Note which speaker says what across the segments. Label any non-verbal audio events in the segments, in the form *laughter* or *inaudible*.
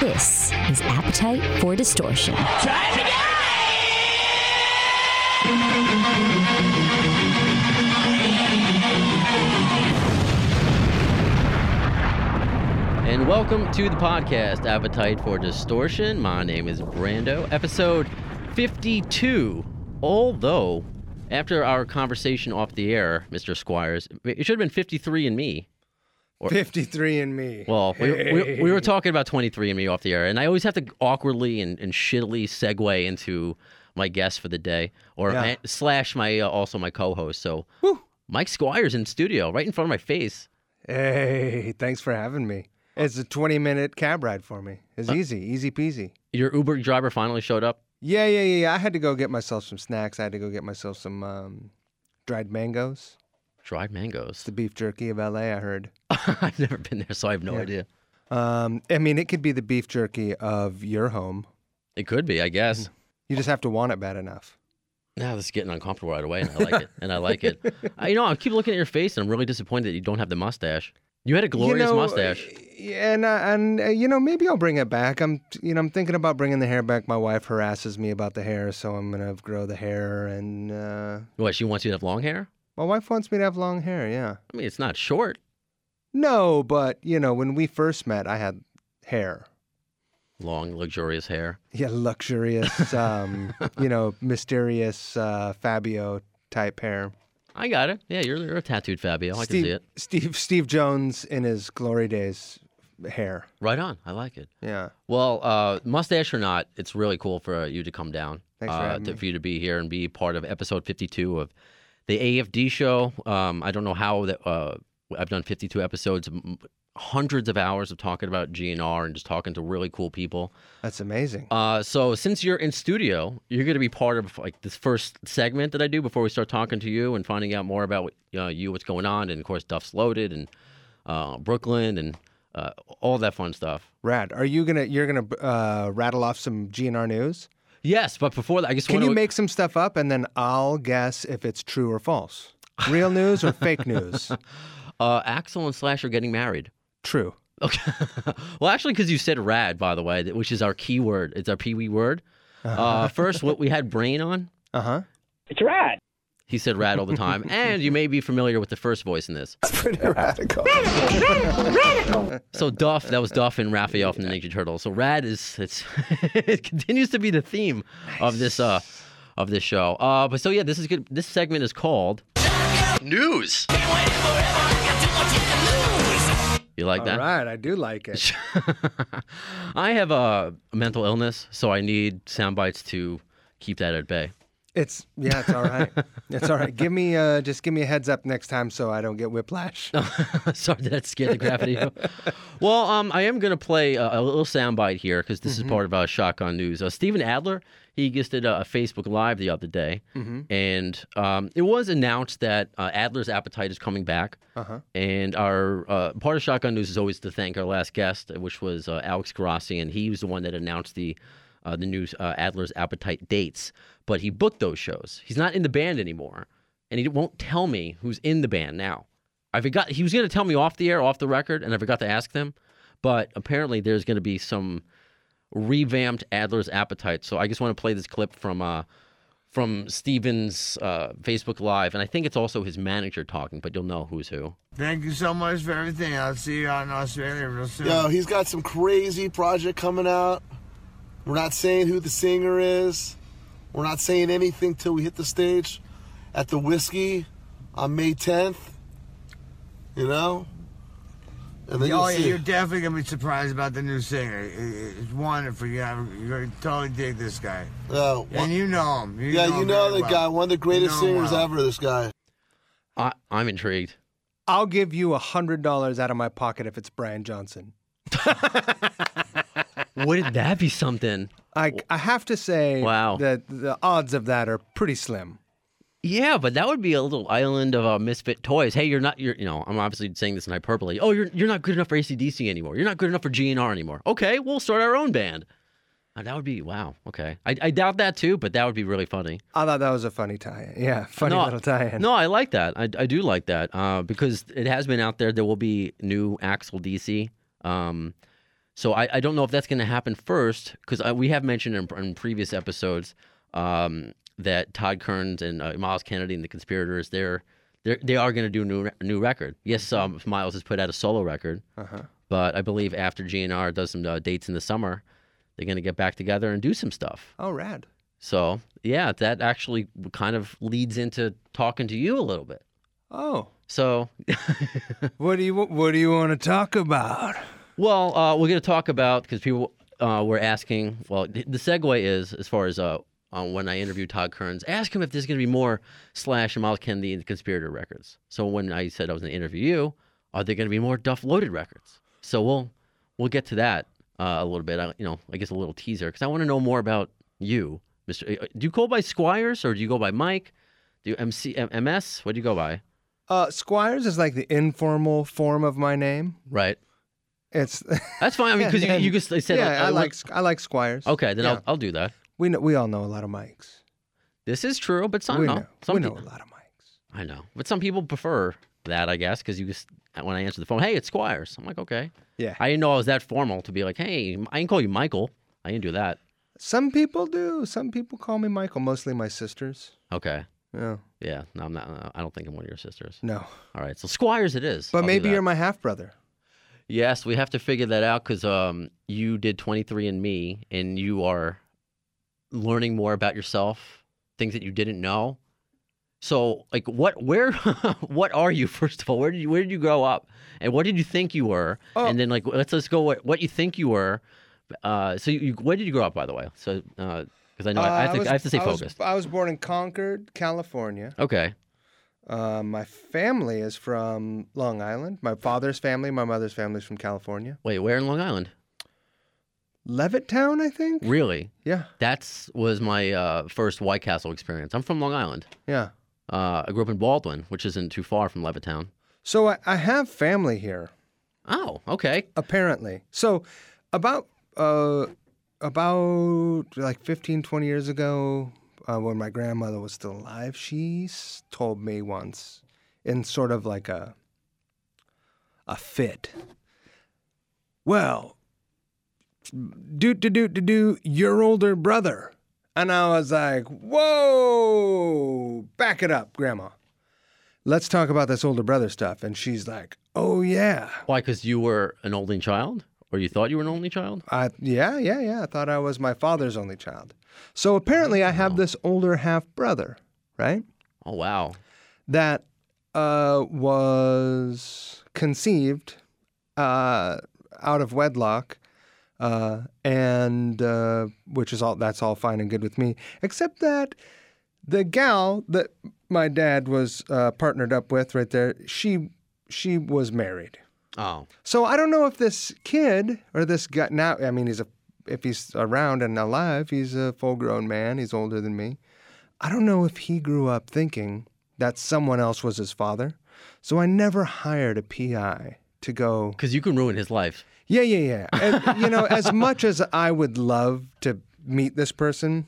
Speaker 1: This is Appetite for Distortion.
Speaker 2: And welcome to the podcast, Appetite for Distortion. My name is Brando, episode 52. Although, after our conversation off the air, Mr. Squires, it should have been 53 and me.
Speaker 3: 53 and me.
Speaker 2: Well, we, we, we were talking about 23 and me off the air, and I always have to awkwardly and, and shittily segue into my guest for the day, or
Speaker 3: Yeah.
Speaker 2: and- slash my uh, also my co host. So,
Speaker 3: Whew.
Speaker 2: Mike Squires in studio, right in front of my face.
Speaker 3: Hey, thanks for having me. It's a 20 minute cab ride for me. It's easy, easy peasy.
Speaker 2: Your Uber driver finally showed up.
Speaker 3: Yeah, yeah, yeah, yeah. I had to go get myself some snacks. I had to go get myself some um, dried mangoes.
Speaker 2: Dried mangoes.
Speaker 3: It's the beef jerky of LA, I heard.
Speaker 2: *laughs* I've never been there, so I have no idea.
Speaker 3: Um, I mean, it could be the beef jerky of your home.
Speaker 2: It could be, I guess.
Speaker 3: You just have to want it bad enough.
Speaker 2: Now this is getting uncomfortable right away, and I like it. And I like it.
Speaker 3: *laughs*
Speaker 2: I, you know, I keep looking at your face, and I'm really disappointed that you don't have the mustache. You had a glorious
Speaker 3: you know,
Speaker 2: mustache.
Speaker 3: Yeah, and uh, and uh, you know maybe I'll bring it back. I'm you know I'm thinking about bringing the hair back. My wife harasses me about the hair, so I'm gonna grow the hair. And uh,
Speaker 2: What? She wants you to have long hair?
Speaker 3: my wife wants me to have long hair. Yeah.
Speaker 2: I mean, it's not short.
Speaker 3: No, but you know when we first met, I had hair.
Speaker 2: Long, luxurious hair.
Speaker 3: Yeah, *laughs* luxurious, um, you know, mysterious uh, Fabio type hair.
Speaker 2: I got it. Yeah, you're, you're a tattooed Fabio. I can
Speaker 3: Steve,
Speaker 2: see it.
Speaker 3: Steve Steve Jones in his glory days hair.
Speaker 2: Right on. I like it.
Speaker 3: Yeah.
Speaker 2: Well, uh, mustache or not, it's really cool for uh, you to come down.
Speaker 3: Thanks for
Speaker 2: uh,
Speaker 3: having
Speaker 2: to-
Speaker 3: me.
Speaker 2: For you to be here and be part of episode 52 of the AFD show. Um, I don't know how that uh, I've done 52 episodes, m- hundreds of hours of talking about GNR and just talking to really cool people.
Speaker 3: That's amazing.
Speaker 2: Uh, so since you're in studio, you're going to be part of like this first segment that I do before we start talking to you and finding out more about uh, you, what's going on, and of course Duff's Loaded and uh, Brooklyn and uh, all that fun stuff.
Speaker 3: Rad. Are you gonna you're gonna uh, rattle off some GNR news?
Speaker 2: Yes, but before that, I just
Speaker 3: Can
Speaker 2: want
Speaker 3: you
Speaker 2: to
Speaker 3: make some stuff up and then I'll guess if it's true or false? Real news
Speaker 2: *laughs*
Speaker 3: or fake news?
Speaker 2: uh, Axel and Slash are getting married. *laughs*
Speaker 3: True.
Speaker 2: Okay. well, actually, because you said rad, by the way, which is our key word. It's our pee wee word.
Speaker 3: *laughs*
Speaker 2: Uh, first, what we had brain on.
Speaker 3: Uh huh.
Speaker 4: It's rad.
Speaker 2: He said rad all the
Speaker 3: *laughs*
Speaker 2: time, and you may be familiar with the first voice in this.
Speaker 3: Pretty radical.
Speaker 2: So Duff, that was Duff and Raphael from the Ninja Turtles. So Rad is it's *laughs* it continues to be the theme of this uh of this show. Uh but so yeah, this is good this segment is called News. You like
Speaker 3: All
Speaker 2: that?
Speaker 3: right, I do like it.
Speaker 2: I have a mental illness, so I need sound bites to keep that at bay.
Speaker 3: It's yeah, it's
Speaker 2: *laughs*
Speaker 3: all right. It's all right. Give me uh, just give me a heads up next time so I don't get whiplash.
Speaker 2: *laughs* Sorry, did that scare the crap out of you. well, um, I am going to play a, a little soundbite here because this is part of uh, Shotgun News. Uh, Stephen Adler, he just did a, a Facebook Live the other day, and um, it was announced that uh, Adler's Appetite is coming back.
Speaker 3: Uh-huh.
Speaker 2: And our uh, part of Shotgun News is always to thank our last guest, which was uh, Alex Grassi, and he was the one that announced the uh, the new uh, Adler's Appetite dates. But he booked those shows. He's not in the band anymore, and he won't tell me who's in the band now. I forgot he was going to tell me off the air, off the record, and I forgot to ask them. But apparently, there's going to be some revamped Adler's Appetite. So I just want to play this clip from uh, from Steven's uh, Facebook Live, and I think it's also his manager talking. But you'll know who's who.
Speaker 5: Thank you so much for everything. I'll see you out in Australia real soon.
Speaker 6: Yo, he's got some crazy project coming out. We're not saying who the singer is. We're not saying anything till we hit the stage at the whiskey on May 10th. You know? And then
Speaker 5: Oh
Speaker 6: you'll
Speaker 5: yeah,
Speaker 6: see.
Speaker 5: you're definitely gonna be surprised about the new singer. It- it- It's wonderful. You have, you're gonna totally dig this guy,
Speaker 6: Uh, wha-
Speaker 5: and you know him. You
Speaker 6: yeah,
Speaker 5: know
Speaker 6: you
Speaker 5: him
Speaker 6: know
Speaker 5: very
Speaker 6: the
Speaker 5: well.
Speaker 6: guy, one of the greatest
Speaker 5: You know him
Speaker 6: singers
Speaker 5: well.
Speaker 6: ever, this guy.
Speaker 2: I, I'm intrigued.
Speaker 3: I'll give you a hundred dollars out of my pocket if it's Brian Johnson.
Speaker 2: Wouldn't that be something?
Speaker 3: I I have to say
Speaker 2: Wow.
Speaker 3: that the odds of that are pretty slim.
Speaker 2: Yeah, but that would be a little island of uh, misfit toys. Hey, you're not. You're you know. I'm obviously saying this in hyperbole. Oh, you're you're not good enough for ACDC anymore. You're not good enough for GNR anymore. Okay, we'll start our own band. Uh, that would be wow. Okay, I, I doubt that too, but that would be really funny.
Speaker 3: I thought that was a funny tie. in Yeah, funny
Speaker 2: No,
Speaker 3: little tie in.
Speaker 2: No, I like that. I, I do like that uh, because it has been out there. There will be new Axel DC. Um, So I, I don't know if that's going to happen first because we have mentioned in, in previous episodes um, that Todd Kearns and uh, Miles Kennedy and the Conspirators they're, they're they are going to do a new re- new record. Yes,
Speaker 3: Mm-hmm.
Speaker 2: um, Miles has put out a solo record,
Speaker 3: Uh-huh.
Speaker 2: but I believe after GNR does some uh, dates in the summer, they're going to get back together and do some stuff.
Speaker 3: Oh, rad.
Speaker 2: So yeah, that actually kind of leads into talking to you a little bit.
Speaker 3: Oh,
Speaker 2: So
Speaker 3: what do you what do you want to talk about?
Speaker 2: Well, uh, we're going to talk about because people uh, were asking. Well, th- the segue is as far as uh, uh, when I interviewed Todd Kearns, ask him if there's going to be more Slash and Miles Kennedy and Conspirator records. So when I said I was going to interview you, are there going to be more Duff Loaded records? So we'll we'll get to that uh, a little bit. I, you know, I guess a little teaser because I want to know more about you, Mister. uh, Do you go by Squires or do you go by Mike? Do you MC M- MS? What do you go by?
Speaker 3: Uh, Squires is like the informal form of my name.
Speaker 2: Right.
Speaker 3: It's *laughs*
Speaker 2: That's fine. I mean, because you, you just said
Speaker 3: yeah. I,
Speaker 2: uh,
Speaker 3: like I like Squires.
Speaker 2: Okay, then
Speaker 3: yeah.
Speaker 2: I'll, I'll do that.
Speaker 3: we know, we all know a lot of mics.
Speaker 2: This is true, but some
Speaker 3: we
Speaker 2: no.
Speaker 3: know
Speaker 2: Some
Speaker 3: we know
Speaker 2: pe-
Speaker 3: a lot of mics.
Speaker 2: I know, but some people prefer that, I guess, because you just when I answer the phone, hey, it's Squires. I'm like, okay.
Speaker 3: Yeah.
Speaker 2: I didn't know I was that formal to be like, hey, I can call you Michael. I didn't do that.
Speaker 3: Some people do. Some people call me Michael. Mostly my sisters.
Speaker 2: Okay.
Speaker 3: Yeah.
Speaker 2: Yeah. No, I'm not. uh, I don't think I'm one of your sisters.
Speaker 3: No.
Speaker 2: All right. So Squires, it is.
Speaker 3: But
Speaker 2: I'll do
Speaker 3: maybe
Speaker 2: that.
Speaker 3: you're my half brother.
Speaker 2: Yes, we have to figure that out because um, you did 23 and Me, and you are learning more about yourself, things that you didn't know. So, like, what, where, *laughs* what are you? First of all, where did you, where did you grow up, and what did you think you were? And then, like, let's let's go what, what you think you were. Uh, so, you, you, where did you grow up, by the way? So, because I know I, I, have to, I have to stay
Speaker 3: Uh, was-
Speaker 2: focused.
Speaker 3: I was born in Concord, California.
Speaker 2: Okay,
Speaker 3: Uh, my family is from Long Island. My father's family, my mother's family is from California.
Speaker 2: wait, where in Long Island?
Speaker 3: Levittown, I think.
Speaker 2: Really?
Speaker 3: Yeah,
Speaker 2: That's was my uh, first White Castle experience. I'm from Long Island.
Speaker 3: yeah.
Speaker 2: Uh, I grew up in Baldwin, which isn't too far from Levittown.
Speaker 3: So I, I have family here,
Speaker 2: Oh, okay.
Speaker 3: apparently. So about uh, about like 15, 20 years ago, uh, when my grandmother was still alive, she s- told me once, in sort of like a a fit. Well, do do do do do your older brother. And I was like, whoa, back it up, grandma. Let's talk about this older brother stuff. And she's like, oh, yeah.
Speaker 2: Why? Because you were an only child, or you thought you were an only child?
Speaker 3: I, yeah, yeah, yeah. I thought I was my father's only child. So apparently I have this older half brother, right?
Speaker 2: Oh, wow.
Speaker 3: That uh, was conceived uh, out of wedlock. Uh, and uh, which is all that's all fine and good with me, except that the gal that my dad was uh, partnered up with right there, she she was married.
Speaker 2: Oh,
Speaker 3: So I don't know if this kid or this guy now. I mean, he's a if he's around and alive, he's a full-grown man. He's older than me. I don't know if he grew up thinking that someone else was his father. So I never hired a PI to go.
Speaker 2: because you can ruin his life.
Speaker 3: Yeah, yeah, yeah. And, you know, as much as I would love to meet this person,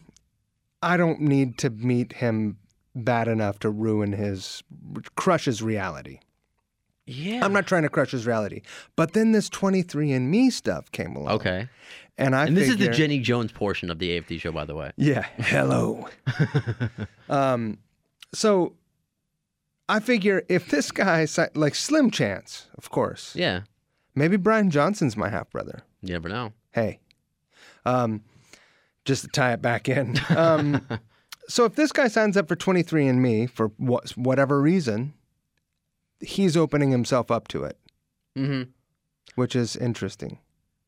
Speaker 3: I don't need to meet him bad enough to ruin his crush his reality.
Speaker 2: Yeah.
Speaker 3: I'm not trying to crush his reality. But then this 23andMe stuff came along.
Speaker 2: Okay.
Speaker 3: And I
Speaker 2: And this is
Speaker 3: figure-
Speaker 2: the Jenny Jones portion of the AFD show, by the way.
Speaker 3: Yeah.
Speaker 2: *laughs*
Speaker 3: Hello. um, so I figure if this guy, si- like slim chance, of course,
Speaker 2: Yeah.
Speaker 3: maybe Brian Johnson's my half brother.
Speaker 2: You never know.
Speaker 3: Hey, um, just to tie it back in.
Speaker 2: *laughs*
Speaker 3: Um, so if this guy signs up for 23andMe for wha- whatever reason, he's opening himself up to it,
Speaker 2: Mm-hmm.
Speaker 3: which is interesting.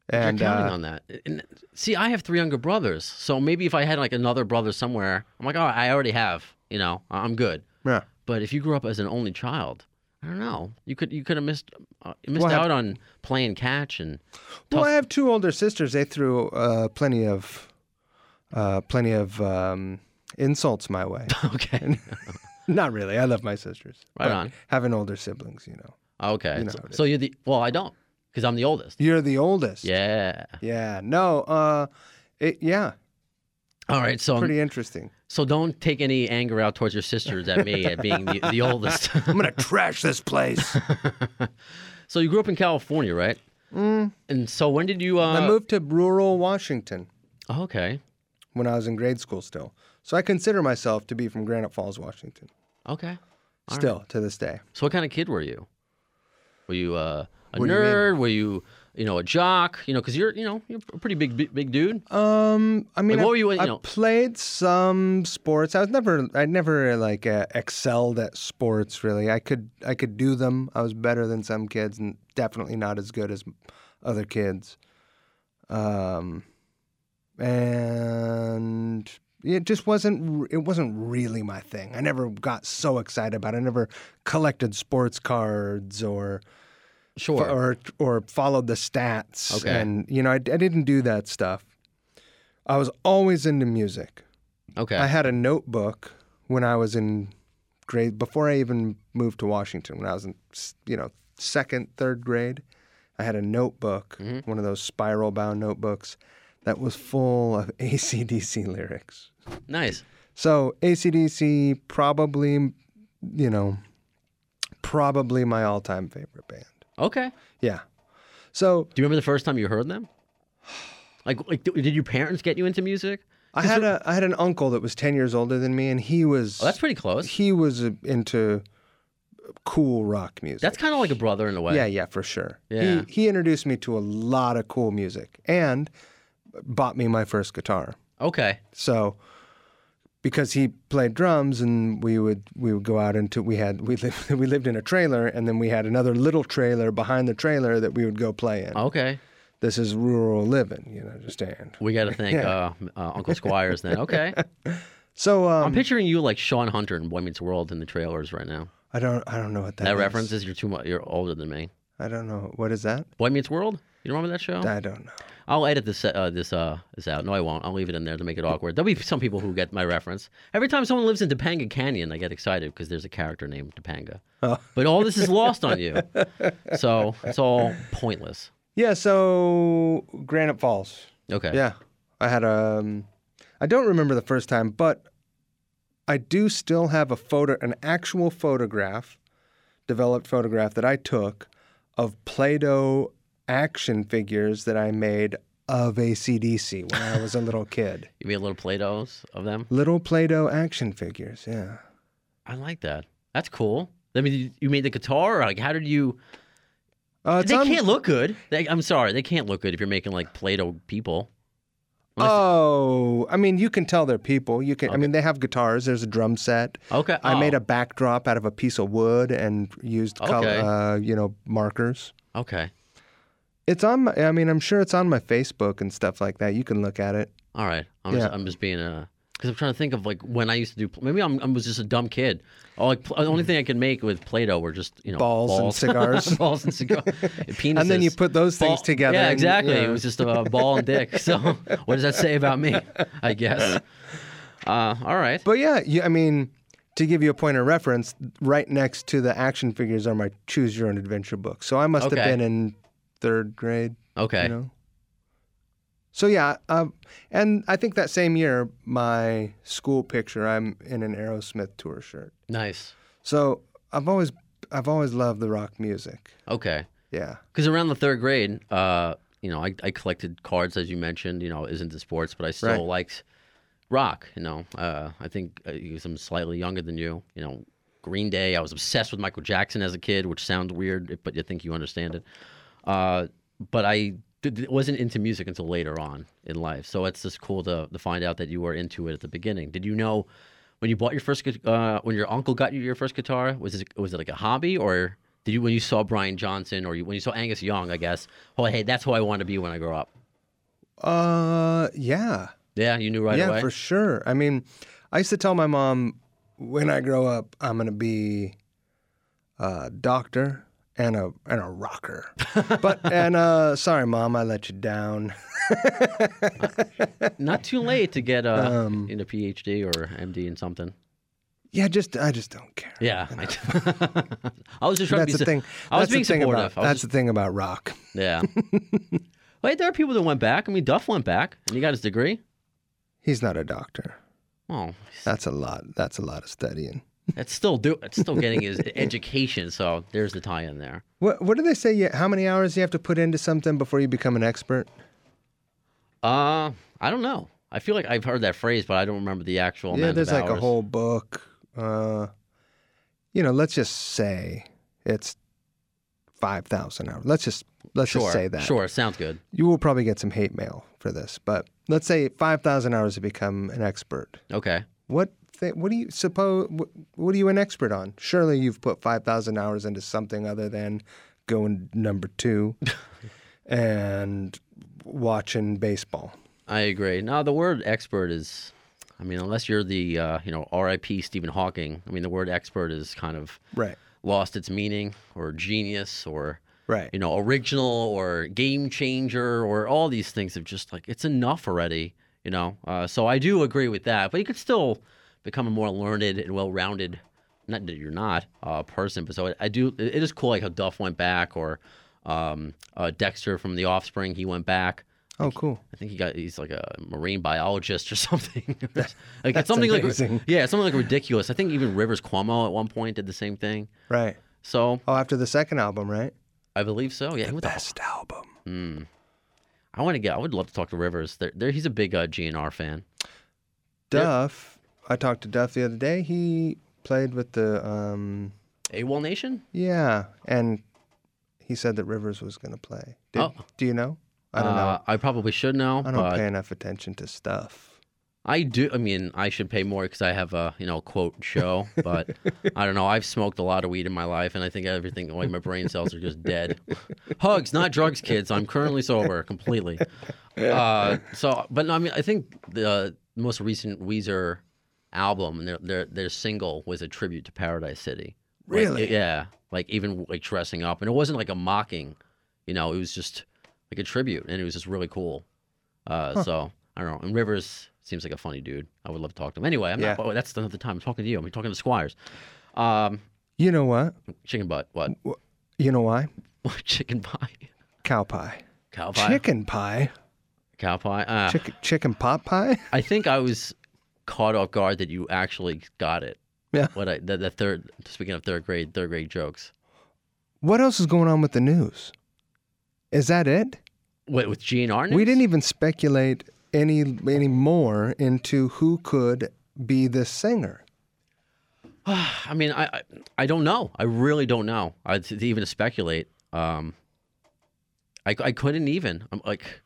Speaker 2: And,
Speaker 3: And
Speaker 2: You're counting
Speaker 3: uh,
Speaker 2: on that. And, see, I have three younger brothers, so maybe if I had like another brother somewhere, I'm like, oh, I already have. You know, I- I'm good.
Speaker 3: yeah.
Speaker 2: But if you grew up as an only child, I don't know. You could you could have missed uh, missed
Speaker 3: Well, I have-
Speaker 2: out on playing catch and
Speaker 3: Well, I have two older sisters. They threw uh, plenty of, uh, plenty of um, insults
Speaker 2: *laughs*
Speaker 3: my way.
Speaker 2: okay.
Speaker 3: Not really. I love my sisters.
Speaker 2: Right
Speaker 3: But
Speaker 2: on.
Speaker 3: Having older siblings, you know.
Speaker 2: Okay.
Speaker 3: You know
Speaker 2: so,
Speaker 3: how it
Speaker 2: so you're the well, I don't because I'm the oldest.
Speaker 3: You're the oldest.
Speaker 2: Yeah.
Speaker 3: Yeah. No. Uh, it, yeah.
Speaker 2: All right. So
Speaker 3: Pretty interesting.
Speaker 2: so don't take any anger out towards your sisters at me at being the, the oldest. *laughs*
Speaker 3: I'm gonna trash this place.
Speaker 2: so you grew up in California, right? And so when did you? Uh,
Speaker 3: Mm. I moved to rural Washington
Speaker 2: oh, okay.
Speaker 3: when I was in grade school still. So I consider myself to be from Granite Falls, Washington,
Speaker 2: Okay.
Speaker 3: still to this day.
Speaker 2: So what kind of kid were you? Were you uh, a nerd? were you you know a jock? You know, because you're you know you're a pretty big big, big dude.
Speaker 3: Um, I
Speaker 2: Like,
Speaker 3: mean,
Speaker 2: what
Speaker 3: I,
Speaker 2: were you- you
Speaker 3: I
Speaker 2: know-
Speaker 3: played some sports. I was never, I never like uh, excelled at sports really. I could, I could do them. I was better than some kids, and definitely not as good as other kids. Um, and it just wasn't, r- it wasn't really my thing. I never got so excited about. it. I never collected sports cards or
Speaker 2: sure.
Speaker 3: fo- or or followed the stats.
Speaker 2: Okay.
Speaker 3: And you know, I, I didn't do that stuff. I was always into music.
Speaker 2: okay.
Speaker 3: I had a notebook when I was in grade before I even moved to Washington. When I was in s- you know second third grade, I had a notebook,
Speaker 2: Mm-hmm.
Speaker 3: one of those spiral bound notebooks, that was full of *laughs* ACDC lyrics.
Speaker 2: nice.
Speaker 3: So ACDC probably, you know, probably my all time favorite band.
Speaker 2: Okay.
Speaker 3: Yeah. So
Speaker 2: Do you remember the first time you heard them? *sighs* Like, like, did your parents get you into music?
Speaker 3: I had a I had an uncle that was ten years older than me, and he was
Speaker 2: Oh, that's pretty close.
Speaker 3: he was uh, into cool rock music.
Speaker 2: That's kind of like a brother in a way.
Speaker 3: yeah, yeah, for sure.
Speaker 2: Yeah.
Speaker 3: He he introduced me to a lot of cool music and bought me my first guitar.
Speaker 2: Okay.
Speaker 3: So because he played drums and we would we would go out into we had we lived *laughs* we lived in a trailer and then we had another little trailer behind the trailer that we would go play in.
Speaker 2: Okay.
Speaker 3: This is rural living, you understand.
Speaker 2: We got to thank uh, uh, Uncle Squires
Speaker 3: *laughs*
Speaker 2: then. Okay.
Speaker 3: So um,
Speaker 2: I'm picturing you like Sean Hunter in Boy Meets World in the trailers right now.
Speaker 3: I don't I don't know what that,
Speaker 2: That
Speaker 3: is.
Speaker 2: references you're too much. You're older than me.
Speaker 3: I don't know what is that.
Speaker 2: Boy Meets World. You remember that show?
Speaker 3: I don't know.
Speaker 2: I'll edit this uh, this uh, this out. No, I won't. I'll leave it in there to make it awkward. There'll be some people who get my reference. Every time someone lives in Topanga Canyon, I get excited because there's a character named Topanga.
Speaker 3: Oh.
Speaker 2: But all this is lost on
Speaker 3: *laughs*
Speaker 2: you, so it's all pointless.
Speaker 3: Yeah, so Granite Falls.
Speaker 2: Okay.
Speaker 3: Yeah, I had a. Um, I don't remember the first time, but I do still have a photo, an actual photograph, developed photograph that I took of Play-Doh action figures that I made of ACDC when I was a little kid.
Speaker 2: You made little Play-Dohs of them.
Speaker 3: Little Play-Doh action figures. Yeah.
Speaker 2: I like that. That's cool. I mean, you- you made the guitar. Or like, how did you?
Speaker 3: Uh, it's
Speaker 2: They
Speaker 3: on-
Speaker 2: can't look good. They, I'm sorry, they can't look good if you're making like Play-Doh people. Unless-
Speaker 3: Oh, I mean, you can tell they're people. You can. I mean, they have guitars. There's a drum set.
Speaker 2: Okay.
Speaker 3: I made
Speaker 2: oh,
Speaker 3: a backdrop out of a piece of wood and used col-
Speaker 2: Okay.
Speaker 3: uh, you know, markers.
Speaker 2: Okay.
Speaker 3: It's on my, I mean, I'm sure it's on my Facebook and stuff like that. You can look at it.
Speaker 2: All right. I'm, just,
Speaker 3: Yeah.
Speaker 2: I'm just being a. Because I'm trying to think of like when I used to do. pl- Maybe I'm, I was just a dumb kid. Oh, like pl- the only thing I could make with Play-Doh were just you know
Speaker 3: Balls and cigars.
Speaker 2: balls *laughs* and
Speaker 3: *laughs*
Speaker 2: cigars, penises.
Speaker 3: And then you put those things
Speaker 2: Ball-
Speaker 3: together.
Speaker 2: Yeah,
Speaker 3: and-
Speaker 2: exactly.
Speaker 3: yeah.
Speaker 2: It was just a ball and dick.
Speaker 3: *laughs*
Speaker 2: So what does that say about me? I guess. Uh, all right.
Speaker 3: But yeah, you, I mean, to give you a point of reference, right next to the action figures are my Choose Your Own Adventure books. So I must
Speaker 2: Okay.
Speaker 3: have been in third grade,
Speaker 2: Okay.
Speaker 3: you know? So yeah, uh, and I think that same year, my school picture, I'm in an Aerosmith tour shirt.
Speaker 2: Nice.
Speaker 3: So I've always I've always loved the rock music.
Speaker 2: Okay.
Speaker 3: Yeah.
Speaker 2: Because around the third grade, uh, you know, I, I collected cards, as you mentioned. You know, I was into sports, but I still
Speaker 3: Right.
Speaker 2: liked rock. You know, uh, I think uh, because I'm slightly younger than you. You know, Green Day. I was obsessed with Michael Jackson as a kid, which sounds weird, but you think you understand it. Uh, but I did, wasn't into music until later on in life, so it's just cool to, to find out that you were into it at the beginning. Did you know when you bought your first gu- uh, when your uncle got you your first guitar? Was it was it like a hobby or did you when you saw Brian Johnson or you, when you saw Angus Young? I guess. Oh, hey, that's who I want to be when I grow up.
Speaker 3: Uh yeah.
Speaker 2: Yeah, you knew right
Speaker 3: yeah,
Speaker 2: away.
Speaker 3: for sure. I mean, I used to tell my mom when I grow up I'm going to be a doctor and a and a
Speaker 2: *laughs*
Speaker 3: rocker. but and uh sorry mom, I let you down.
Speaker 2: Not too late to get a
Speaker 3: Um,
Speaker 2: in a PhD or MD in something.
Speaker 3: Yeah, just I just don't care. *laughs*
Speaker 2: Yeah, *laughs* I, I was just trying
Speaker 3: That's
Speaker 2: to be.
Speaker 3: the thing.
Speaker 2: I was
Speaker 3: that's
Speaker 2: being
Speaker 3: the thing
Speaker 2: supportive.
Speaker 3: About,
Speaker 2: I was
Speaker 3: that's the thing about rock.
Speaker 2: just- yeah. Wait, there are people that went back. I mean, Duff went back, and he got his degree.
Speaker 3: He's not a doctor.
Speaker 2: Oh,
Speaker 3: That's a lot. That's a lot of studying.
Speaker 2: That's still do. It's still getting his *laughs* education. So there's the tie-in there.
Speaker 3: What What do they say? You, how many hours you have to put into something before you become an expert?
Speaker 2: Uh, I don't know. I feel like I've heard that phrase, but I don't remember Oh, the actual. amount
Speaker 3: yeah,
Speaker 2: of
Speaker 3: there's like a
Speaker 2: hours.
Speaker 3: whole book. Uh, you know, let's just say it's five thousand hours. Let's just let's
Speaker 2: Sure.
Speaker 3: just say that.
Speaker 2: Sure, sounds good.
Speaker 3: You will probably get some hate mail for this, but let's say five thousand hours to become an expert.
Speaker 2: Okay.
Speaker 3: What th- What do you suppose? What, what are you an expert on? Surely you've put five thousand hours into something other than going number *laughs* two and watching baseball.
Speaker 2: I agree. Now the word expert is, I mean, unless you're the uh, you know R.I.P. Stephen Hawking. I mean, the word expert is kind of
Speaker 3: Right.
Speaker 2: lost its meaning, or genius, or
Speaker 3: Right.
Speaker 2: you know original, or game changer, or all these things have just like it's enough already. You know, uh, so I do agree with that. But you could still become a more learned and well-rounded. Not that you're not a person, but so I, I do. It is cool, like how Duff went back, or um, uh, Dexter from The Offspring. He went back.
Speaker 3: Oh, cool.
Speaker 2: I think he got he's like a marine biologist or *laughs* something. like it's something
Speaker 3: amazing.
Speaker 2: like yeah, something like ridiculous. I think even Rivers Cuomo at one point did the same thing.
Speaker 3: Right.
Speaker 2: So
Speaker 3: Oh, after the second album, right?
Speaker 2: I believe so. Yeah, what the-
Speaker 3: Best album.
Speaker 2: I want to get. I would love to talk to Rivers. There, there he's a big uh, GNR fan.
Speaker 3: Duff. I talked to Duff the other day. He played with the um
Speaker 2: AWOL Nation.
Speaker 3: yeah, and he said that Rivers was going to play. Did,
Speaker 2: Oh.
Speaker 3: Do you know? I don't know.
Speaker 2: Uh, I probably should know,
Speaker 3: I don't
Speaker 2: but
Speaker 3: pay enough attention to stuff.
Speaker 2: I do. I mean, I should pay more because I have a you know quote show. But I don't know. I've smoked a lot of weed in my life, and I think everything. Like my brain cells are just dead. Hugs, not drugs, kids. I'm currently sober completely. Uh, so, but no, I mean, I think the most recent Weezer album, their their their single was a tribute to Paradise City. Like,
Speaker 3: Really?
Speaker 2: yeah. Like even like dressing up, and it wasn't like a mocking. You know, it was just like a tribute, and it was just really cool. Uh, So I don't know. And Rivers seems like a funny dude. I would love to talk to him. Anyway, I'm not.
Speaker 3: Yeah.
Speaker 2: Oh, that's another time. I'm talking to you. I'm talking to Squires. Um,
Speaker 3: You know what?
Speaker 2: chicken butt. What?
Speaker 3: You know why?
Speaker 2: *laughs* What chicken pie?
Speaker 3: Cow pie.
Speaker 2: Cow pie.
Speaker 3: Chicken pie.
Speaker 2: Cow pie. Uh,
Speaker 3: Chicken, chicken pot pie. *laughs*
Speaker 2: I think I was caught off guard that you actually got it.
Speaker 3: Yeah.
Speaker 2: What I the, the third. Speaking of third grade, third grade jokes.
Speaker 3: What else is going on with the news? Is that it?
Speaker 2: Wait, with GNR news?
Speaker 3: We didn't even speculate any any more into who could be this singer.
Speaker 2: I mean, I, I I don't know. I really don't know. I to even speculate. Um, I I couldn't even. I'm like,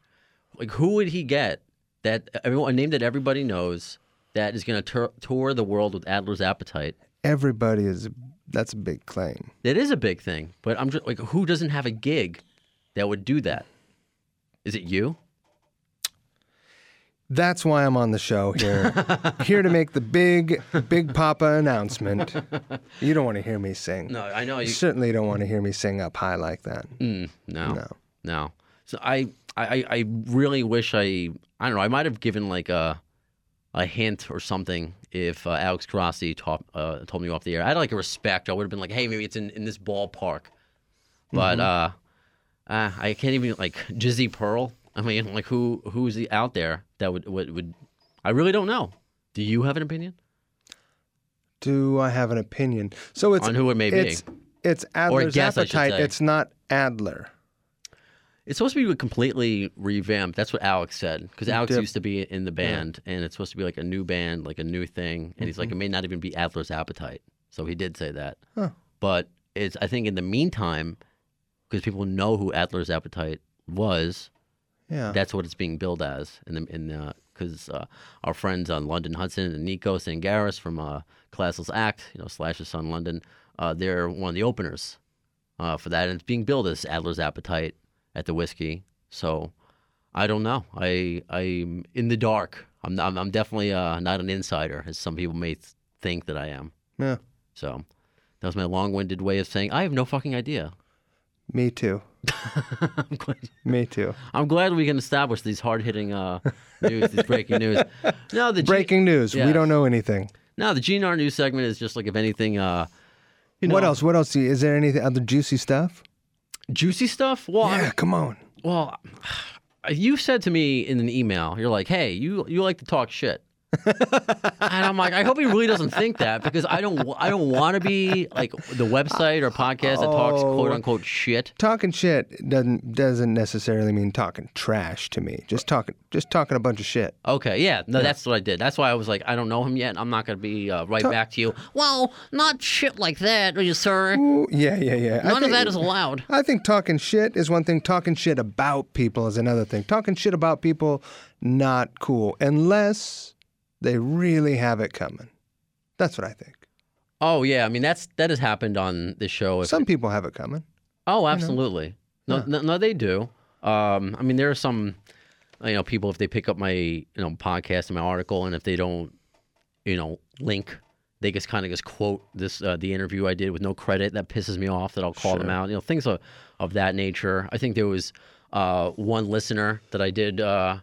Speaker 2: like who would he get that everyone a name that everybody knows that is going to tur- tour the world with Adler's Appetite?
Speaker 3: Everybody is that's a big claim.
Speaker 2: That is a big thing. But I'm just like, who doesn't have a gig that would do that? Is it you?
Speaker 3: That's why I'm on the
Speaker 2: *laughs*
Speaker 3: show here. here to make the big big
Speaker 2: *laughs*
Speaker 3: papa announcement. You don't want to hear me sing.
Speaker 2: No, I know
Speaker 3: You
Speaker 2: you.
Speaker 3: certainly don't want to hear me sing up high like that.
Speaker 2: Mm, no,
Speaker 3: No.
Speaker 2: no, no. So I, I, I- I really wish I, I don't know. I might have given like a, a hint or something if uh, Alex Grassi taught, uh, told me off the air. I had like a respect. I would have been like, hey, maybe it's in, in this ballpark. But uh, uh, I can't even like Jizzy Pearl. I mean, like who who's the out there that would would, would I really don't know. Do you have an opinion
Speaker 3: Do I have an opinion? So it's
Speaker 2: on who it may be?
Speaker 3: it's, it's Adler's
Speaker 2: guess, I should
Speaker 3: appetite.
Speaker 2: say.
Speaker 3: It's not Adler.
Speaker 2: It's supposed to be completely revamped. That's what Alex said because Alex used to be in the band, and it's supposed to be like a new band, like a new thing. And he's like, it may not even be Adler's Appetite. So he did say that.
Speaker 3: Huh.
Speaker 2: But it's I think in the meantime, because people know who Adler's Appetite was,
Speaker 3: Yeah.
Speaker 2: that's what it's being billed as. In the in the because uh, our friends on London Hudson and Nico Sangaris from uh, Classless Act, you know, slash his son London, uh, they're one of the openers uh, for that, and it's being billed as Adler's Appetite at the whiskey. So I don't know. I I'm in the dark. I'm I'm, I'm definitely uh, not an insider, as some people may th- think that I am.
Speaker 3: yeah.
Speaker 2: So that was my long-winded way of saying I have no fucking idea. *laughs*
Speaker 3: Me too.
Speaker 2: I'm glad
Speaker 3: Me too.
Speaker 2: I'm glad we can establish these hard hitting uh, news, these breaking
Speaker 3: *laughs*
Speaker 2: news. No, the G-
Speaker 3: Breaking news. We
Speaker 2: Yes.
Speaker 3: don't know anything.
Speaker 2: no, the GNR news segment is just like if anything, uh, you know,
Speaker 3: what else? What else? do you- Is there any other juicy stuff?
Speaker 2: Juicy stuff. Well, I-
Speaker 3: yeah, come on.
Speaker 2: *sighs*
Speaker 3: *laughs*
Speaker 2: well, you said to me in an email, you're like, hey, you you like to talk shit. and I'm like, I hope he really doesn't think that because I don't, I don't want to be like the website or podcast that talks
Speaker 3: Oh.
Speaker 2: quote unquote shit.
Speaker 3: Talking shit doesn't doesn't necessarily mean talking trash to me. Just talking just talking a bunch of shit.
Speaker 2: Okay, yeah, no, that's what I did. That's why I was like, I don't know him yet. I'm not gonna be uh, right back to you. Well, not shit like that, are you, sir.
Speaker 3: Ooh, yeah, yeah, yeah.
Speaker 2: None of that is allowed.
Speaker 3: I think talking shit is one thing. Talking shit about people is another thing. Talking shit about people, not cool. Unless they really have it coming. That's what I think.
Speaker 2: Oh yeah, I mean that's that has happened on this show. If,
Speaker 3: Some people have it coming.
Speaker 2: oh, absolutely. No, no, no, they do. Um, I mean there are some, you know, people if they pick up my you know podcast and my article, and if they don't, you know, link. They just kind of just quote this uh, the interview I did with no credit. That pisses me off. That I'll call them out. You know things of, of that nature. I think there was uh, one listener that I did uh,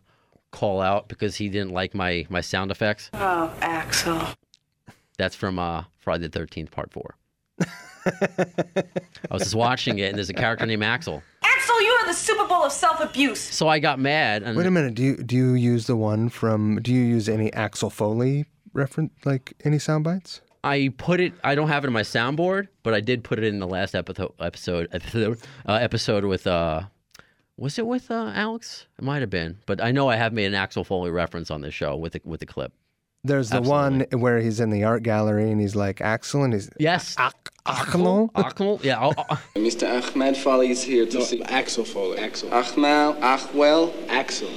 Speaker 2: call out because he didn't like my my sound effects.
Speaker 4: Oh, Axel.
Speaker 2: That's from uh, Friday the 13th, part four. I was just watching it, and there's a character named Axel.
Speaker 7: Axel, you are the Super Bowl of self abuse.
Speaker 2: So I got mad. And
Speaker 3: Wait a minute. Do you do you use the one from? Do you use any Axel Foley reference, like any sound bites?
Speaker 2: I put it, I don't have it in my soundboard, but I did put it in the last episode, episode, episode, uh, episode with, uh, was it with uh, Alex? It might have been, but I know I have made an Axel Foley reference on this show with the, with the clip.
Speaker 3: There's the one where he's in the art gallery and he's like Axel, and he's
Speaker 2: Yes.
Speaker 3: Axel.
Speaker 2: Axel? Yeah. I'll, I'll-
Speaker 8: Mr. Ahmed Foley is here to see Axel Foley. Axel. Ahmed, Ahwel, Axel.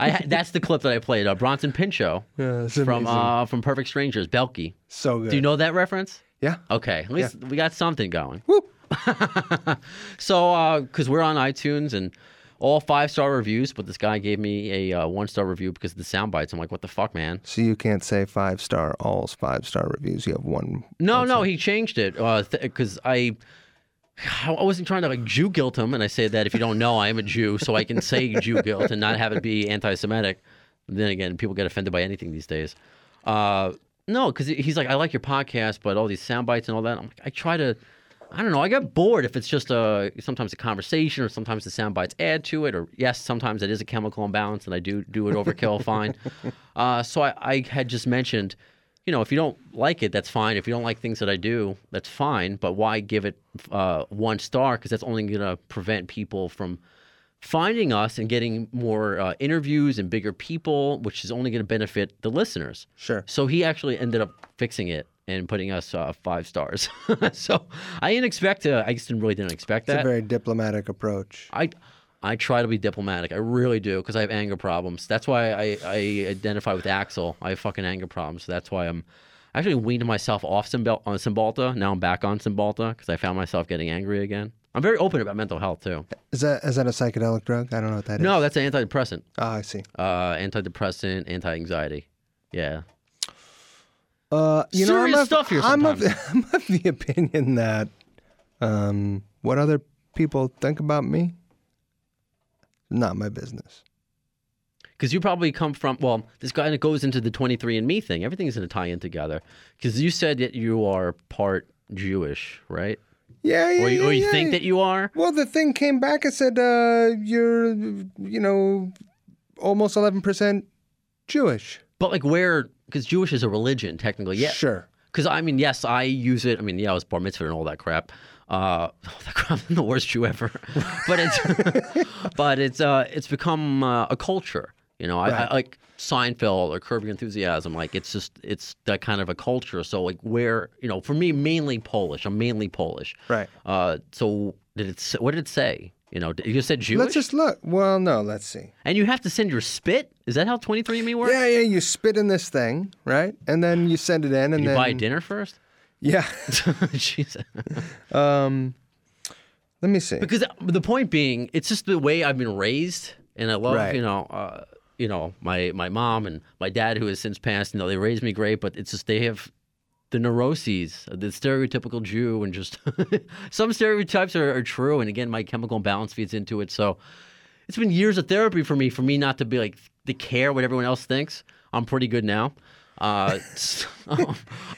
Speaker 2: I, ha- that's the clip that I played. Uh, Bronson Pinchot from uh, from Perfect Strangers, Belky.
Speaker 3: So good.
Speaker 2: Do you know that reference?
Speaker 3: Yeah.
Speaker 2: Okay, at least we got something going. *laughs* so, because we're on iTunes and all five star reviews, but this guy gave me a uh, one star review because of the sound bites. I'm like, what the fuck, man?
Speaker 3: So you can't say five star. All's five star reviews. You have one.
Speaker 2: No, no, he changed it because th- 'cause I. I wasn't trying to like Jew guilt him, and I say that if you don't know, I am a Jew, so I can say Jew guilt and not have it be anti-Semitic. Then again, people get offended by anything these days. Uh, no, because he's like, I like your podcast, but all these sound bites and all that. I'm like, I try to, I don't know, I get bored if it's just a sometimes a conversation or sometimes the sound bites add to it, or yes, sometimes it is a chemical imbalance, and I do do it overkill, fine. Uh, so I, I had just mentioned you know, if you don't like it, that's fine. If you don't like things that I do, that's fine. But why give it uh, one star? Because that's only going to prevent people from finding us and getting more uh, interviews and bigger people, which is only going to benefit the listeners.
Speaker 3: Sure.
Speaker 2: So he actually ended up fixing it and putting us uh, five stars. *laughs* so I didn't expect to. I just didn't, really didn't expect
Speaker 3: It's
Speaker 2: that.
Speaker 3: a very diplomatic approach.
Speaker 2: I I try to be diplomatic. I really do because I have anger problems. That's why I, I identify with Axel. I have fucking anger problems. So that's why I'm I actually weaned myself off Cymbal- on Cymbalta. Now I'm back on Cymbalta because I found myself getting angry again. I'm very open about mental health too.
Speaker 3: Is that is that a psychedelic drug? I don't know what that is.
Speaker 2: No, that's an antidepressant.
Speaker 3: Ah, I see.
Speaker 2: Uh, antidepressant, anti-anxiety. Yeah.
Speaker 3: Uh, you know, I'm
Speaker 2: Serious
Speaker 3: of,
Speaker 2: stuff here
Speaker 3: I'm of, *laughs* I'm of the opinion that um, what other people think about me, not my business.
Speaker 2: Because you probably come from, well, this kind of goes into the 23andMe thing. Everything's going to tie in together. Because you said that you are part Jewish, right?
Speaker 3: Yeah, yeah,
Speaker 2: Or you,
Speaker 3: yeah,
Speaker 2: or you
Speaker 3: yeah.
Speaker 2: think that you are?
Speaker 3: Well, the thing came back and said, uh, you're, you know, almost 11% Jewish.
Speaker 2: But like where, because Jewish is a religion technically. Yeah.
Speaker 3: Sure.
Speaker 2: Because I mean, yes, I use it. I mean, yeah, I was bar mitzvah and all that crap. Uh, *laughs* all that crap. I'm the worst Jew ever. *laughs* but it's, *laughs* but it's, uh, it's become uh, a culture. You know, I, I like Seinfeld or Curb Your Enthusiasm. Like it's just, it's that kind of a culture. So like where, you know, for me, mainly Polish. I'm mainly Polish.
Speaker 3: Right.
Speaker 2: Uh, so did it? s- What did it say? You know, you just said Jewish,
Speaker 3: Let's just look. Well, no, let's see.
Speaker 2: and you have to send your spit. Is that how 23andMe works?
Speaker 3: Yeah, yeah, you spit in this thing, right? And then you send it in and
Speaker 2: you
Speaker 3: then.
Speaker 2: buy dinner first.
Speaker 3: Yeah. *laughs*
Speaker 2: Jesus.
Speaker 3: um, let me see.
Speaker 2: Because the point being, it's just the way I've been raised, and I love
Speaker 3: Right.
Speaker 2: you know, uh, you know, my my mom and my dad who has since passed. You know, they raised me great, but it's just they have the neuroses, the stereotypical Jew, and just *laughs* some stereotypes are, are true. And again, my chemical imbalance feeds into it. So it's been years of therapy for me, for me not to be like to care what everyone else thinks. I'm pretty good now.
Speaker 3: *laughs*
Speaker 2: Uh, so-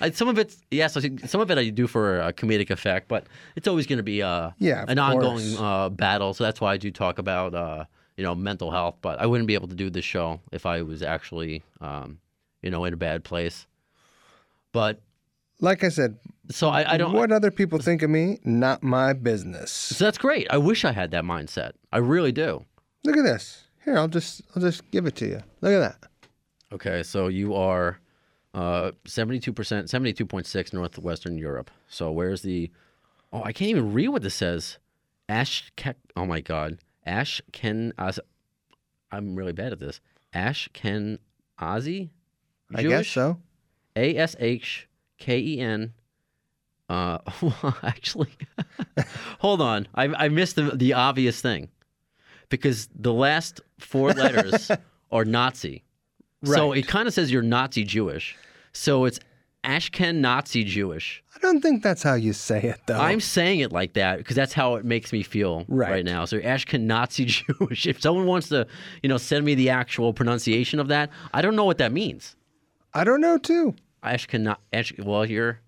Speaker 2: I- some of it, yes, I think some of it I do for a comedic effect, but it's always going to be uh,
Speaker 3: Yeah, of
Speaker 2: an ongoing
Speaker 3: course.
Speaker 2: uh, battle. So that's why I do talk about uh, you know mental health. But I wouldn't be able to do this show if I was actually um, you know, in a bad place. But
Speaker 3: Like I said,
Speaker 2: so I, I don't.
Speaker 3: what other people think of me, not my business.
Speaker 2: so that's great. I wish I had that mindset. I really do.
Speaker 3: Look at this. Here, I'll just I'll just give it to you. Look at that.
Speaker 2: Okay, so you are uh, 72%, 72.6 Northwestern Europe. So where's the. Oh, I can't even read what this says. Ash. Oh my God. Ash Ken. I'm really bad at this. Ash Ken Ozzy?
Speaker 3: I guess so.
Speaker 2: A S H K E N. Uh, *laughs* well, actually, *laughs* hold on. I, I missed the, the obvious thing because the last four letters are Nazi. So
Speaker 3: Right.
Speaker 2: it kind of says you're Nazi Jewish. So it's Ashken Nazi Jewish.
Speaker 3: I don't think that's how you say it though.
Speaker 2: I'm saying it like that because that's how it makes me feel right,
Speaker 3: Oh. Right.
Speaker 2: now. So Ashken Nazi *laughs* Jewish. If someone wants to, you know, send me the actual pronunciation of that, I don't know what that means.
Speaker 3: I don't know too.
Speaker 2: Ashkena- Ash, well, you're,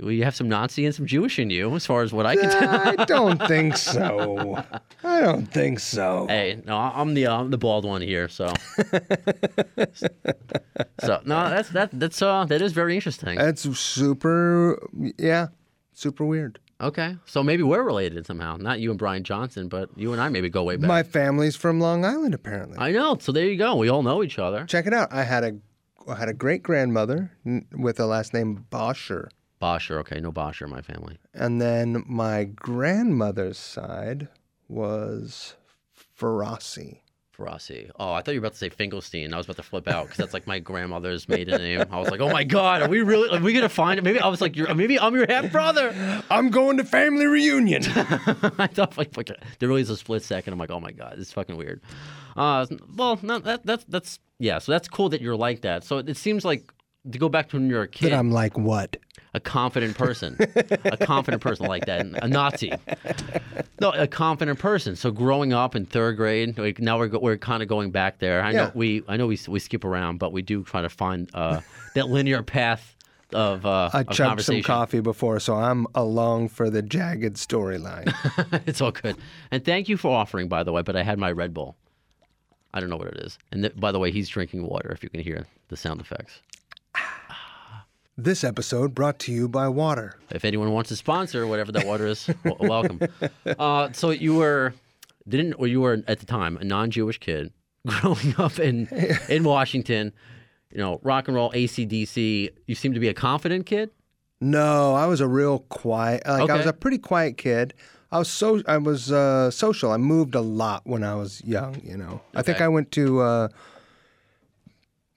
Speaker 2: well, you have some Nazi and some Jewish in you, as far as what I can tell. *laughs*
Speaker 3: I don't think so. I don't think so.
Speaker 2: Hey, no, I- I'm the uh, I'm the bald one here, so. so no, that's that that's uh that is very interesting.
Speaker 3: That's super yeah, super weird.
Speaker 2: Okay, so maybe we're related somehow. Not you and Brian Johnson, but you and I maybe go way back.
Speaker 3: My family's from Long Island apparently.
Speaker 2: I know. So there you go. We all know each other.
Speaker 3: Check it out. I had a I had a great grandmother with a last name Bosher.
Speaker 2: Bosher, okay, no Bosher in my family.
Speaker 3: And then my grandmother's side was Ferrasi.
Speaker 2: Ferrazzi. Oh, I thought you were about to say Finkelstein. I was about to flip out because that's like my grandmother's maiden name. I was like, oh my god, are we really? Are we gonna find it? Maybe I was like, you're, maybe I'm your half brother.
Speaker 3: I'm going to family reunion.
Speaker 2: *laughs* I thought like, like there really is a split second. I'm like, oh my god, this is fucking weird. Uh, well, no, that that's that's yeah. So that's cool that you're like that. So it seems like to go back to when you're a kid,
Speaker 3: then I'm like, what?
Speaker 2: a confident person, a confident person like that, a Nazi. No, a confident person. So growing up in third grade, like now we're go, we're kind of going back there. I know
Speaker 3: Yeah.
Speaker 2: we I know we we skip around, but we do try to find uh, that linear path of uh,
Speaker 3: I
Speaker 2: of
Speaker 3: chugged some
Speaker 2: conversation.
Speaker 3: coffee before, so I'm along for the jagged storyline.
Speaker 2: *laughs* it's all good. And thank you for offering, by the way. But I had my Red Bull. I don't know what it is. And th- by the way, he's drinking water. If you can hear the sound effects.
Speaker 3: this episode brought to you by water.
Speaker 2: If anyone wants to sponsor whatever that water is, w- *laughs* welcome. Uh, so you were didn't or you were at the time a non-Jewish kid *laughs* growing up in in Washington. You know, rock and roll, ACDC. You seem to be a confident kid.
Speaker 3: No, I was a real quiet. Like I was
Speaker 2: Okay.
Speaker 3: a pretty quiet kid. I was so I was uh, social. I moved a lot when I was young. You know, I think
Speaker 2: Okay.
Speaker 3: I went to uh,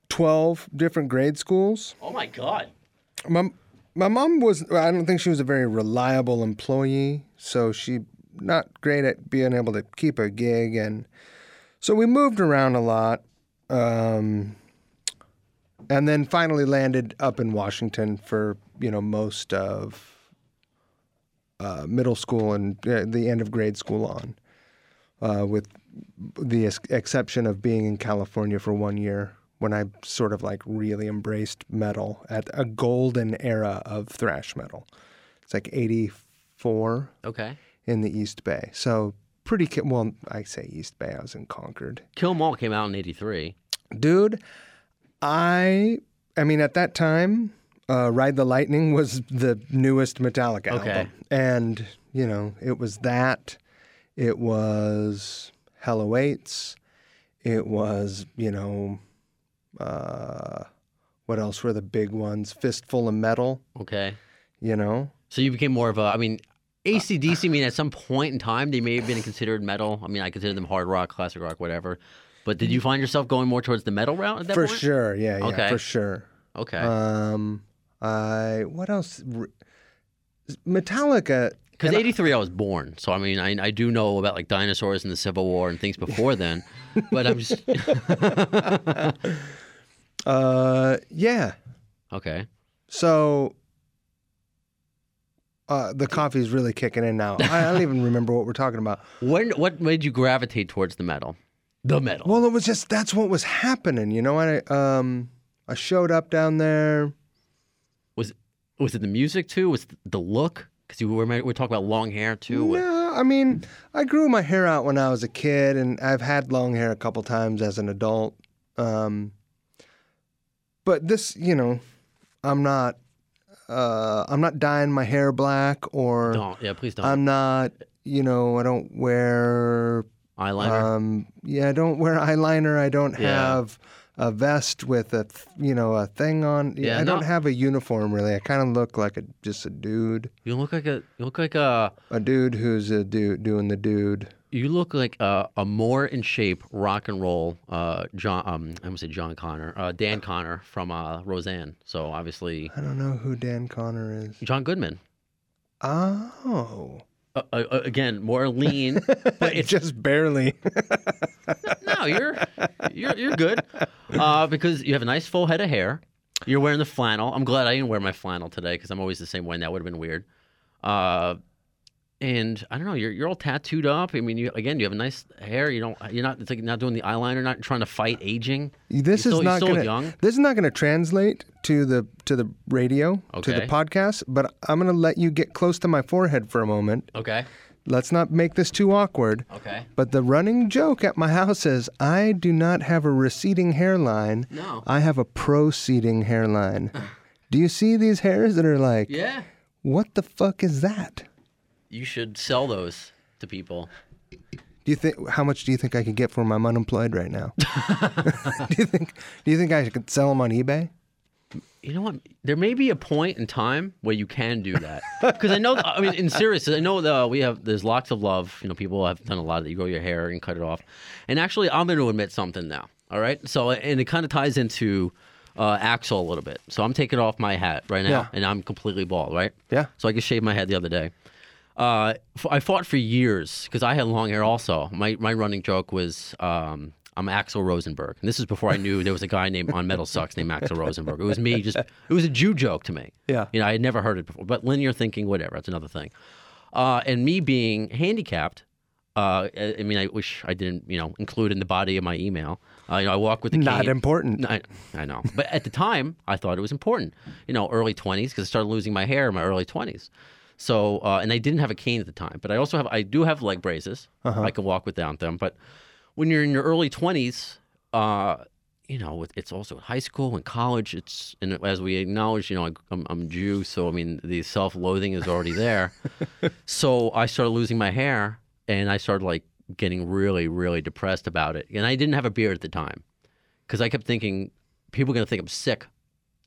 Speaker 3: twelve different grade schools.
Speaker 2: Oh my God.
Speaker 3: My my mom was. I don't think she was a very reliable employee, so she not great at being able to keep her gig, and so we moved around a lot, um, and then finally landed up in Washington for you know most of uh, middle school and uh, the end of grade school on, uh, with the ex- exception of being in California for one year when I sort of like really embraced metal at a golden era of thrash metal. It's like 84
Speaker 2: Okay.
Speaker 3: in the East Bay. So pretty, ki- well, I say East Bay, I was in Concord.
Speaker 2: Kill 'Em All came out in '83.
Speaker 3: Dude, I, I mean, at that time, uh, Ride the Lightning was the newest Metallica
Speaker 2: Okay.
Speaker 3: album. And, you know, it was that. It was Hell Awaits. It was, you know, uh, what else were the big ones? Fistful of Metal,
Speaker 2: Okay.
Speaker 3: you know?
Speaker 2: So you became more of a, I mean, ACDC, I mean, at some point in time, they may have been considered metal. I mean, I consider them hard rock, classic rock, whatever. But did you find yourself going more towards the metal route at that
Speaker 3: For
Speaker 2: point?
Speaker 3: sure. Yeah, yeah,
Speaker 2: Okay.
Speaker 3: for sure.
Speaker 2: Okay.
Speaker 3: Um, I, what else? R- Metallica.
Speaker 2: Because 83, I was born. So, I mean, I, I do know about like dinosaurs and the Civil War and things
Speaker 3: *laughs*
Speaker 2: before then. But I'm just, *laughs*
Speaker 3: Uh, yeah.
Speaker 2: okay.
Speaker 3: So uh, the coffee's really kicking in now. I I don't even remember what we're talking about.
Speaker 2: When, what made you gravitate towards the metal? The metal.
Speaker 3: Well, it was just that's what was happening, you know. I um I showed up down there.
Speaker 2: was, was it the music too? Was it the look? Because you were, we we're talking about long hair too.
Speaker 3: No, I mean, I grew my hair out when I was a kid, and I've had long hair a couple times as an adult. Um, But this, you know, I'm not. Uh, I'm not dyeing my hair black or
Speaker 2: Don't. Yeah, please don't.
Speaker 3: I'm not, you know, I don't wear,
Speaker 2: Eyeliner.
Speaker 3: um, yeah, I don't wear *laughs* eyeliner. I don't
Speaker 2: Yeah.
Speaker 3: have a vest with a, th- you know, a thing on. Yeah,
Speaker 2: Yeah,
Speaker 3: I
Speaker 2: no.
Speaker 3: don't have a uniform really. I kind of look like a just a dude,
Speaker 2: you look like a. You look like a.
Speaker 3: a dude who's a dude doing the dude.
Speaker 2: You look like a, a more in shape rock and roll. Uh, John. Um, I almost say John Connor. Uh, Dan Connor from uh, Roseanne. So obviously
Speaker 3: I don't know who Dan Connor is.
Speaker 2: John Goodman.
Speaker 3: Oh,
Speaker 2: Uh, uh, uh, again, more lean, but it's *laughs*
Speaker 3: just barely.
Speaker 2: no, you're you're you're good uh, because you have a nice full head of hair. You're wearing the flannel. I'm glad I didn't wear my flannel today because I'm always the same way, and that would have been weird. Uh, and I don't know. You're you're all tattooed up. I mean, you again, you have nice hair. You don't. You're not. It's like not doing the eyeliner. Not trying to fight aging.
Speaker 3: this
Speaker 2: You're
Speaker 3: is
Speaker 2: still- you're
Speaker 3: not
Speaker 2: still
Speaker 3: gonna
Speaker 2: young.
Speaker 3: this is not gonna translate to the to the radio to the
Speaker 2: Okay.
Speaker 3: podcast but i'm gonna let you get close to my forehead for a moment
Speaker 2: Okay.
Speaker 3: let's not make this too awkward
Speaker 2: Okay.
Speaker 3: but the running joke at my house is i do not have a receding hairline
Speaker 2: No.
Speaker 3: i have a proceeding
Speaker 2: *laughs*
Speaker 3: hairline do you see these hairs that are like
Speaker 2: Yeah.
Speaker 3: what the fuck is that
Speaker 2: You should sell those to people.
Speaker 3: do you think how much do you think i could get for 'em? i'm unemployed right
Speaker 2: *laughs*
Speaker 3: now *laughs* do you think do you think i could sell them on ebay
Speaker 2: you know what? There may be a point in time where you can do
Speaker 3: *laughs*
Speaker 2: that because I know. I mean, in seriousness, I know that uh, we have there's lots of love. You know, people have done a lot of that. You grow your hair and cut it off. And actually, I'm going to admit something now. All right. So, and it kind of ties into uh, Axel a little bit. So I'm taking off my hat right now,
Speaker 3: Yeah.
Speaker 2: and I'm completely bald. Right.
Speaker 3: Yeah.
Speaker 2: So I just shaved my head the other day. Uh, f- I fought for years because I had long hair. Also, my my running joke was um, I'm Axel Rosenberg, and this is before I knew there was a guy named on Metal Sucks named Axel Rosenberg. It was me. Just it was a Jew joke to me.
Speaker 3: Yeah.
Speaker 2: you know I had never heard it before. But linear thinking, whatever, that's another thing. Uh, and me being handicapped, uh, I I mean, I wish I didn't, you know, include in the body of my email. Uh, you know, I walk with the
Speaker 3: Not
Speaker 2: cane.
Speaker 3: important.
Speaker 2: I, I know. But at the time, I thought it was important. You know, early 20s, because I started losing my hair in my early 20s. So, uh, and I didn't have a cane at the time, but I also have, I do have leg braces.
Speaker 3: Uh-huh.
Speaker 2: I can walk without them. But when you're in your early 20s, uh, you know, with- it's also high school and college. It's and as we acknowledge, you know, I, I'm, I'm Jew, so I mean, the self-loathing is already there. so I started losing my hair, and I started like getting really, really depressed about it. And I didn't have a beard at the time because I kept thinking people are gonna think I'm sick.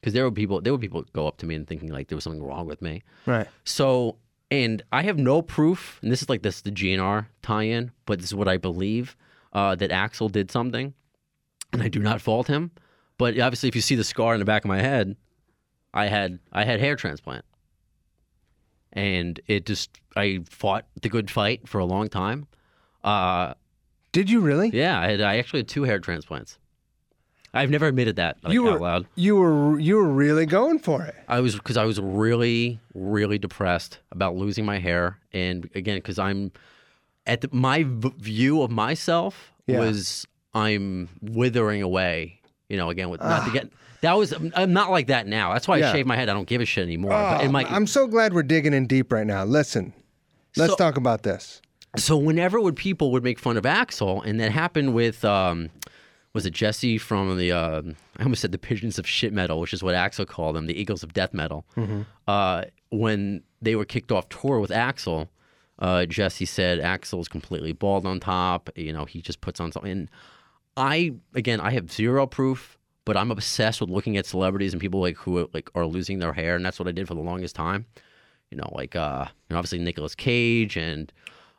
Speaker 2: Because there were people, there were people go up to me and thinking like there was something wrong with me.
Speaker 3: right
Speaker 2: So, and I have no proof, and this is like this is the GNR tie-in, but this is what I believe uh, that Axel did something, and I do not fault him. But obviously, if you see the scar in the back of my head, I had I had hair transplant, and it just I fought the good fight for a long time. Uh,
Speaker 3: did you really
Speaker 2: yeah, I had I actually had two hair transplants. I've never admitted that like,
Speaker 3: you were
Speaker 2: out loud.
Speaker 3: you were you were really going for it.
Speaker 2: I was because I was really, really depressed about losing my hair, and again, because I'm at the, my v- view of myself
Speaker 3: Yeah.
Speaker 2: was I'm withering away. You know, again with not to get that was I'm, I'm not like that now. That's why
Speaker 3: Yeah. Oh,
Speaker 2: I shave my head. I don't give a shit anymore. but in my,
Speaker 3: I'm so glad we're digging in deep right now. Listen, let's
Speaker 2: So-
Speaker 3: talk about this.
Speaker 2: so whenever would people would make fun of Axel, and that happened with um, was it Jesse from the uh, I almost said the Pigeons of Shit Metal, which is what Axel called them, the Eagles of Death Metal. Uh, when they were kicked off tour with Axel, uh, Jesse said Axel's completely bald on top. You know, he just puts on something. And I again, I have zero proof, but I'm obsessed with looking at celebrities and people like who like are losing their hair, and that's what I did for the longest time you know, like uh, you know, obviously Nicolas Cage and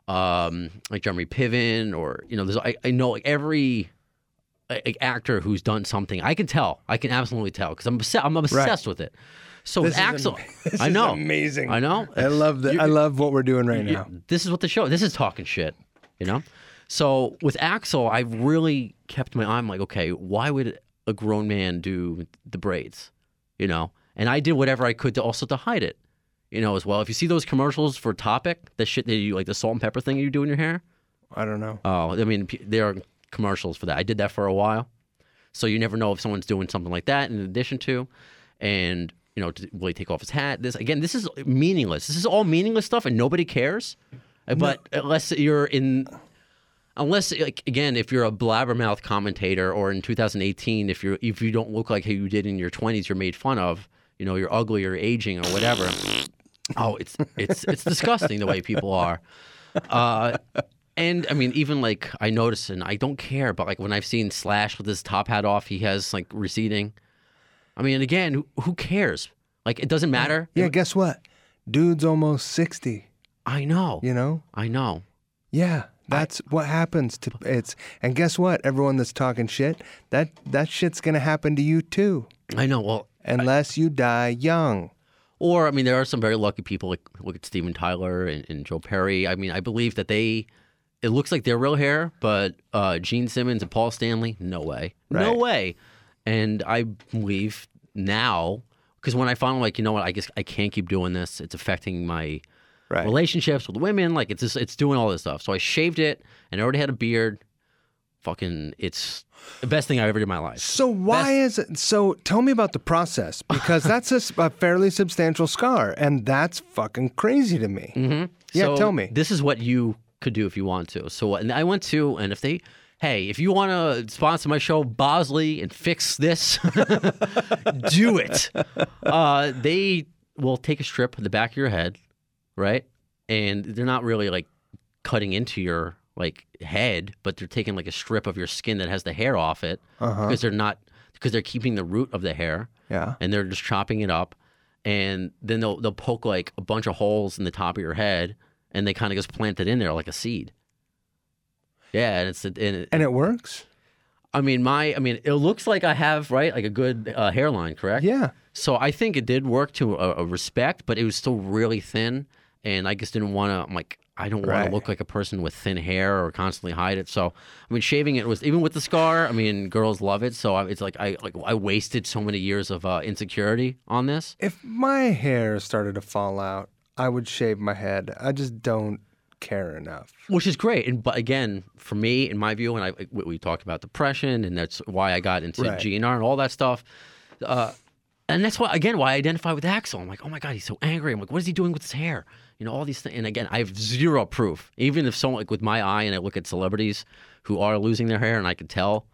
Speaker 2: um, like Jeremy Piven, or you know, there's I, I know like every like, actor who's done something. I can tell, I can absolutely tell because I'm obsessed. I'm obsessed with it. So with
Speaker 3: is
Speaker 2: Axel,
Speaker 3: am- *laughs* this
Speaker 2: I
Speaker 3: is
Speaker 2: know,
Speaker 3: amazing.
Speaker 2: I know,
Speaker 3: I love that. I love what we're doing right now.
Speaker 2: this is what the show. This is talking shit, you know. So with Axel, I really kept my eye. I'm like, okay, why would a grown man do the braids, you know? And I did whatever I could to also to hide it, you know, as well. If you see those commercials for Topic, the shit that you like, the salt and pepper thing you do in your hair.
Speaker 3: I don't know.
Speaker 2: Oh, I mean, p- there are commercials for that. I did that for a while. So you never know if someone's doing something like that in addition to, and you know, t- will he take off his hat? This again, this is meaningless. This is all meaningless stuff, and nobody cares. Uh, But unless you're in, Unless, like, again, if you're a blabbermouth commentator, or in 2018, if you are if you don't look like how you did in your 20s, you're made fun of. You know, you're ugly or aging or whatever. oh, it's it's it's disgusting the way people are. Uh, and I mean, even like I notice, and I don't care, but like when I've seen Slash with his top hat off, he has like receding. I mean, again, who, who cares? Like, it doesn't matter.
Speaker 3: Yeah, guess what? Dude's almost 60,
Speaker 2: I know.
Speaker 3: you know?
Speaker 2: I know.
Speaker 3: Yeah, that's what happens to it's and guess what? Everyone that's talking shit, that that shit's going to happen to you too
Speaker 2: I know. Well,
Speaker 3: unless you die young.
Speaker 2: Or, I mean, there are some very lucky people, like look at Steven Tyler and, and Joe Perry. I mean, I believe that they, it looks like they're real hair, but uh, Gene Simmons and Paul Stanley, no way. No
Speaker 3: Right.
Speaker 2: way. And I believe now, because when I finally, like, you know what, I guess I can't keep doing this, it's affecting my
Speaker 3: Right.
Speaker 2: relationships with women. Like, it's just, it's doing all this stuff. So I shaved it and I already had a beard. Fucking, it's the best thing I ever did in my life.
Speaker 3: So why is it? So tell me about the process because that's a, s- a fairly substantial scar, and that's fucking crazy to me. Mm-hmm. Yeah,
Speaker 2: So
Speaker 3: tell me.
Speaker 2: This is what you could do if you want to. So and I went to, and if they, hey, if you want to sponsor my show, Bosley, and fix this, *laughs* do it. Uh, they will take a strip in the back of your head, right? And they're not really like cutting into your like head, but they're taking like a strip of your skin that has the hair off it
Speaker 3: Uh-huh.
Speaker 2: because they're not because they're keeping the root of the hair.
Speaker 3: Yeah.
Speaker 2: And they're just chopping it up and then they'll they'll poke like a bunch of holes in the top of your head and they kind of just plant it in there like a seed. Yeah, and it's and it,
Speaker 3: and it works.
Speaker 2: I mean my I mean it looks like I have right like a good uh, hairline, correct?
Speaker 3: Yeah.
Speaker 2: So I think it did work to a, a respect, but it was still really thin, and I just didn't want to. I'm like, I don't want
Speaker 3: Right.
Speaker 2: to look like a person with thin hair or constantly hide it. So I mean, shaving it was even with the scar. I mean, girls love it. So I, it's like I like I wasted so many years of uh, insecurity on this.
Speaker 3: If my hair started to fall out, I would shave my head. I just don't care enough.
Speaker 2: which is great. And but again, for me, in my view, and I we, we talked about depression, and that's why I got into
Speaker 3: Right.
Speaker 2: GNR and all that stuff. Uh, and that's why again why I identify with Axel. I'm like, oh my god, he's so angry. I'm like, what is he doing with his hair? You know, all these things. And again, I have zero proof. Even if someone like with my eye and I look at celebrities who are losing their hair, and I could tell,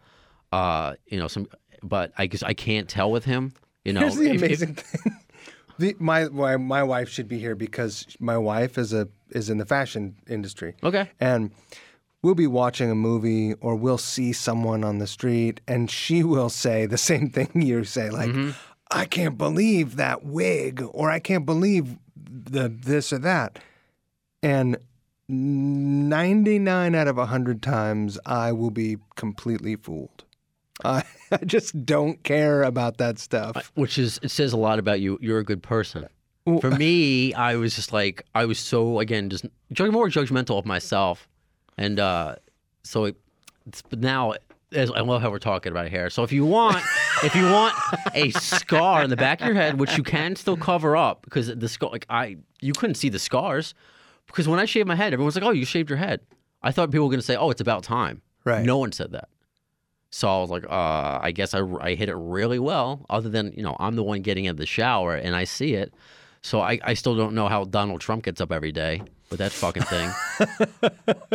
Speaker 2: uh, you know, some. But I guess I can't tell with him. You know,
Speaker 3: Here's the
Speaker 2: If- if-
Speaker 3: amazing *laughs* thing. The, my, my my wife should be here because my wife is a is in the fashion industry.
Speaker 2: Okay.
Speaker 3: And we'll be watching a movie or we'll see someone on the street and she *laughs* will say the same thing *laughs* you say like
Speaker 2: Mm-hmm.
Speaker 3: I can't believe that wig or I can't believe the this or that. And 99 out of 100 times I will be completely fooled. I, *laughs* I just don't care about that stuff.
Speaker 2: which is it says a lot about you. You're a good person. For me, I was just like I was so again just judg- more judgmental of myself, and uh, so it, it's, but now as, I love how we're talking about hair. So if you want, if you want a scar in the back of your head, which you can still cover up because the scar like I you couldn't see the scars because when I shaved my head, everyone's like, "Oh, you shaved your head." I thought people were gonna say, "Oh, it's about time."
Speaker 3: Right.
Speaker 2: No one said that. So I was like, uh, I guess I, I hit it really well, other than, you know, I'm the one getting in the shower and I see it. So I, I still don't know how Donald Trump gets up every day with that fucking
Speaker 3: *laughs*
Speaker 2: thing.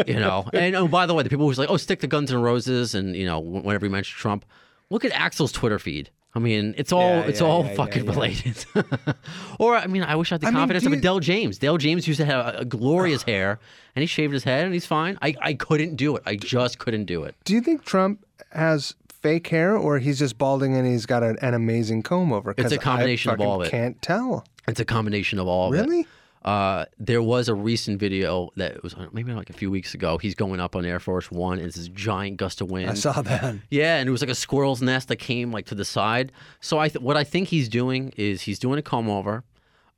Speaker 2: you know, and oh, by the way, the people who's like, oh, stick to Guns N' Roses and, you know, wh- whenever you mention Trump, look at Axel's Twitter feed. I mean, it's all
Speaker 3: Yeah,
Speaker 2: it's
Speaker 3: yeah,
Speaker 2: all
Speaker 3: yeah, yeah,
Speaker 2: fucking
Speaker 3: yeah.
Speaker 2: related. *laughs* or I mean, I wish I had the
Speaker 3: I mean,
Speaker 2: confidence
Speaker 3: do
Speaker 2: of
Speaker 3: you-
Speaker 2: a Dell James. Dell James used to have a, a glorious hair, and he shaved his head, and he's fine. I, I couldn't do it. I just couldn't do it.
Speaker 3: Do you think Trump has fake hair, or he's just balding and he's got an, an amazing comb over?
Speaker 2: It's a
Speaker 3: 'Cause
Speaker 2: combination
Speaker 3: I
Speaker 2: of all
Speaker 3: fucking
Speaker 2: of it.
Speaker 3: Can't tell.
Speaker 2: It's a combination of all. of it.
Speaker 3: Really?
Speaker 2: Uh, there was a recent video that was uh, maybe like a few weeks ago. He's going up on Air Force One. And it's this giant gust of wind.
Speaker 3: I saw that.
Speaker 2: Yeah, and it was like a squirrel's nest that came like to the side. So I, th- what I think he's doing is he's doing a comb over,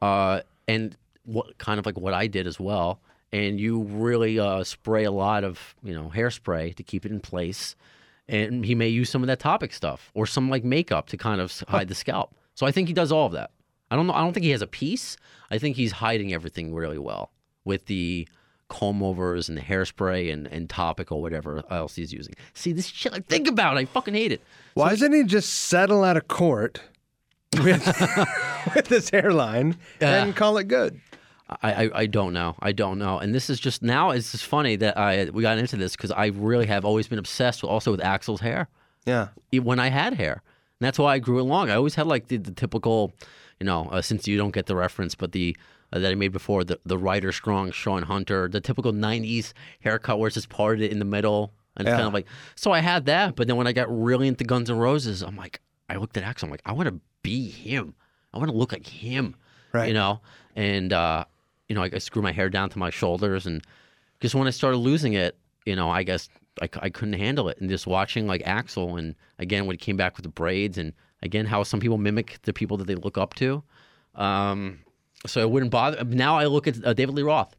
Speaker 2: uh, and what kind of like what I did as well. And you really uh, spray a lot of you know hairspray to keep it in place, and he may use some of that topic stuff or some like makeup to kind of s- hide the scalp. So I think he does all of that. I don't know. I don't think he has a piece. I think he's hiding everything really well with the comb overs and the hairspray and, and topical whatever else he's using. See this shit I think about. it. I fucking hate it.
Speaker 3: Why doesn't he just settle out *laughs* of court with, with his hairline and call it good?
Speaker 2: I, I, I don't know. I don't know. And this is just now. It's just funny that I we got into this because I really have always been obsessed with, also with Axel's hair.
Speaker 3: Yeah.
Speaker 2: e- when I had hair. And that's why I grew it long. I always had like the, the typical, you know, uh, since you don't get the reference, but the uh, that I made before the the Ryder Strong Sean Hunter, the typical '90s haircut where it's just parted in the middle, and it's
Speaker 3: Yeah.
Speaker 2: kind of like. So I had that, but then when I got really into Guns N' Roses, I'm like, I looked at Axel, I'm like, I want to be him. I want to look like him.
Speaker 3: Right.
Speaker 2: You know, and uh, you know, I, I screw my hair down to my shoulders, and because when I started losing it, you know, I guess I, c- I couldn't handle it. And just watching like Axel, and again when he came back with the braids, and again how some people mimic the people that they look up to. Um, so it wouldn't bother. Now I look at uh, David Lee Roth.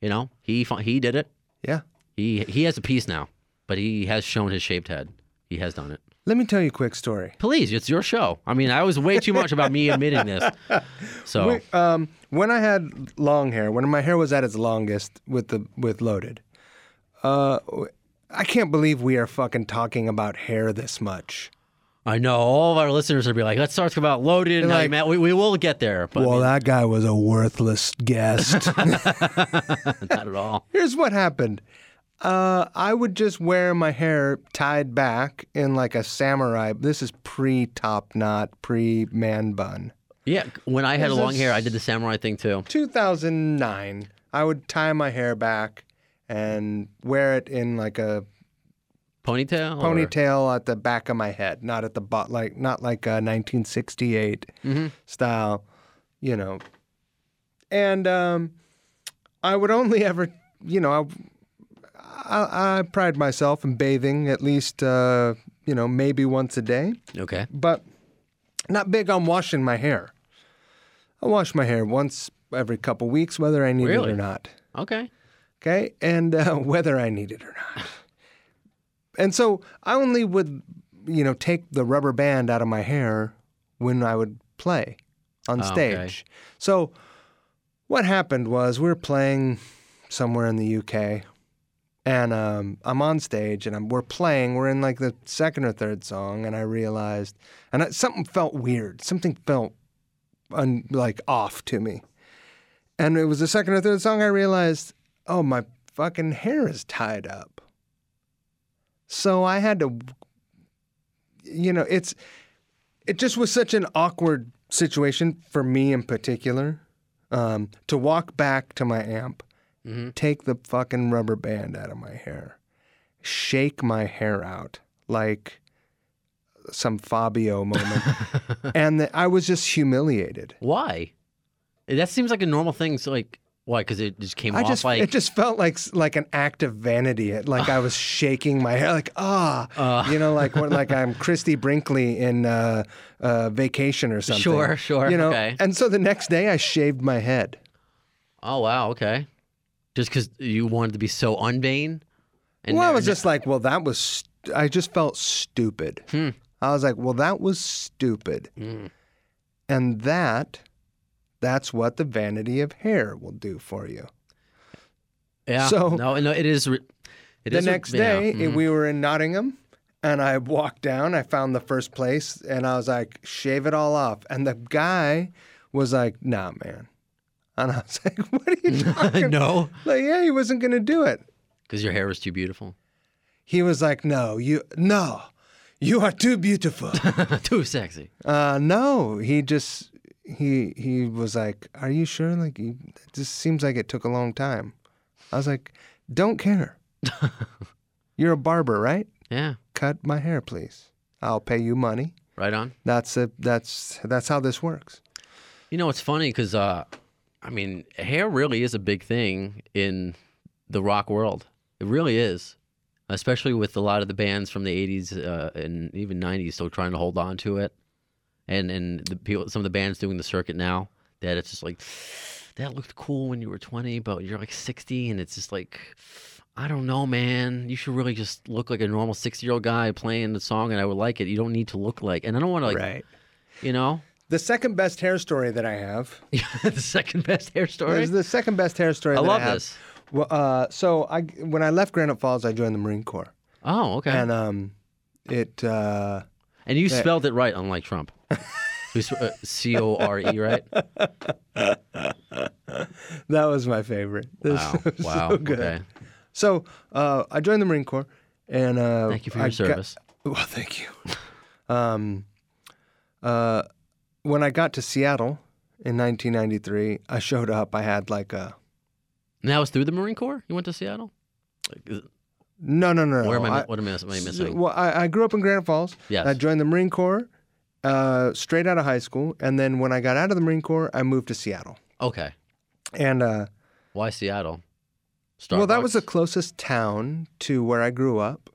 Speaker 2: You know, he fi- he did it.
Speaker 3: Yeah.
Speaker 2: He he has a piece now, but he has shown his shaved head. He has done it.
Speaker 3: Let me tell you a quick story.
Speaker 2: Please, it's your show. I mean, I was way too much about me admitting this. So
Speaker 3: Wait, um, when I had long hair, when my hair was at its longest with the with loaded, uh, I can't believe we are fucking talking about hair this much.
Speaker 2: I know all of our listeners would be like, let's talk about loaded. And
Speaker 3: Like-
Speaker 2: like, Matt, we, we will get there, but I
Speaker 3: well,
Speaker 2: mean,
Speaker 3: that guy was a worthless
Speaker 2: *laughs*
Speaker 3: guest.
Speaker 2: not at all.
Speaker 3: Here's what happened. Uh, I would just wear my hair tied back in like a samurai. This is pre top knot, pre man bun.
Speaker 2: Yeah, when I had
Speaker 3: Is
Speaker 2: long hair, I
Speaker 3: this-
Speaker 2: did the samurai thing too.
Speaker 3: 2009, I would tie my hair back and wear it in like a
Speaker 2: Ponytail. or-
Speaker 3: ponytail at the back of my head, not at the bot, like not like a 1968 style, you know. And um, I would only *laughs* ever, you know, I, I, I pride myself in bathing at least, uh, you know, maybe once a day,
Speaker 2: Okay.
Speaker 3: but not big on washing my hair. I wash my hair once every couple weeks, whether I need
Speaker 2: Really?
Speaker 3: it or not
Speaker 2: Okay.
Speaker 3: okay, and uh, *laughs* whether I need it or not. And so I only would, you know, take the rubber band out of my hair when I would play on
Speaker 2: Oh,
Speaker 3: stage.
Speaker 2: okay.
Speaker 3: So what happened was we were playing somewhere in the UK, and um, I'm on stage and I'm, we're playing. We're in like the second or third song, and I realized, and I, something felt weird. Something felt un, like off to me. And it was the second or third song I realized, oh, my fucking hair is tied up. So I had to, you know, it's, it just was such an awkward situation for me in particular um, to walk back to my amp, take the fucking rubber band out of my hair, shake my hair out like some Fabio moment. and the, I was just humiliated.
Speaker 2: Why? That seems like a normal thing. So like, why? Because it just came
Speaker 3: I
Speaker 2: off
Speaker 3: just
Speaker 2: like.
Speaker 3: it just felt like like an act of vanity. It, like I
Speaker 2: *sighs*
Speaker 3: was shaking my hair, like ah,
Speaker 2: Uh.
Speaker 3: you know, like when,
Speaker 2: *laughs*
Speaker 3: like I'm Christy Brinkley in uh, uh, Vacation or something.
Speaker 2: Sure, sure,
Speaker 3: You know,
Speaker 2: okay.
Speaker 3: and so the next day I shaved my head.
Speaker 2: oh wow. Okay. Just because you wanted to be so unvain. And
Speaker 3: well, I was just like, well, that was. St- I just felt stupid.
Speaker 2: Hmm.
Speaker 3: I was like, well, that was stupid,
Speaker 2: Mm.
Speaker 3: and that, that's what the vanity of hair will do for you.
Speaker 2: yeah.
Speaker 3: so-
Speaker 2: no, no, it is. Re- it
Speaker 3: the
Speaker 2: is re-
Speaker 3: next
Speaker 2: yeah,
Speaker 3: day
Speaker 2: mhm.
Speaker 3: it- we were in nottingham and i walked down i found the first place and i was like shave it all off and the guy was like nah man and i was *laughs* like what are
Speaker 2: *laughs*
Speaker 3: you talking
Speaker 2: mm-hmm. no,
Speaker 3: like yeah he wasn't going to do it
Speaker 2: because your hair was too beautiful. *laughs*
Speaker 3: he was like no you no you are too
Speaker 2: *laughs*
Speaker 3: beautiful
Speaker 2: too sexy.
Speaker 3: uh no he just he he was like are you sure like you, it just seems like it took a long time i was like
Speaker 2: *laughs*
Speaker 3: don't care you're a barber right
Speaker 2: Yeah.
Speaker 3: cut my hair, please. I'll pay you money.
Speaker 2: Right on.
Speaker 3: That's a, that's that's how this works.
Speaker 2: You know, it's funny because, uh, I mean, hair really is a big thing in the rock world. It really is, especially with a lot of the bands from the '80s uh, and even '90s still trying to hold on to it, and and the people, some of the bands doing the circuit now that it's just like that looked cool when you were 20, but you're like 60, and it's just like. I don't know, man. You should really just look like a normal sixty-year-old guy playing the song, and I would like it. You don't need to look like, and I don't want to, like, you know, *laughs*
Speaker 3: The second best hair story that I have
Speaker 2: the second best hair story.
Speaker 3: is the second best hair story.
Speaker 2: I
Speaker 3: that
Speaker 2: love
Speaker 3: I have.
Speaker 2: this.
Speaker 3: Well, uh, so I when I left Granite Falls, I joined the Marine Corps,
Speaker 2: Oh, okay. And,
Speaker 3: and um, it uh,
Speaker 2: you spelled it right, *laughs* uh,
Speaker 3: *laughs*
Speaker 2: unlike Trump. C O R E, right?
Speaker 3: That was my favorite. *laughs* This
Speaker 2: Wow.
Speaker 3: was
Speaker 2: Wow.
Speaker 3: so good.
Speaker 2: Okay.
Speaker 3: So uh, I joined the Marine Corps, and uh,
Speaker 2: Thank you for your
Speaker 3: I got-
Speaker 2: service.
Speaker 3: well, thank you. um, uh, when I got to Seattle in 1993, I showed up. I had like a
Speaker 2: And that was through the Marine Corps. You went to Seattle. Like, is-
Speaker 3: no, no, no. no.
Speaker 2: Where am I,
Speaker 3: I-
Speaker 2: mi- what am I, am I
Speaker 3: So-
Speaker 2: missing?
Speaker 3: Well, I, I grew up in Grand Falls.
Speaker 2: Yes.
Speaker 3: I joined the Marine Corps uh, straight out of high school, and then when I got out of the Marine Corps, I moved to Seattle.
Speaker 2: okay.
Speaker 3: And uh,
Speaker 2: Why Seattle? Starbucks?
Speaker 3: well, that was the closest town to where I grew up.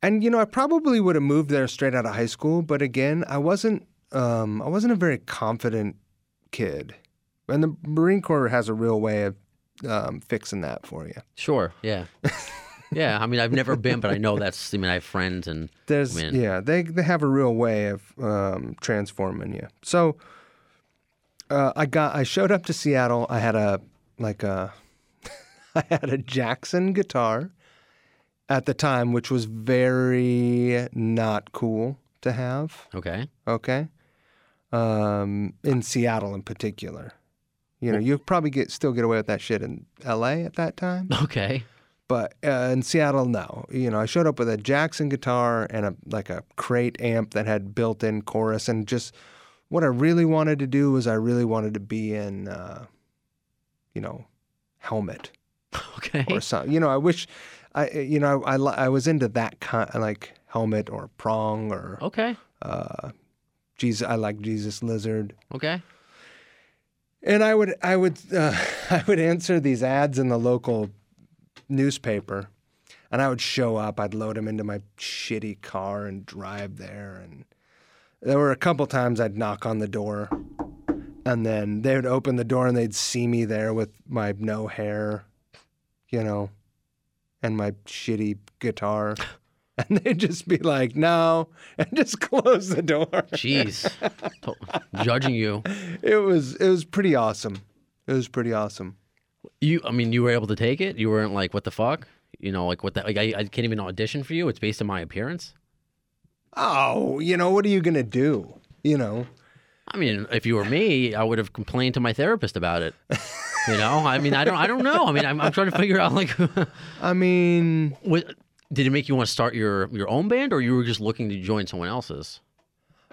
Speaker 3: And you know, I probably would have moved there straight out of high school, but again, I wasn't. Um, I wasn't a very confident kid, and the Marine Corps has a real way of um, fixing that for you.
Speaker 2: sure.
Speaker 3: *laughs*
Speaker 2: Yeah. yeah. I mean, I've never been, but I know that's. I mean, I have friends and
Speaker 3: There's
Speaker 2: Man.
Speaker 3: yeah, they they have a real way of um, transforming you. So uh, I got I showed up to Seattle. I had a like a *laughs* I had a Jackson guitar at the time, which was very not cool to have.
Speaker 2: okay.
Speaker 3: Okay, um, in Seattle in particular, you know you probably get still get away with that shit in L.A. at that time.
Speaker 2: Okay. *laughs*
Speaker 3: But uh, in Seattle, no. You know, I showed up with a Jackson guitar and a like a crate amp that had built-in chorus, and just what I really wanted to do was I really wanted to be in, uh, you know, Helmet
Speaker 2: Okay.
Speaker 3: or something. You know, I wish, I you know, I I, li- I was into that kind like Helmet or Prong or
Speaker 2: Okay.
Speaker 3: uh, Jesus. I like Jesus Lizard.
Speaker 2: Okay.
Speaker 3: And I would I would *laughs* uh, I would answer these ads in the local newspaper, and I would show up. I'd load them into my shitty car and drive there. And there were a couple times I'd knock on the door, and then they would open the door and they'd see me there with my no hair, you know, and my shitty guitar. *laughs* And they'd just be like, no, *laughs* and just close the door.
Speaker 2: Jeez. To- Judging you.
Speaker 3: It was it was pretty awesome. It was pretty awesome.
Speaker 2: You. I mean, you were able to take it. You weren't like, what the fuck? You know, like what the like. I, I can't even audition for you. It's based on my appearance.
Speaker 3: oh, you know, what are you going to do? You know,
Speaker 2: I mean, if you were me, I would have complained to my therapist about it. You know, I mean, I don't, I don't know. I mean, I'm, I'm trying to figure out like, *laughs*
Speaker 3: I mean,
Speaker 2: what, did it make you want to start your your own band, or you were just looking to join someone else's?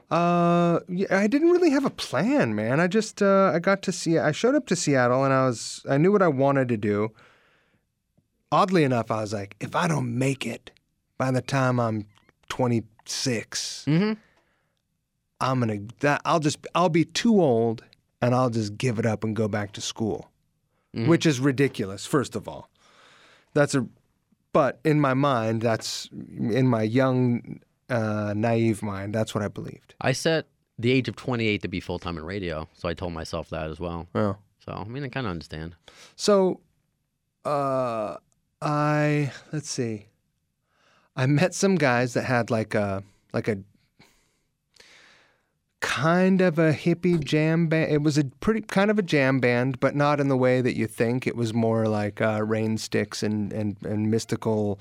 Speaker 3: uh, yeah, I didn't really have a plan, man. I just, uh, I got to see, I showed up to Seattle and I was, I knew what I wanted to do. Oddly enough, I was like, if I don't make it by the time I'm 26, I'm going to, that I'll just, I'll be too old and I'll just give it up and go back to school, which is ridiculous, first of all. That's a but in my mind, that's in my young, uh, naive mind, that's what I believed.
Speaker 2: I set the age of 28 to be full time in radio, so I told myself that as well.
Speaker 3: Wow.
Speaker 2: So I mean, I kind of understand.
Speaker 3: So, uh, I let's see, I met some guys that had like a like a kind of a hippie jam band. It was a pretty kind of a jam band, but not in the way that you think. It was more like uh, rain sticks and and and mystical.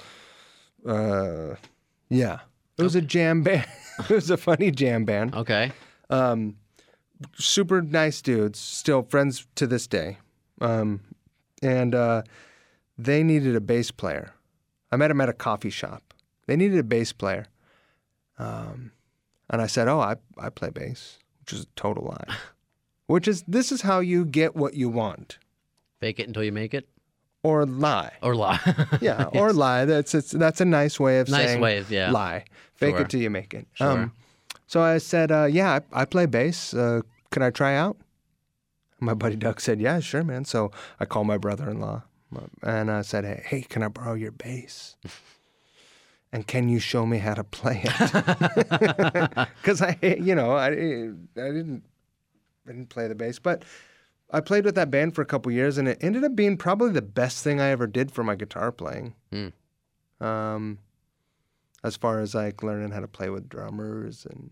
Speaker 3: Uh, yeah, it was a jam band. *laughs* it was a funny jam band.
Speaker 2: Okay,
Speaker 3: super nice dudes, still friends to this day. Um, and uh, they needed a bass player. I met him at a coffee shop. They needed a bass player. Um, and I said, Oh, I, I play bass, which is a total
Speaker 2: *laughs*
Speaker 3: lie. which is, this is how you get what you want
Speaker 2: fake it until you make it,
Speaker 3: or lie.
Speaker 2: or lie. *laughs*
Speaker 3: Yeah, or lie. That's it's, that's a nice way of
Speaker 2: Nice
Speaker 3: saying
Speaker 2: way of- yeah.
Speaker 3: lie. Fake
Speaker 2: Sure.
Speaker 3: it till you make it.
Speaker 2: Sure.
Speaker 3: Um, so I said, uh, yeah, I, I play bass. Uh, can I try out? My buddy Doug said, yeah, sure, man. So I called my brother-in-law uh, and I said, hey, hey can I borrow your bass? And can you show me how to play it? *laughs* Because I, you know, I, I didn't, I didn't play the bass, but I played with that band for a couple years, and it ended up being probably the best thing I ever did for my guitar playing. Um, as far as like learning how to play with drummers, and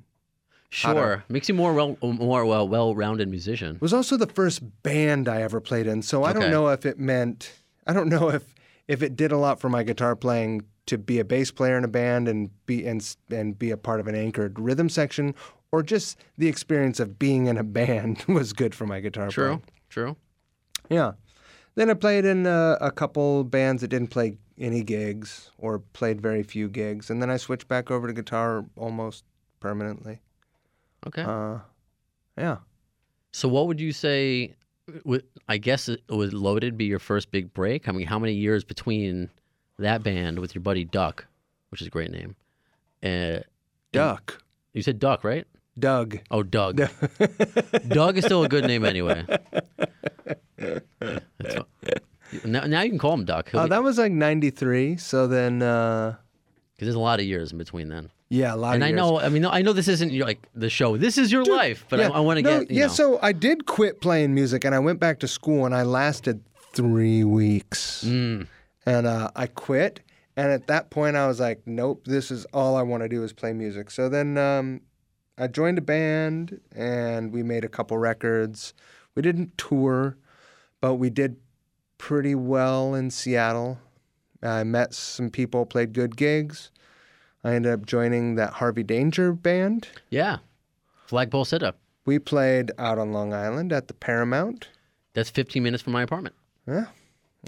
Speaker 2: sure, makes you more well, more well, well-rounded musician.
Speaker 3: it was also the first band I ever played in. So I
Speaker 2: Okay.
Speaker 3: don't know if it meant, I don't know if if it did a lot for my guitar playing to be a bass player in a band and be and s- and be a part of an anchored rhythm section, or just the experience of being in a band *laughs* was good for my guitar
Speaker 2: True,
Speaker 3: playing.
Speaker 2: true.
Speaker 3: Yeah. Then I played in a, a couple bands that didn't play any gigs or played very few gigs, and then I switched back over to guitar almost permanently.
Speaker 2: Okay.
Speaker 3: Uh, yeah.
Speaker 2: so what would you say? Would, I guess it would Loaded be your first big break? I mean, how many years between that band with your buddy Duck, which is a great name? Uh,
Speaker 3: Duck.
Speaker 2: you said Duck, right?
Speaker 3: Doug.
Speaker 2: Oh,
Speaker 3: *laughs*
Speaker 2: Doug. Doug is still a good name anyway. That's what- now, now you can call him Duck
Speaker 3: Oh,
Speaker 2: because
Speaker 3: that was like '93. So then, uh,
Speaker 2: there's a lot of years in between then.
Speaker 3: yeah, a lot
Speaker 2: And
Speaker 3: of
Speaker 2: I
Speaker 3: years.
Speaker 2: know, I mean, I know this isn't your, like the show. This is your life, but I, I want to
Speaker 3: No,
Speaker 2: get. You
Speaker 3: yeah,
Speaker 2: know.
Speaker 3: so I did quit playing music, and I went back to school, and I lasted three weeks,
Speaker 2: Mm.
Speaker 3: and uh, I quit. And at that point, I was like, "Nope, this is all I want to do is play music." So then um, I joined a band, and we made a couple records. We didn't tour, but we did pretty well in Seattle. I met some people, played good gigs. I ended up joining that Harvey Danger band.
Speaker 2: yeah, flagpole sit up.
Speaker 3: We played out on Long Island at the Paramount.
Speaker 2: That's 15 minutes from my apartment.
Speaker 3: Yeah.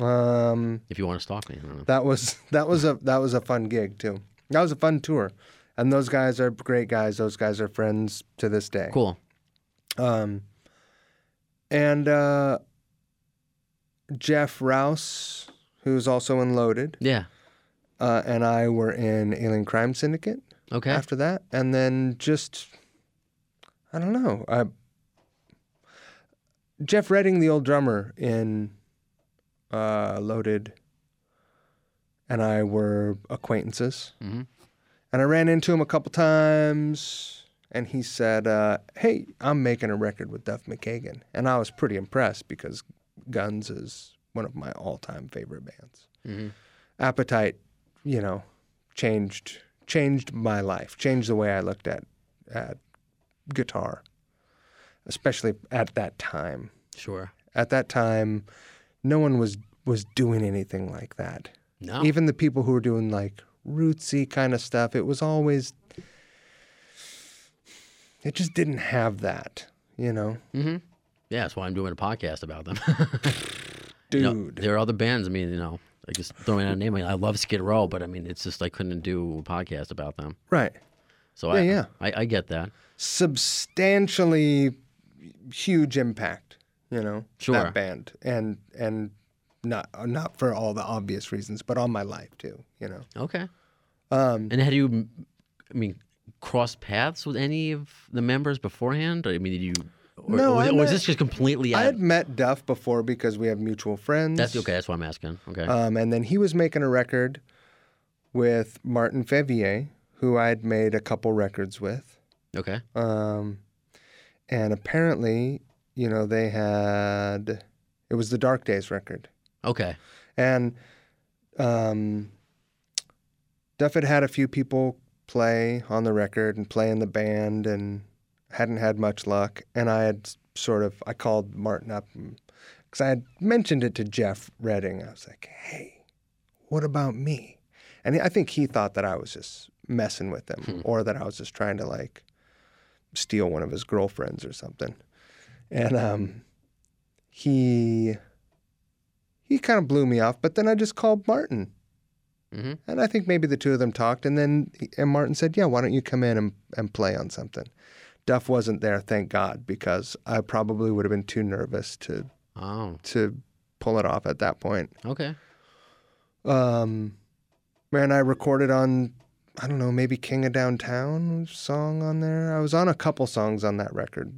Speaker 3: Um,
Speaker 2: If you want to stalk me, I don't know.
Speaker 3: that was *laughs* that was a that was a fun gig too. That was a fun tour. And those guys are great guys. Those guys are friends to this day.
Speaker 2: Cool.
Speaker 3: Um, and uh, Jeff Rouse, who's also in Loaded,
Speaker 2: Yeah.
Speaker 3: uh, and I were in Alien Crime Syndicate.
Speaker 2: Okay.
Speaker 3: after that, and then just I don't know. I, Jeff Redding, the old drummer in uh, Loaded, and I were acquaintances,
Speaker 2: Mhm.
Speaker 3: and I ran into him a couple times, and he said, uh, "Hey, I'm making a record with Duff McKagan," and I was pretty impressed because Guns is one of my all-time favorite bands. Appetite, you know, changed changed my life, changed the way I looked at at guitar, especially at that time.
Speaker 2: Sure.
Speaker 3: At that time, no one was was doing anything like that.
Speaker 2: No.
Speaker 3: Even the people who were doing like rootsy kind of stuff, it was always it just didn't have that, you know.
Speaker 2: yeah, that's why I'm doing a podcast about them. You
Speaker 3: Dude,
Speaker 2: know, *laughs* there are other bands. I mean, you know, I just throwing out a name. I, mean, I love Skid Row, but I mean, it's just I couldn't do a podcast about them.
Speaker 3: right.
Speaker 2: So I,
Speaker 3: Yeah, yeah.
Speaker 2: I, I get that.
Speaker 3: substantially huge impact, you know,
Speaker 2: Sure.
Speaker 3: that band, and and not not for all the obvious reasons, but on my life too, you know.
Speaker 2: Okay.
Speaker 3: Um,
Speaker 2: and had you, I mean, crossed paths with any of the members beforehand? I mean, did you? Or,
Speaker 3: No,
Speaker 2: or was,
Speaker 3: I
Speaker 2: it- or was
Speaker 3: met-
Speaker 2: this just completely?
Speaker 3: I
Speaker 2: Out,
Speaker 3: had met Duff before because we have mutual friends.
Speaker 2: that's okay. That's why I'm asking. Okay.
Speaker 3: Um, and then he was making a record with Martin Fevier, who I'd made a couple records with.
Speaker 2: okay.
Speaker 3: Um, and apparently, you know, they had it was the Dark Days record.
Speaker 2: Okay.
Speaker 3: And um, Duff had had a few people play on the record and play in the band and hadn't had much luck. And I had s- sort of, I called Martin up because I had mentioned it to Jeff Redding. I was like, hey, what about me? And I think he thought that I was just messing with him or that I was just trying to like steal one of his girlfriends or something. And um, he he kind of blew me off, but then I just called Martin.
Speaker 2: Mhm.
Speaker 3: And I think maybe the two of them talked, and then and Martin said, "Yeah, why don't you come in and, and play on something?" Duff wasn't there, thank God, because I probably would have been too nervous to
Speaker 2: Oh.
Speaker 3: to pull it off at that point.
Speaker 2: Okay.
Speaker 3: Um, man, I recorded on I don't know, maybe King of Downtown song on there. I was on a couple songs on that record,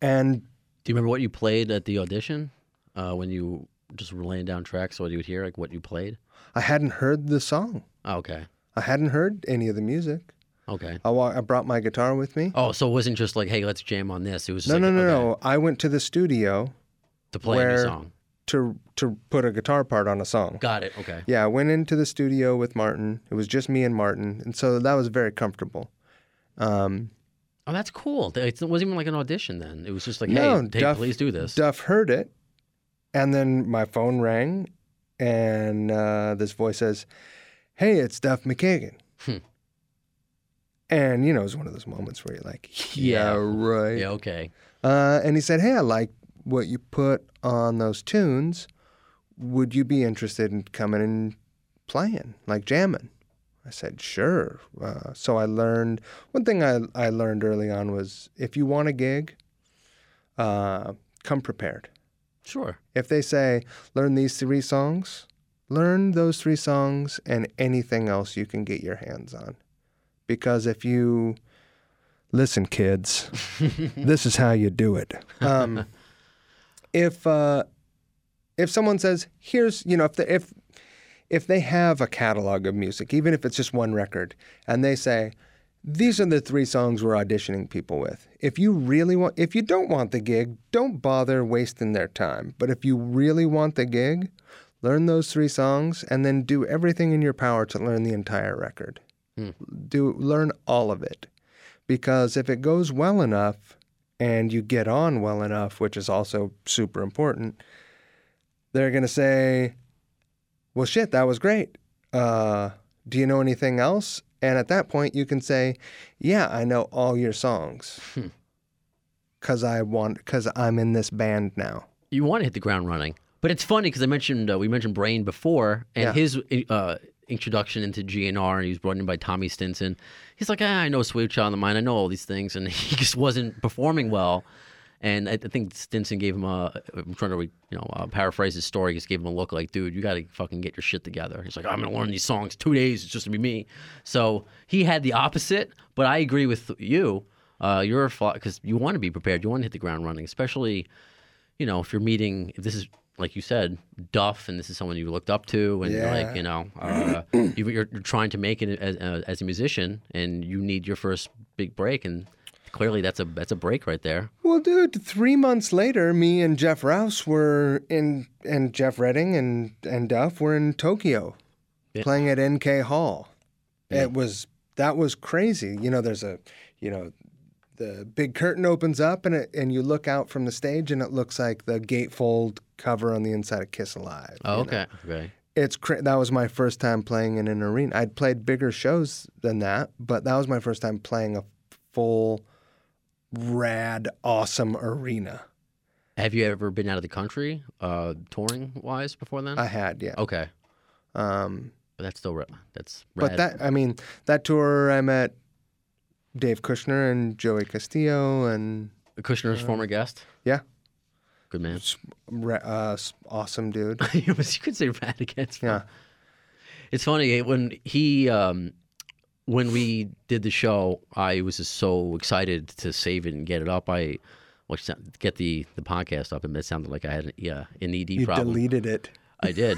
Speaker 3: and
Speaker 2: Do you remember what you played at the audition uh, when you just were laying down tracks? What you would hear, like what you played?
Speaker 3: I hadn't heard the song.
Speaker 2: Oh, okay.
Speaker 3: I hadn't heard any of the music.
Speaker 2: Okay.
Speaker 3: Oh, I, wa- I brought my guitar with me.
Speaker 2: Oh, so it wasn't just like, hey, let's jam on this. It was just
Speaker 3: no,
Speaker 2: like,
Speaker 3: no, no,
Speaker 2: okay,
Speaker 3: no. I went to the studio
Speaker 2: To play a new
Speaker 3: Where-
Speaker 2: song.
Speaker 3: to to put a guitar part on a song.
Speaker 2: Got it. Okay.
Speaker 3: Yeah, I went into the studio with Martin. It was just me and Martin, and so that was very comfortable. Um,
Speaker 2: Oh, that's cool. It wasn't even like an audition then. It was just like,
Speaker 3: no,
Speaker 2: hey, hey,
Speaker 3: Duff,
Speaker 2: please do this.
Speaker 3: Duff heard it, and then my phone rang, and uh, this voice says, "Hey, it's Duff McKagan."
Speaker 2: Hmm.
Speaker 3: And you know, it was one of those moments where you're like,
Speaker 2: Yeah.
Speaker 3: "Yeah, right."
Speaker 2: Yeah. Okay.
Speaker 3: Uh, and he said, "Hey, I like what you put on those tunes, would you be interested in coming and playing, like jamming? I said, sure. Uh, so I learned one thing I, I learned early on was if you want a gig, uh, come prepared.
Speaker 2: Sure.
Speaker 3: If they say, learn these three songs, learn those three songs and anything else you can get your hands on. Because if you listen, kids, this is how you do it. Um, if uh, if someone says, here's, you know, if, the, if if they have a catalog of music, even if it's just one record, and they say, these are the three songs we're auditioning people with. If you really want, if you don't want the gig, don't bother wasting their time. But if you really want the gig, learn those three songs and then do everything in your power to learn the entire record. Do learn all of it. Because if it goes well enough and you get on well enough, which is also super important, they're going to say, well, shit, that was great. Uh, do you know anything else? And at that point, you can say, yeah, I know all your songs. Because I want, because I'm in this band now.
Speaker 2: you want to hit the ground running. But it's funny because I mentioned uh, we mentioned Brain before, and
Speaker 3: Yeah.
Speaker 2: his uh, introduction into GNR, and he was brought in by Tommy Stinson. He's like, ah, I know Sweet Child of Mine, I know all these things, and *laughs* he just wasn't performing well. And I I think Stinson gave him a. I'm trying to, re, you know, uh, paraphrase his story. Just gave him a look like, dude, you got to fucking get your shit together. He's like, I'm gonna learn these songs two days. It's just gonna be me. So he had the opposite. But I agree with you. Uh, you're because you want to be prepared. You want to hit the ground running, especially you know, if you're meeting, if this is like you said, Duff, and this is someone you looked up to, and you're like, you know, uh, you, you're, you're trying to make it as, uh, as a musician, and you need your first big break, and clearly that's a that's a break right there.
Speaker 3: Well, dude, three months later, me and Jeff Rouse were in, and Jeff Redding and, and Duff were in Tokyo playing at NK Hall. It was, that was crazy. You know, there's a, you know, the big curtain opens up and it, and you look out from the stage and it looks like the gatefold cover on the inside of Kiss Alive.
Speaker 2: Oh, okay, okay,
Speaker 3: it's cra- that was my first time playing in an arena. I'd played bigger shows than that, but that was my first time playing a full rad awesome arena.
Speaker 2: Have you ever been out of the country, uh, touring wise, before then?
Speaker 3: I had, yeah.
Speaker 2: okay,
Speaker 3: Um
Speaker 2: but that's still re- that's
Speaker 3: but
Speaker 2: Oh, rad.
Speaker 3: that I mean, that tour I met Dave Kushner and Joey Castillo and Uh,
Speaker 2: Kushner's former guest,
Speaker 3: yeah,
Speaker 2: good man.
Speaker 3: ra- uh, s-
Speaker 2: *laughs*
Speaker 3: awesome dude.
Speaker 2: It was- you could say rad against.
Speaker 3: Yeah.
Speaker 2: It's funny eh, when he um, when we did the show, I was just so excited to save it and get it up. I well, it's not- get the the podcast up, and it sounded like I had an, yeah, an ED
Speaker 3: You
Speaker 2: problem.
Speaker 3: deleted it.
Speaker 2: I did.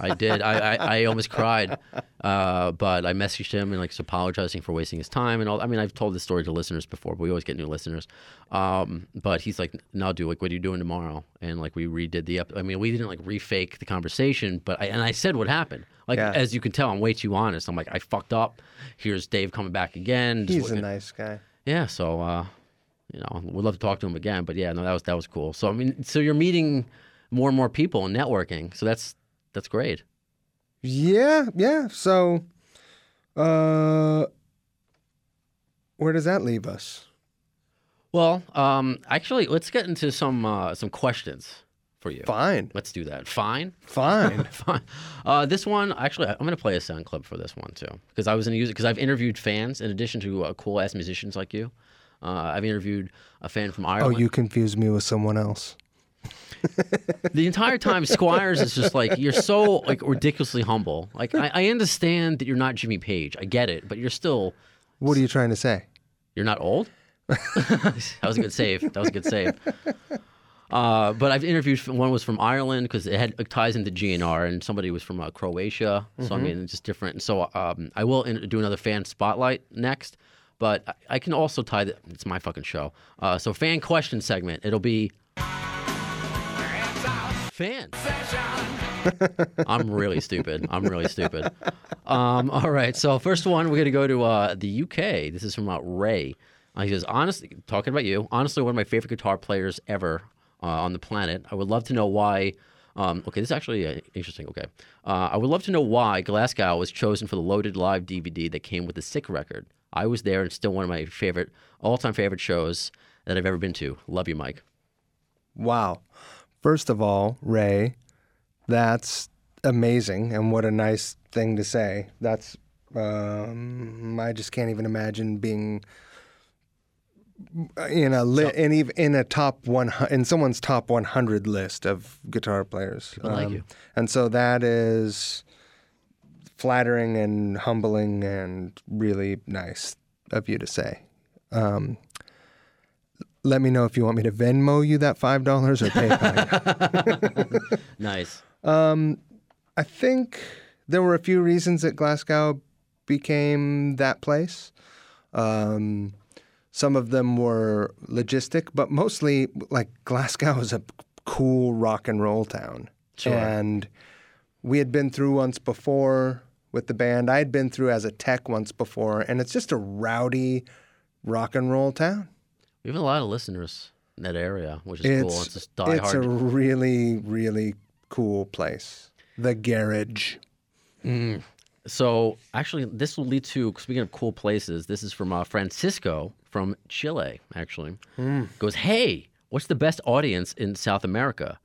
Speaker 2: I did. I, I, I almost cried, uh, but I messaged him and like just apologizing for wasting his time and all. I mean, I've told this story to listeners before, but we always get new listeners. Um, but he's like, "No, dude, like, what are you doing tomorrow?" And like, we redid the. Ep- I mean, we didn't like refake the conversation, but I and I said what happened. Like,
Speaker 3: Yeah.
Speaker 2: as you can tell, I'm way too honest. I'm like, I fucked up. Here's Dave coming back again. Just
Speaker 3: He's a
Speaker 2: looking-
Speaker 3: nice guy.
Speaker 2: yeah, so uh, you know, we'd love to talk to him again. But yeah, no, that was that was cool. So I mean, so you're meeting more and more people and networking. So that's that's great.
Speaker 3: Yeah, yeah. So, uh, where does that leave us?
Speaker 2: Well, um, actually, let's get into some uh, some questions for you.
Speaker 3: Fine,
Speaker 2: Let's do that. Fine. *laughs*
Speaker 3: fine.
Speaker 2: Fine. Uh, this one, actually, I- I'm going to play a sound clip for this one too, because I was going to use it because I've interviewed fans in addition to uh, cool ass musicians like you. Uh, I've interviewed a fan from
Speaker 3: oh,
Speaker 2: Ireland.
Speaker 3: you confused me with someone else.
Speaker 2: the entire time Squires is just like you're so like ridiculously humble. Like I, I understand that you're not Jimmy Page. I get it, but you're still
Speaker 3: What are you trying to say?
Speaker 2: you're not old. that was a good save. That was a good save. Uh, but I've interviewed one was from Ireland because it had it ties into GNR, and somebody was from uh, Croatia. So I mean, it's just different. And so um, I will in, do another fan spotlight next, but I, I can also tie the It's my fucking show. Uh, so fan question segment. It'll be fan. *laughs* I'm really stupid. I'm really stupid. Um, all right. So first one, we're gonna go to uh, the UK. This is from uh, Ray. Uh, he says, honestly, talking about you, honestly, one of my favorite guitar players ever uh, on the planet. I would love to know why. Um, okay, this is actually uh, interesting. Okay, uh, I would love to know why Glasgow was chosen for the loaded live DVD that came with the Sick record. I was there, and it's still one of my favorite, all-time favorite shows that I've ever been to. Love you, Mike.
Speaker 3: Wow. First of all, Ray, that's amazing and what a nice thing to say. That's um, I just can't even imagine being in a li- in ev- in a top one hu- in someone's top 100 list of guitar players. Um,
Speaker 2: like you.
Speaker 3: And so that is flattering and humbling and really nice of you to say. Um, let me know if you want me to Venmo you that five dollars or PayPal. you.
Speaker 2: Nice.
Speaker 3: I think there were a few reasons that Glasgow became that place. Um, some of them were logistic, but mostly like Glasgow is a cool rock and roll town.
Speaker 2: Sure.
Speaker 3: And we had been through once before with the band. I had been through as a tech once before, and it's just a rowdy rock and roll town.
Speaker 2: We have a lot of listeners in that area, which is cool. It's just
Speaker 3: it's
Speaker 2: diehard.
Speaker 3: a really, really cool place. The garage.
Speaker 2: So actually, this will lead to speaking of cool places. This is from uh, Francisco from Chile. Actually, goes, hey, what's the best audience in South America?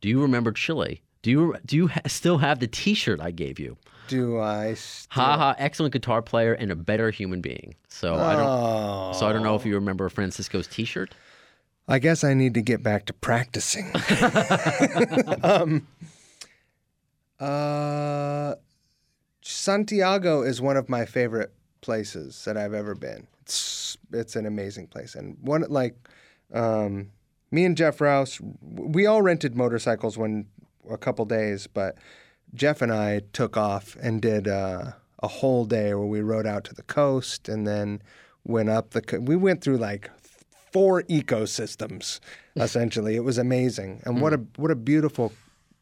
Speaker 2: Do you remember Chile? Do you do you ha- still have the T-shirt I gave you?
Speaker 3: Do I still
Speaker 2: Haha, excellent guitar player and a better human being. So I don't. So I don't know if you remember Francisco's T-shirt.
Speaker 3: I guess I need to get back to practicing. um, uh, Santiago is one of my favorite places that I've ever been. It's it's an amazing place, and one like um, me and Jeff Rouse, we all rented motorcycles when a couple days, but Jeff and I took off and did uh, a whole day where we rode out to the coast and then went up the. Co- we went through like four ecosystems essentially. it was amazing, and what a what a beautiful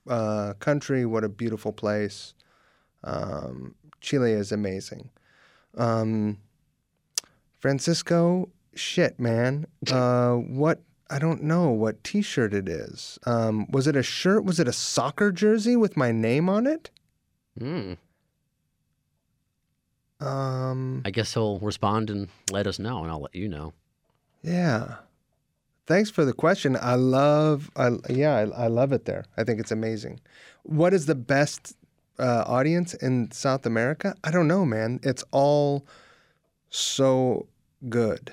Speaker 3: uh, country, what a beautiful place. Um, Chile is amazing. Um, Francisco, shit, man. Uh, what? I don't know what T-shirt it is. Um, was it a shirt? Was it a soccer jersey with my name on it?
Speaker 2: Hmm.
Speaker 3: Um,
Speaker 2: I guess he'll respond and let us know, and I'll let you know.
Speaker 3: yeah. Thanks for the question. I love. I yeah. I, I love it there. I think it's amazing. What is the best uh, audience in South America? I don't know, man. It's all so good.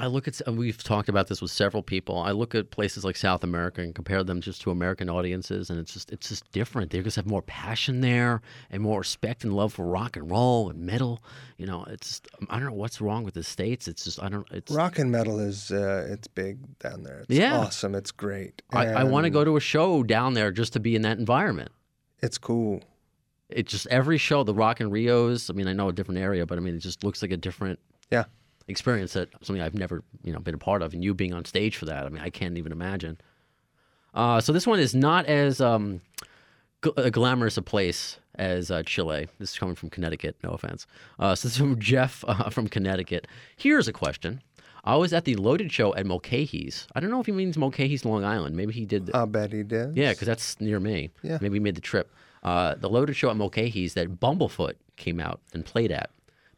Speaker 2: I look at, and we've talked about this with several people. I look at places like South America and compare them just to American audiences, and it's just, it's just different. They just have more passion there and more respect and love for rock and roll and metal. You know, it's, just, um, I don't know what's wrong with the states. It's just, I don't, it's.
Speaker 3: Rock and metal is uh, it's big down there. It's
Speaker 2: Yeah.
Speaker 3: awesome. It's great.
Speaker 2: I, I want to
Speaker 3: And
Speaker 2: go to a show down there just to be in that environment.
Speaker 3: It's cool.
Speaker 2: It just every show, the Rock and Rios. I mean, I know a different area, but I mean, it just looks like a different
Speaker 3: Yeah.
Speaker 2: experience that something I've never you know been a part of, and you being on stage for that. I mean, I can't even imagine. Uh, so this one is not as um, gl- uh, glamorous a place as uh, Chile. This is coming from Connecticut. No offense. Uh, so this is from *laughs* Jeff uh, from Connecticut. Here's a question. I was at the Loaded show at Mulcahy's. I don't know if he means Mulcahy's Long Island. Maybe he did.
Speaker 3: I'll bet he did.
Speaker 2: Yeah, because that's near me.
Speaker 3: Yeah.
Speaker 2: Maybe we made the trip. Uh, the loaded show at Mulcahy's that Bumblefoot came out and played at.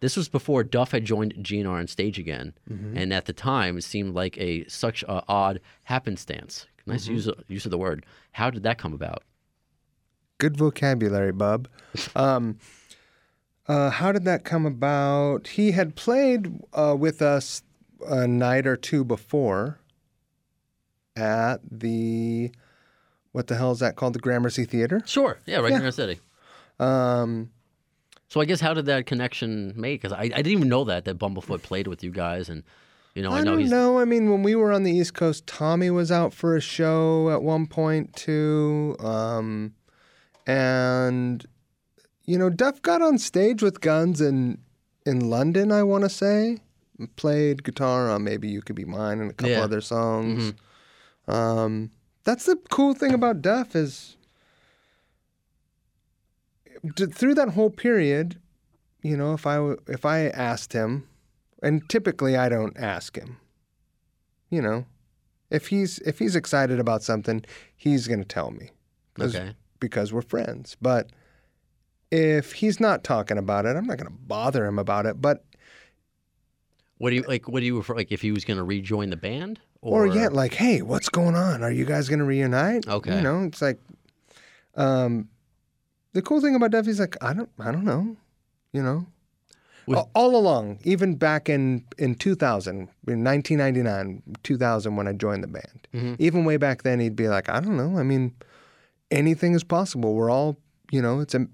Speaker 2: This was before Duff had joined GNR on stage again, and at the time it seemed like a such a odd happenstance. Nice use of, use of the word. How did that come about?
Speaker 3: Good vocabulary, bub. Um, uh, how did that come about? He had played uh, with us a night or two before at the what the hell is that called? The Gramercy Theater.
Speaker 2: Sure. Yeah, right in our city.
Speaker 3: Um,
Speaker 2: So I guess how did that connection make? Because I, I didn't even know that that Bumblefoot played with you guys, and you know I,
Speaker 3: I,
Speaker 2: know
Speaker 3: don't
Speaker 2: he's
Speaker 3: know. I mean, when we were on the East Coast, Tommy was out for a show at one point too, um, and you know, Duff got on stage with Guns in in London. I want to say and played guitar on "Maybe You Could Be Mine" and a couple
Speaker 2: Yeah. Mm-hmm.
Speaker 3: other songs. Um, that's the cool thing about Duff is d- through that whole period, you know, if I w- if I asked him, and typically I don't ask him, you know, if he's if he's excited about something, he's gonna tell me. 'cause-
Speaker 2: Okay.
Speaker 3: Because we're friends. But if he's not talking about it, I'm not gonna bother him about it. But
Speaker 2: what do you like? What do you refer like if he was going to rejoin the band
Speaker 3: or, yet like, hey, what's going on? Are you guys going to reunite?
Speaker 2: Okay.
Speaker 3: You know, it's like, um, the cool thing about Duffy's like, I don't, I don't know, you know.
Speaker 2: Was-
Speaker 3: A- all along, even back in, in 2000, in 1999, 2000, when I joined the band, even way back then, he'd be like, I don't know. I mean, anything is possible. We're all, you know, it's a,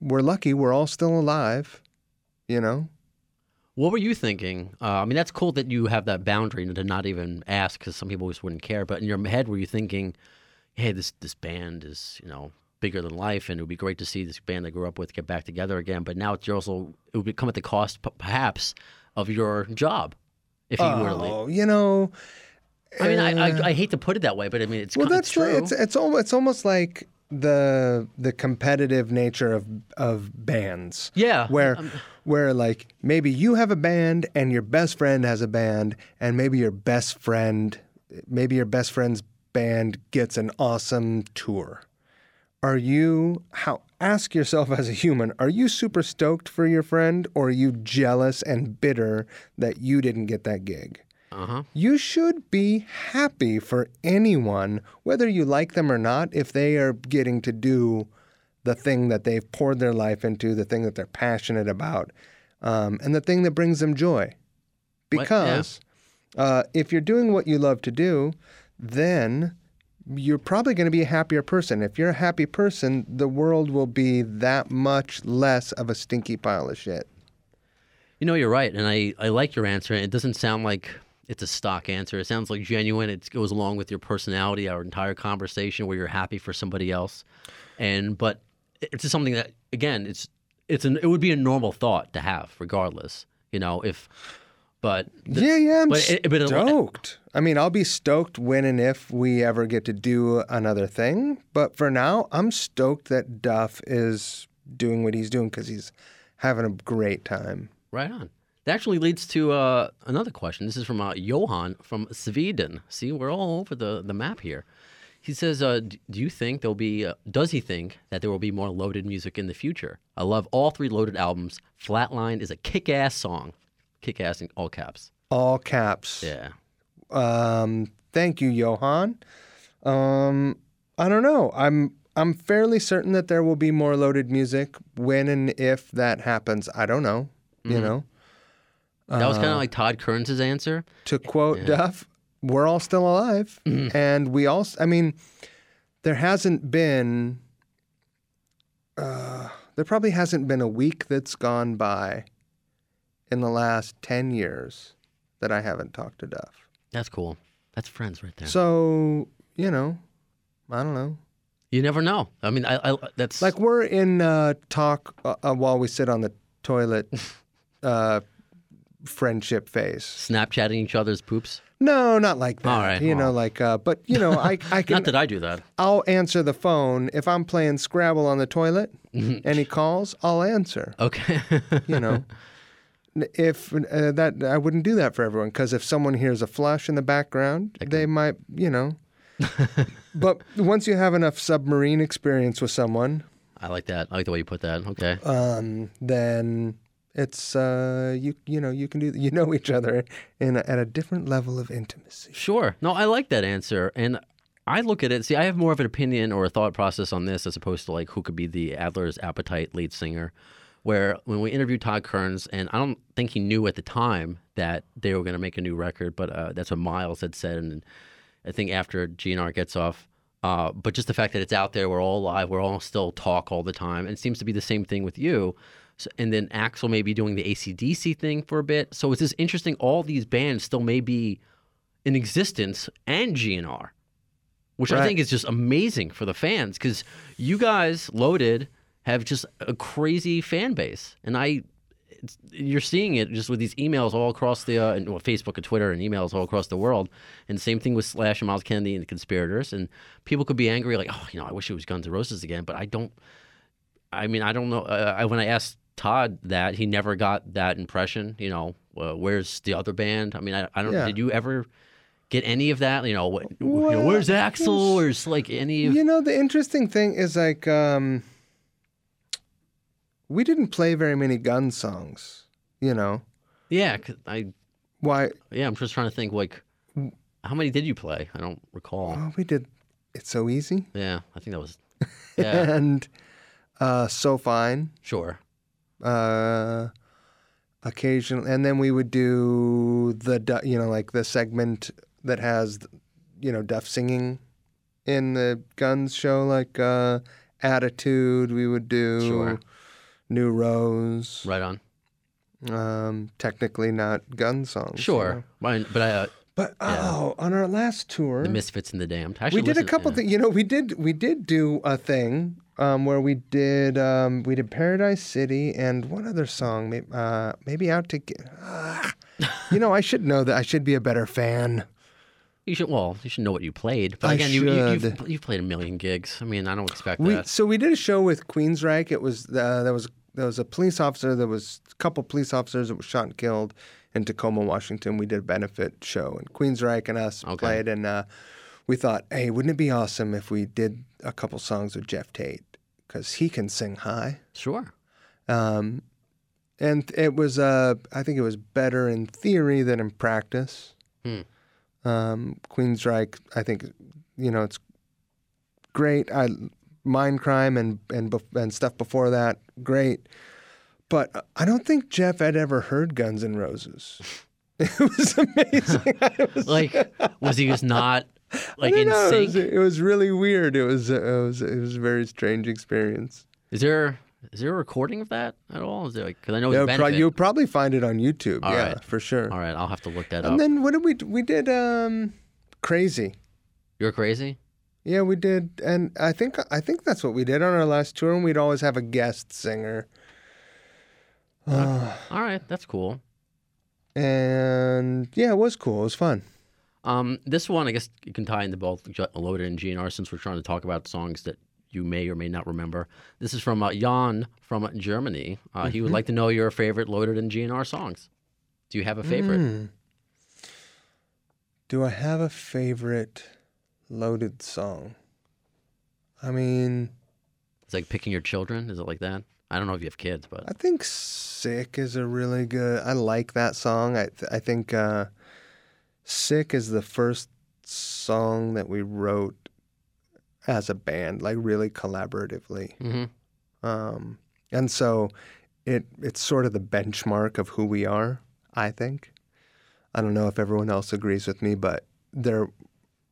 Speaker 3: we're lucky. We're all still alive, you know.
Speaker 2: What were you thinking? Uh, I mean, that's cool that you have that boundary to not even ask because some people just wouldn't care. But in your head, were you thinking, "Hey, this this band is you know bigger than life, and it would be great to see this band I grew up with get back together again"? But now it's also it would come at the cost p- perhaps of your job if you were to leave.
Speaker 3: Oh, you know.
Speaker 2: I mean, I, I I hate to put it that way, but I mean it's
Speaker 3: eh. well,
Speaker 2: kind
Speaker 3: that's
Speaker 2: true.
Speaker 3: Like, it's it's almost it's almost like the the competitive nature of of bands.
Speaker 2: Yeah, Um,
Speaker 3: where where like maybe you have a band and your best friend has a band and maybe your best friend maybe your best friend's band gets an awesome tour. Are you how ask yourself as a human, are you super stoked for your friend or are you jealous and bitter that you didn't get that gig?
Speaker 2: Uh-huh.
Speaker 3: You should be happy for anyone, whether you like them or not, if they are getting to do the thing that they've poured their life into, the thing that they're passionate about, um, and the thing that brings them joy.
Speaker 2: What- yeah.
Speaker 3: Because uh, if you're doing what you love to do, then you're probably going to be a happier person. If you're a happy person, the world will be that much less of a stinky pile of shit.
Speaker 2: You know, you're right, and I, I like your answer. and It doesn't sound like it's a stock answer. It sounds like genuine. It goes along with your personality, our entire conversation, where you're happy for somebody else, and but it's just something that again, it's it's an it would be a normal thought to have, regardless. You know, if but the-
Speaker 3: yeah, yeah, I'm
Speaker 2: but it- but it-
Speaker 3: stoked. I mean, I'll be stoked when and if we ever get to do another thing. But for now, I'm stoked that Duff is doing what he's doing because he's having a great time.
Speaker 2: Right on. That actually leads to uh, another question. This is from uh, Johan from Sweden. See, we're all over the, the map here. He says, uh, d- "Do you think there'll be? Uh, does he think that there will be more loaded music in the future? I love all three loaded albums. Flatline is a kick-ass song. Kick-ass in all caps.
Speaker 3: All caps.
Speaker 2: Yeah.
Speaker 3: Um, thank you, Johan. Um, I don't know. I'm I'm fairly certain that there will be more loaded music when and if that happens. I don't know.
Speaker 2: Mm-hmm.
Speaker 3: You know,
Speaker 2: That was kind
Speaker 3: Uh,
Speaker 2: of like Todd Kearns' answer.
Speaker 3: to quote Duff, we're all still alive.
Speaker 2: Mm.
Speaker 3: And we all, I mean, there hasn't been, uh, there probably hasn't been a week that's gone by in the last 10 years that I haven't talked to Duff.
Speaker 2: That's cool. That's friends right there.
Speaker 3: So, you know, I don't know.
Speaker 2: you never know. I mean, I, I that's
Speaker 3: Like we're in uh, talk uh, uh, while we sit on the
Speaker 2: *laughs*
Speaker 3: toilet uh, friendship phase.
Speaker 2: Snapchatting each other's poops.
Speaker 3: No, not like that.
Speaker 2: All right,
Speaker 3: You know,
Speaker 2: well.
Speaker 3: like, uh, but you know, I,
Speaker 2: *laughs*
Speaker 3: I can.
Speaker 2: Not that I do that.
Speaker 3: I'll answer the phone if I'm playing Scrabble on the toilet and he calls. I'll answer.
Speaker 2: Okay. *laughs*
Speaker 3: You know, N- if uh, that I wouldn't do that for everyone because if someone hears a flush in the background, they might, you know. but once you have enough submarine experience with someone,
Speaker 2: I like that. I like the way you put that. Okay.
Speaker 3: um, then it's uh, you you know you can do you know each other in a, at a different level of intimacy.
Speaker 2: Sure. No, I like that answer. And I look at it, see, I have more of an opinion or a thought process on this as opposed to like who could be the Adler's Appetite lead singer. Where when we interviewed Todd Kearns, and I don't think he knew at the time that they were going to make a new record, but uh, that's what Miles had said. And I think after GNR gets off, uh, but just the fact that it's out there, we're all live, we're all still talk all the time. And it seems to be the same thing with you. So, and then Axel may be doing the ACDC thing for a bit. So it's just interesting. All these bands still may be in existence and GNR, which I
Speaker 3: Right.
Speaker 2: think is just amazing for the fans because you guys, Loaded, have just a crazy fan base, and I. It's, you're seeing it just with these emails all across the uh, and, well, Facebook and Twitter and emails all across the world, and same thing with Slash and Miles Kennedy and the Conspirators, and people could be angry like, oh, you know, I wish it was Guns N' Roses again, but I don't. I mean, I don't know. Uh, I, when I asked Todd that, he never got that impression. You know, uh, where's the other band? I mean, I, I don't.
Speaker 3: Yeah.
Speaker 2: Did you ever get any of that? You know, what, you know, where's Axel? Where's like any of?
Speaker 3: You know, the interesting thing is like um, we didn't play very many gun songs. You know
Speaker 2: Yeah, 'cause I
Speaker 3: why?
Speaker 2: yeah. I'm just trying to think like. How many did you play? I don't recall.
Speaker 3: Well, we did It's So Easy
Speaker 2: Yeah, I think that
Speaker 3: *laughs*
Speaker 2: was. Yeah,
Speaker 3: and uh, So Fine.
Speaker 2: sure.
Speaker 3: Uh, occasionally. And then we would do the, du- you know, like the segment that has, you know, deaf singing in the Guns show, like uh, Attitude. We would do
Speaker 2: Sure.
Speaker 3: New Rose.
Speaker 2: Right on.
Speaker 3: Um, technically not gun songs. you know.
Speaker 2: Sure. Mine- But I, uh,
Speaker 3: But oh, on our last tour,
Speaker 2: the Misfits and the Damned. I
Speaker 3: we
Speaker 2: should
Speaker 3: did a
Speaker 2: listen-
Speaker 3: couple
Speaker 2: yeah.
Speaker 3: things. You know, we did we did do a thing um, where we did um, we did Paradise City and one other song, maybe, uh, maybe Out to Get. you know, I should know that. I should be a better fan.
Speaker 2: You should. Well, you should know what you played. But
Speaker 3: I
Speaker 2: again, you, you
Speaker 3: should.
Speaker 2: you've, you've played a million gigs. I mean, I don't expect
Speaker 3: We
Speaker 2: that.
Speaker 3: so we did a show with Queensryche. It was uh, there was there was a police officer. There was a couple police officers that were shot and killed in Tacoma, Washington. We did a benefit show, and Queensryche and us
Speaker 2: Okay.
Speaker 3: played. And uh, we thought, hey, wouldn't it be awesome if we did a couple songs with Jeff Tate because he can sing high.
Speaker 2: Sure.
Speaker 3: Um, and it was, uh, I think it was better in theory than in practice.
Speaker 2: Hmm.
Speaker 3: Um, Queensryche, I think, you know, it's great. I Mind Crime and and bef- and stuff before that, great. But I don't think Jeff had ever heard Guns N' Roses. *laughs* It was amazing. I was-
Speaker 2: Like, was he just not
Speaker 3: *laughs* I
Speaker 2: *laughs* like
Speaker 3: don't
Speaker 2: in
Speaker 3: know, it, was,
Speaker 2: sync?
Speaker 3: it was really weird. It was, it was it was a very strange experience.
Speaker 2: Is there is there a recording of that at all? Is there like because I know it's
Speaker 3: Yeah,
Speaker 2: a
Speaker 3: pro-
Speaker 2: benefit.
Speaker 3: you'll probably find it on YouTube.
Speaker 2: All
Speaker 3: yeah,
Speaker 2: right.
Speaker 3: for sure.
Speaker 2: All right, I'll have to look that up.
Speaker 3: And then what did we d- we did um crazy.
Speaker 2: You're crazy.
Speaker 3: Yeah, we did and I think I think that's what we did on our last tour and we'd always have a guest singer.
Speaker 2: All right, that's cool.
Speaker 3: And yeah, it was cool. It was fun.
Speaker 2: Um, this one, I guess, you can tie into both J- Loaded and GNR since we're trying to talk about songs that you may or may not remember. This is from uh, Jan from Germany. Uh, He would like to know your favorite Loaded and GNR songs. Do you have a favorite?
Speaker 3: Do I have a favorite loaded song? I mean,
Speaker 2: It's like picking your children. Is it like that? I don't know if you have kids, but
Speaker 3: I think Sick is a really good I like that song. I th- I think uh Sick is the first song that we wrote as a band, like really collaboratively.
Speaker 2: Mhm.
Speaker 3: Um, and so it it's sort of the benchmark of who we are, I think. I don't know if everyone else agrees with me, but there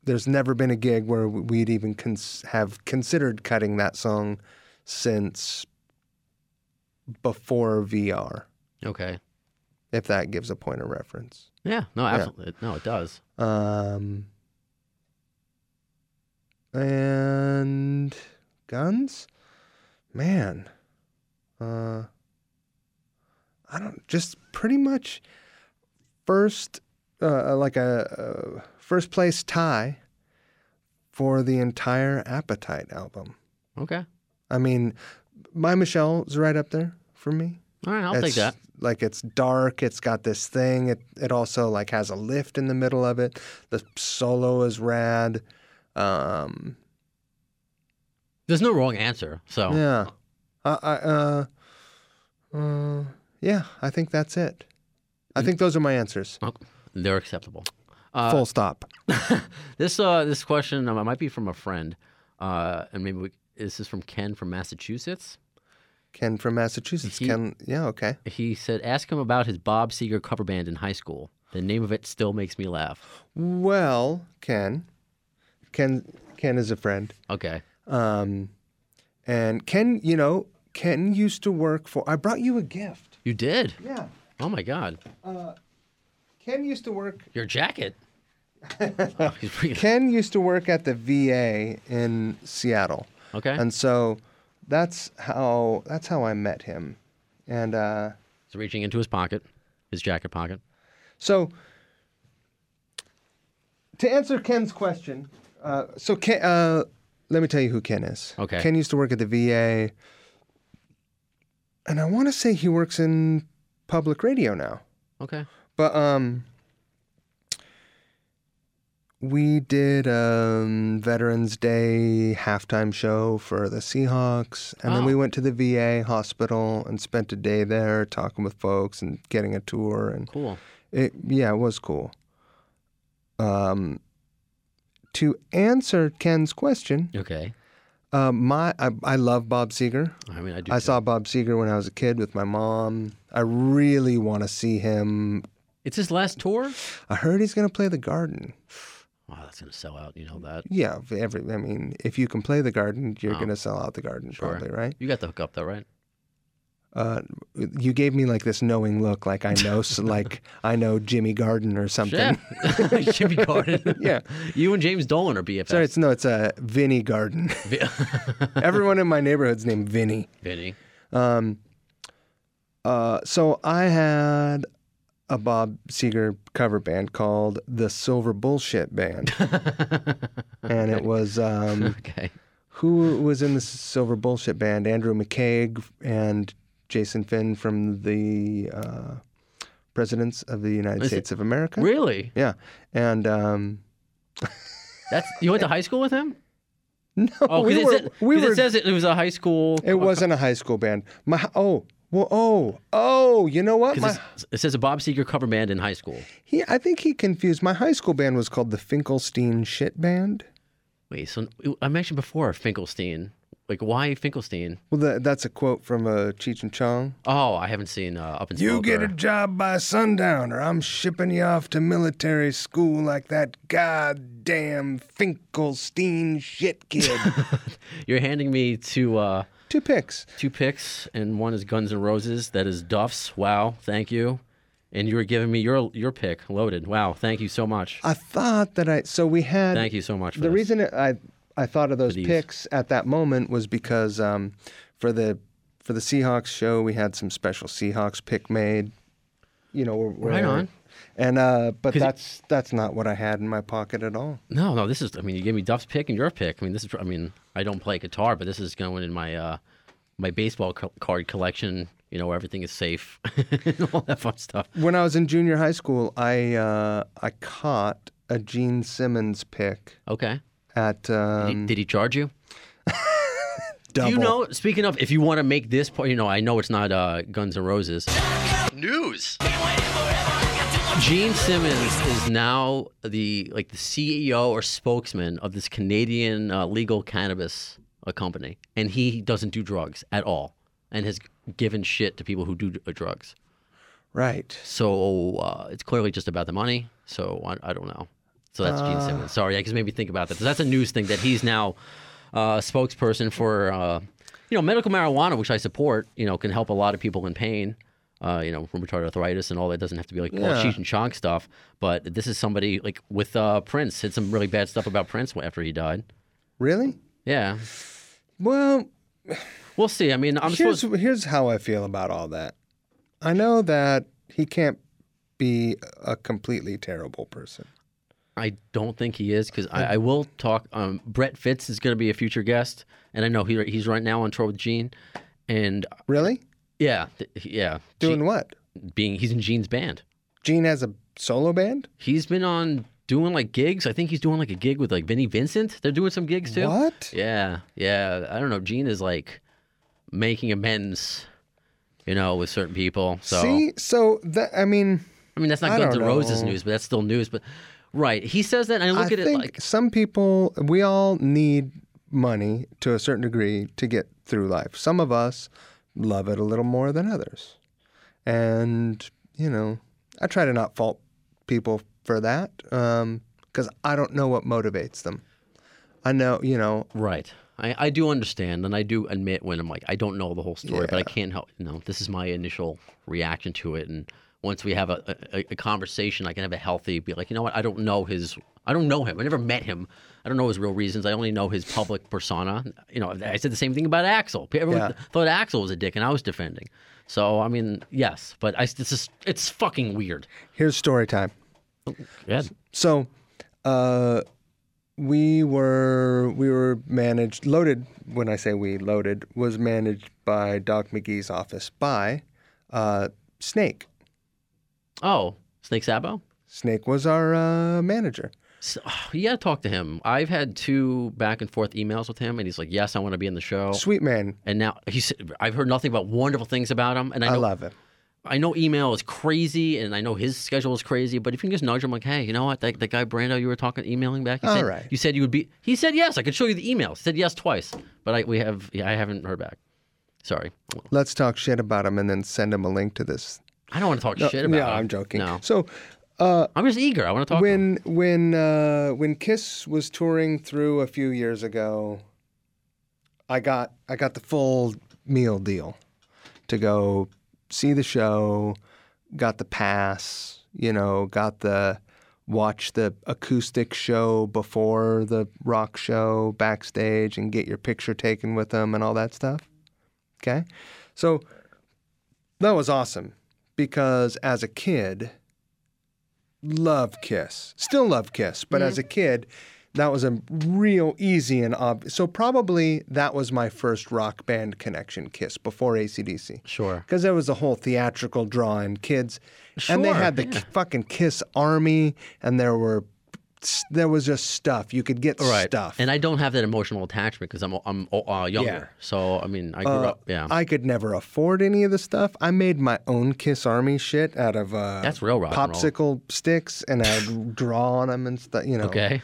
Speaker 3: there's never been a gig where we'd even cons- have considered cutting that song since before VR,
Speaker 2: okay.
Speaker 3: if that gives a point of reference.
Speaker 2: Yeah, no, absolutely. No, it does.
Speaker 3: Um, and guns, man. Uh, I don't just pretty much first uh, like a, uh first place tie for the entire Appetite album.
Speaker 2: Okay.
Speaker 3: I mean, my Michelle's right up there for me.
Speaker 2: All right, I'll take
Speaker 3: It's-
Speaker 2: that.
Speaker 3: Like it's dark. It's got this thing. It it also like has a lift in the middle of it. The solo is rad. Um,
Speaker 2: There's no wrong answer. So
Speaker 3: Yeah. I, I uh, uh, yeah. I think that's it. I think those are my answers.
Speaker 2: Oh, they're acceptable. Uh,
Speaker 3: Full stop.
Speaker 2: This uh, this question um, might be from a friend, uh, and maybe we, this is from Ken from Massachusetts.
Speaker 3: Ken from Massachusetts.
Speaker 2: he-
Speaker 3: Ken. Yeah. Okay.
Speaker 2: He said, "Ask him about his Bob Seger cover band in high school. The name of it still makes me laugh."
Speaker 3: Well, Ken. Ken. Ken is a friend.
Speaker 2: Okay,
Speaker 3: Um, and Ken, you know, Ken used to work for. I brought you a gift.
Speaker 2: you did.
Speaker 3: Yeah.
Speaker 2: Oh my God,
Speaker 3: Ken used to work.
Speaker 2: your
Speaker 3: *laughs*
Speaker 2: jacket. Oh, he's bringing-
Speaker 3: Ken used to work at the VA in Seattle,
Speaker 2: okay,
Speaker 3: and so that's how that's how I met him. And uh,
Speaker 2: he's reaching into his pocket, his jacket pocket.
Speaker 3: so, to answer Ken's question, uh, so Ken, uh, let me tell you who Ken is.
Speaker 2: Okay.
Speaker 3: Ken used to work at the VA, and I want to say he works in public radio now.
Speaker 2: Okay,
Speaker 3: But um, we did um Veterans Day halftime show for the Seahawks, and then
Speaker 2: Oh.
Speaker 3: we went to the VA hospital and spent a day there talking with folks and getting a tour. And
Speaker 2: cool.
Speaker 3: it, yeah, it was cool. Um, to answer Ken's question,
Speaker 2: Okay.
Speaker 3: uh, my I, I love Bob Seger.
Speaker 2: I mean, I do.
Speaker 3: I
Speaker 2: too.
Speaker 3: saw Bob Seger when I was a kid with my mom. I really want to see him.
Speaker 2: It's his last tour.
Speaker 3: I heard he's going to play the Garden.
Speaker 2: Wow, that's gonna sell out. You know that.
Speaker 3: Yeah, if every. I mean, if you can play the Garden, you're going to sell out the Garden,
Speaker 2: Sure.
Speaker 3: probably, right?
Speaker 2: You got the hookup though, right?
Speaker 3: Uh, you gave me like this knowing look, like I know, s- like I know Jimmy Garden or something.
Speaker 2: Yeah. *laughs* Jimmy Garden.
Speaker 3: *laughs* Yeah.
Speaker 2: You and James Dolan are BFFs.
Speaker 3: Sorry, it's no, it's a uh, Vinny Garden. *laughs* Everyone in my neighborhood's named Vinny.
Speaker 2: *laughs* Vinny.
Speaker 3: Uh, so I had a Bob Seger cover band called the Silver Bullshit Band, and it was um,
Speaker 2: Okay.
Speaker 3: who was in the Silver Bullshit Band? Andrew McCaig and Jason Finn from the uh, Presidents of the United States of America.
Speaker 2: Really?
Speaker 3: Yeah, and um, *laughs*
Speaker 2: That's you went to high school with him?
Speaker 3: no,
Speaker 2: Oh,
Speaker 3: we
Speaker 2: because
Speaker 3: were,
Speaker 2: it, said-
Speaker 3: we
Speaker 2: 'cause it
Speaker 3: were
Speaker 2: says it, it was a high school.
Speaker 3: It wasn't a high school band. My oh well oh oh you know what
Speaker 2: 'cause
Speaker 3: my
Speaker 2: it's- it says a Bob Seger cover band in high school.
Speaker 3: he I think he confused my high school band was called the Finkelstein Shit Band.
Speaker 2: Wait, so I mentioned before Finkelstein. Like, why Finkelstein?
Speaker 3: Well, that, that's a quote from uh, Cheech and Chong.
Speaker 2: Oh, I haven't seen uh, Up in Smoke.
Speaker 3: You get
Speaker 2: or-
Speaker 3: a job by sundown, or I'm shipping you off to military school like that goddamn Finkelstein shit kid.
Speaker 2: You're handing me two uh,
Speaker 3: *laughs* Two picks.
Speaker 2: two picks, and one is Guns N' Roses. That is Duff's. Wow, thank you. And you were giving me your your pick loaded. Wow, thank you so much.
Speaker 3: I thought that I so we had.
Speaker 2: Thank you so much. For
Speaker 3: the
Speaker 2: this.
Speaker 3: reason I I thought of those
Speaker 2: these.
Speaker 3: picks at that moment was because um, for the for the Seahawks show we had some special Seahawks pick made. You know, we're,
Speaker 2: Right on.
Speaker 3: And uh, but
Speaker 2: 'Cause it-
Speaker 3: that's that's not what I had in my pocket at all.
Speaker 2: No, no, this is. I mean, you gave me Duff's pick and your pick. I mean, this is. I mean, I don't play guitar, but this is going in my uh, my baseball co- card collection. You know, where everything is safe, *laughs* and all that fun stuff.
Speaker 3: When I was in junior high school, I uh, I caught a Gene Simmons pick
Speaker 2: Okay.
Speaker 3: at
Speaker 2: Did he-
Speaker 3: um,
Speaker 2: Did he charge you? Do
Speaker 3: double.
Speaker 2: you know? Speaking of, if you want to make this part, you know, I know it's not uh, Guns N' Roses. News. Gene Simmons is now the like the CEO or spokesman of this Canadian uh, legal cannabis uh, company, and he doesn't do drugs at all, and has given shit to people who do uh, drugs.
Speaker 3: Right.
Speaker 2: So uh, it's clearly just about the money. So I, I don't know. So that's
Speaker 3: Uh.
Speaker 2: Gene Simmons. Sorry, I just made me think about that. That's a news thing that he's now uh, spokesperson for, uh, you know, medical marijuana, which I support. You know, can help a lot of people in pain. Uh, you know, rheumatoid arthritis and all that doesn't have to be like all
Speaker 3: Yeah.
Speaker 2: Cheech and Chong stuff. But this is somebody like with uh, Prince said some really bad stuff about Prince after he died.
Speaker 3: Really?
Speaker 2: Yeah,
Speaker 3: Well,
Speaker 2: we'll see. I mean, I'm
Speaker 3: here's
Speaker 2: supposed.
Speaker 3: here's how I feel about all that. I know that he can't be a completely terrible person.
Speaker 2: I don't think he is because I, I will talk. Um, Brett Fitz is going to be a future guest, and I know he, he's right now on tour with Gene, and uh,
Speaker 3: Really?
Speaker 2: yeah, th- yeah,
Speaker 3: Doing what?
Speaker 2: Gene being he's in Gene's band.
Speaker 3: Gene has a solo band?
Speaker 2: He's been on doing like gigs. I think he's doing like a gig with like Vinnie Vincent. They're doing some gigs too.
Speaker 3: What?
Speaker 2: Yeah, yeah. I don't know. Gene is like making amends, you know, with certain people. So
Speaker 3: See, so that I mean,
Speaker 2: I mean, that's
Speaker 3: I
Speaker 2: not Guns N'
Speaker 3: don't
Speaker 2: Roses
Speaker 3: know.
Speaker 2: news, but that's still news. But right, he says that, and I
Speaker 3: I
Speaker 2: look at it
Speaker 3: think
Speaker 2: like
Speaker 3: some people we all need money to a certain degree to get through life. Some of us love it a little more than others. And, you know, I try to not fault people for that um, cuz I don't know what motivates them. I know, you know,
Speaker 2: Right. I, I do understand, and I do admit when I'm like, I don't know the whole story, but I can't help. You know, this is my initial reaction to it, and once we have a, a, a conversation, I can have a healthy, be like, you know what, I don't know his, I don't know him, I never met him, I don't know his real reasons, I only know his public persona. You know, I said the same thing about Axel. Everyone
Speaker 3: Yeah.
Speaker 2: thought Axel was a dick, and I was defending. So I mean, yes, but I this is it's fucking weird.
Speaker 3: here's story time.
Speaker 2: Yeah.
Speaker 3: So, uh, we were we were managed loaded. When I say we loaded, was managed by Doc McGee's office by uh, Snake.
Speaker 2: Oh, Snake Sabo.
Speaker 3: Snake was our uh, manager.
Speaker 2: So, yeah, talk to him. I've had two back and forth emails with him, and he's like, "Yes, I want to be in the show."
Speaker 3: Sweet man,
Speaker 2: And now he's. I've heard nothing but wonderful things about him, and I,
Speaker 3: I
Speaker 2: know-
Speaker 3: love him.
Speaker 2: I know email is crazy, and I know his schedule is crazy. But if you can just nudge him, like, hey, you know what? That, that guy Brando you were talking, emailing back. He
Speaker 3: All
Speaker 2: said,
Speaker 3: right.
Speaker 2: You said you would be. He said yes. I could show you the email. He said yes twice, but I we have. Yeah, I haven't heard back. Sorry.
Speaker 3: Let's talk shit about him and then send him a link to this.
Speaker 2: I don't want to talk shit about.
Speaker 3: Yeah,
Speaker 2: him.
Speaker 3: I'm joking.
Speaker 2: No,
Speaker 3: So
Speaker 2: I'm just eager. I want to talk. to him.
Speaker 3: when when uh, when Kiss was touring through a few years ago, I got I got the full meal deal to go see the show, got the pass, you know, got the watch the acoustic show before the rock show backstage and get your picture taken with them and all that stuff. Okay? So that was awesome because as a kid, love Kiss. Still love Kiss, but as a kid, that was a real easy and obvious. So probably that was my first rock band connection, Kiss, before ACDC.
Speaker 2: Sure.
Speaker 3: Because there was a whole theatrical draw and kids. And they
Speaker 2: Sure,
Speaker 3: had the k- fucking Kiss Army, and there were. There was just stuff you could get
Speaker 2: right.
Speaker 3: stuff.
Speaker 2: And I don't have that emotional attachment because I'm I'm uh, younger. So I mean, I grew
Speaker 3: Uh,
Speaker 2: up. Yeah.
Speaker 3: I could never afford any of the stuff. I made my own Kiss Army shit out of uh,
Speaker 2: That's real rock and roll.
Speaker 3: popsicle sticks, and
Speaker 2: *laughs*
Speaker 3: I'd draw on them and stuff. You know,
Speaker 2: okay.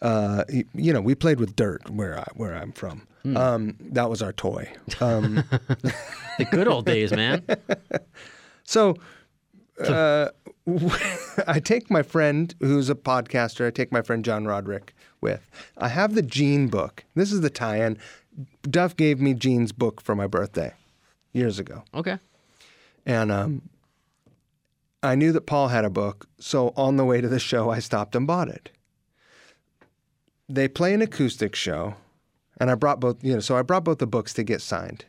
Speaker 3: uh, y- you know, we played with dirt where I where I'm from.
Speaker 2: Hmm.
Speaker 3: Um, that was our toy. Um,
Speaker 2: The good old days,
Speaker 3: *laughs*
Speaker 2: man. *laughs*
Speaker 3: so. Uh, *laughs* I take my friend, who's a podcaster, I take my friend John Roderick with. I have the Gene book. This is the tie in. Duff gave me Gene's book for my birthday years ago.
Speaker 2: Okay.
Speaker 3: And um, I knew that Paul had a book, so on the way to the show, I stopped and bought it. They play an acoustic show, and I brought both, you know, so I brought both the books to get signed.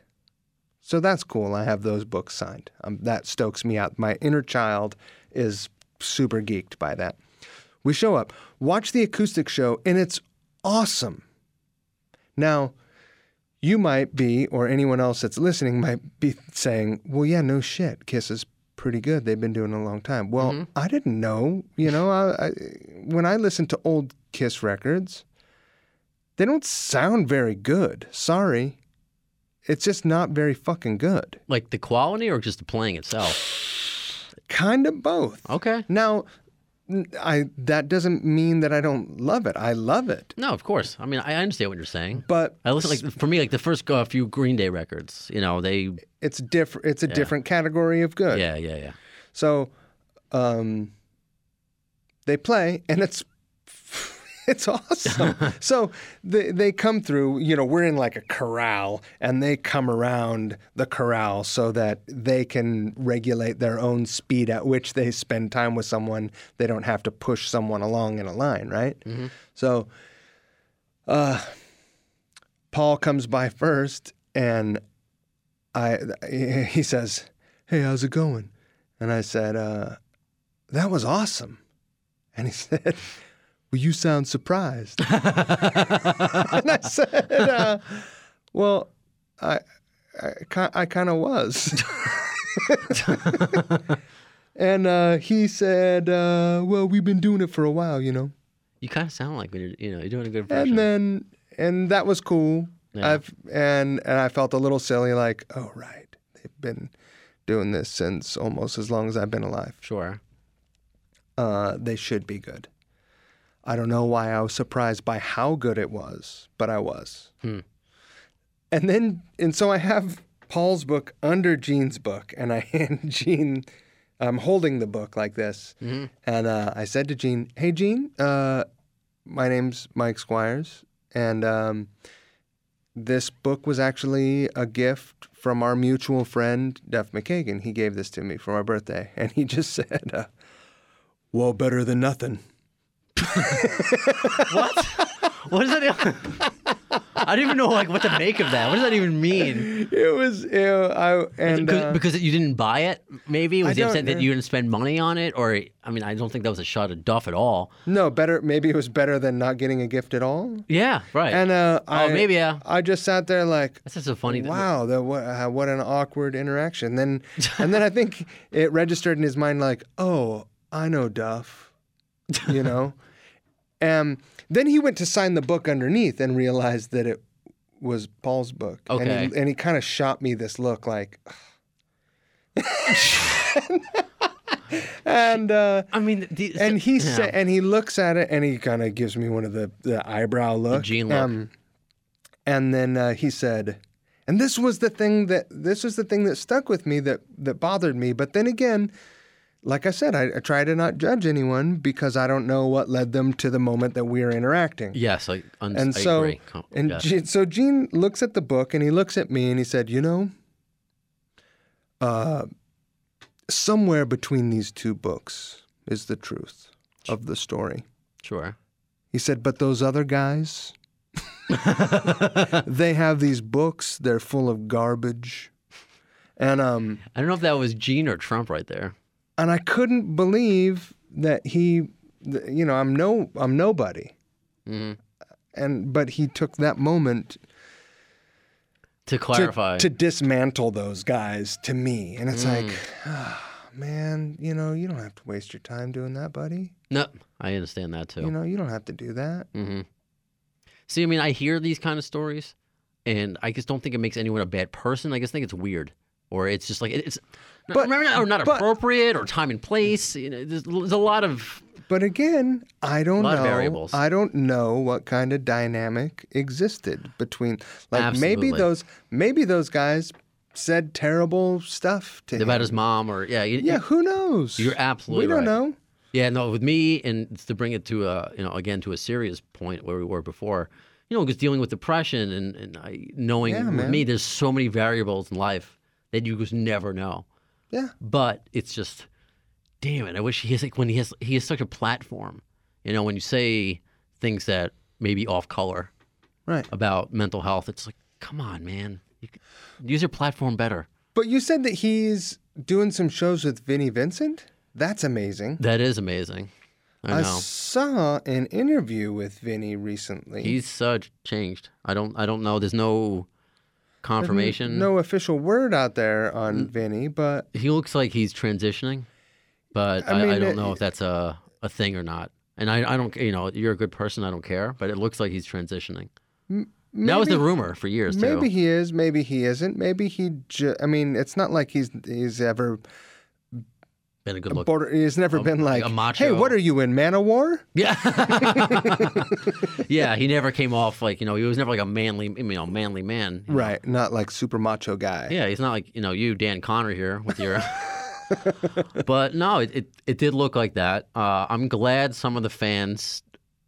Speaker 3: So that's cool. I have those books signed. Um, that stokes me out. My inner child is super geeked by that. We show up, watch the acoustic show, and it's awesome. Now, you might be, or anyone else that's listening might be saying, well, yeah, no shit. Kiss is pretty good. They've been doing it a long time. Well,
Speaker 2: Mm-hmm.
Speaker 3: I didn't know. You know, I, I, when I listen to old Kiss records, they don't sound very good. Sorry. It's just not very fucking good.
Speaker 2: Like the quality or just the playing itself.
Speaker 3: Kind of both.
Speaker 2: Okay.
Speaker 3: Now, n- I that doesn't mean that I don't love it. I love it.
Speaker 2: No, of course. I mean, I understand what you're saying.
Speaker 3: But
Speaker 2: I listen like for me, like the first uh, few Green Day records. You know, they
Speaker 3: it's different it's a different category of good.
Speaker 2: yeah, yeah, yeah.
Speaker 3: So um, they play, and it's *laughs* it's awesome. so they they come through. You know, we're in like a corral, and they come around the corral so that they can regulate their own speed at which they spend time with someone. They don't have to push someone along in a line, right? So. uh, Paul comes by first, and I he says, "Hey, how's it going?" And I said, uh, "That was awesome." And he *laughs* said, "Well, you sound surprised." *laughs* and I said, uh, "Well, I I, ki- I kind of was." *laughs* and uh, he said, uh, "Well, we've been doing it for a while, you know."
Speaker 2: You kind of sound like when you're, you know, you're doing a good impression.
Speaker 3: and then and that was cool.
Speaker 2: Yeah.
Speaker 3: I've and and I felt a little silly, like, oh right, they've been doing this since almost as long as I've been alive.
Speaker 2: sure.
Speaker 3: Uh, they should be good. I don't know why I was surprised by how good it was, but I was. And then and so I have Paul's book under Gene's book, and I *laughs* hand Gene. I'm holding the book like this, and uh, I said to Gene, "Hey, Gene, uh, my name's Mike Squires, and um, this book was actually a gift from our mutual friend, Duff McKagan. He gave this to me for my birthday, *laughs* and he just said, uh, well, better than nothing.
Speaker 2: What is that? I don't even *laughs* know like what to make of that. What does that even mean?
Speaker 3: *laughs* It was, ew, I, and
Speaker 2: Because-
Speaker 3: uh,
Speaker 2: because you didn't buy it, maybe was he
Speaker 3: don't
Speaker 2: upset that
Speaker 3: know.
Speaker 2: you didn't spend money on it, or I mean, I don't think that was a shot at Duff at all.
Speaker 3: no, better, maybe it was better than not getting a gift at all.
Speaker 2: Yeah, right.
Speaker 3: And uh, I,
Speaker 2: Oh, maybe, yeah.
Speaker 3: I just sat there like,
Speaker 2: that's just a funny.
Speaker 3: wow, that what, uh, what an awkward interaction. Then, and then
Speaker 2: *laughs*
Speaker 3: I think it registered in his mind like, oh, I know Duff, you
Speaker 2: *laughs*
Speaker 3: know. um, then he went to sign the book underneath and realized that it was Paul's book. And
Speaker 2: Okay.
Speaker 3: he, and he kind of shot me this look like, "Ugh, *laughs*
Speaker 2: *laughs*
Speaker 3: And uh,
Speaker 2: I mean, the,
Speaker 3: and he
Speaker 2: yeah.
Speaker 3: sa- and he looks at it and he kind of gives me one of the, the eyebrow look. Um,
Speaker 2: Gene look.
Speaker 3: and then uh, he said, and this was the thing that this was the thing that stuck with me that that bothered me. But then again, like I said, I, I try to not judge anyone because I don't know what led them to the moment that we are interacting.
Speaker 2: yes, I, un-
Speaker 3: And
Speaker 2: I
Speaker 3: so
Speaker 2: agree. Com-
Speaker 3: and
Speaker 2: yes.
Speaker 3: Gene, so Gene looks at the book and he looks at me and he said, "You know, uh, somewhere between these two books is the truth of the story."
Speaker 2: sure.
Speaker 3: He said, "But those
Speaker 2: *laughs*
Speaker 3: other guys, they have these books. They're full of garbage." And um
Speaker 2: I don't know if that was Gene or Trump right there.
Speaker 3: and I couldn't believe that he, th- you know, I'm no I'm nobody.
Speaker 2: Mm-hmm.
Speaker 3: And but he took that moment
Speaker 2: To
Speaker 3: to-
Speaker 2: clarify, Mm.
Speaker 3: To, dismantle those guys to me. And it's like, ah, man, you know, you don't have to waste your time doing that, buddy.
Speaker 2: no, I understand that too.
Speaker 3: You know, you don't have to do that.
Speaker 2: Mm. See, I mean, I hear these kind of stories, and I just don't think it makes anyone a bad person. I just think it's weird, or it's just like it's,
Speaker 3: But-
Speaker 2: but, or not
Speaker 3: but-
Speaker 2: appropriate, or time and place. You know, there's, there's a lot of
Speaker 3: But again, I don't
Speaker 2: lot
Speaker 3: know.
Speaker 2: of variables.
Speaker 3: I don't know what kind of dynamic existed between like maybe
Speaker 2: Absolutely.
Speaker 3: those maybe those guys said terrible stuff to him.
Speaker 2: about his mom, or yeah, you-
Speaker 3: yeah, who knows?
Speaker 2: You're absolutely
Speaker 3: We don't
Speaker 2: right.
Speaker 3: know.
Speaker 2: Yeah, no, with me, and to bring it to a, you know, again to a serious point where we were before, you know, because dealing with depression and and I, knowing
Speaker 3: Yeah,
Speaker 2: with
Speaker 3: man.
Speaker 2: me, there's so many variables in life that you just never know.
Speaker 3: Yeah.
Speaker 2: But it's just, damn it! I wish he has like when he has he has such a platform, you know, when you say things that may be off color
Speaker 3: Right.
Speaker 2: about mental health, it's like, come on, man, you could, use your platform better.
Speaker 3: But you said that he's doing some shows with Vinnie Vincent? That's amazing.
Speaker 2: That is amazing. I
Speaker 3: I
Speaker 2: know.
Speaker 3: saw an interview with Vinny recently.
Speaker 2: He's such changed. I don't. I don't know. There's no confirmation.
Speaker 3: No official word out there on Vinny, but
Speaker 2: He looks like he's transitioning, but
Speaker 3: I
Speaker 2: I, I,
Speaker 3: mean,
Speaker 2: don't
Speaker 3: uh,
Speaker 2: know if that's a a thing or not. And I, I don't. You know, you're a good person. I don't care. But it looks like he's transitioning. that was the
Speaker 3: maybe-
Speaker 2: rumor for years too.
Speaker 3: maybe he is, maybe he isn't. Maybe he ju- I mean, it's not like he's he's ever
Speaker 2: Been a good look.
Speaker 3: border, he's never been like,
Speaker 2: a macho.
Speaker 3: "Hey, what are you in Man of War?" *laughs*
Speaker 2: *laughs* yeah, he never came off like you know. He was never like a manly, you know, manly man. you know.
Speaker 3: Right, not like super macho guy.
Speaker 2: Yeah, he's not like you know you, Dan Connor here with
Speaker 3: *laughs*
Speaker 2: your. *laughs* but no, it, it it did look like that. Uh, I'm glad some of the fans,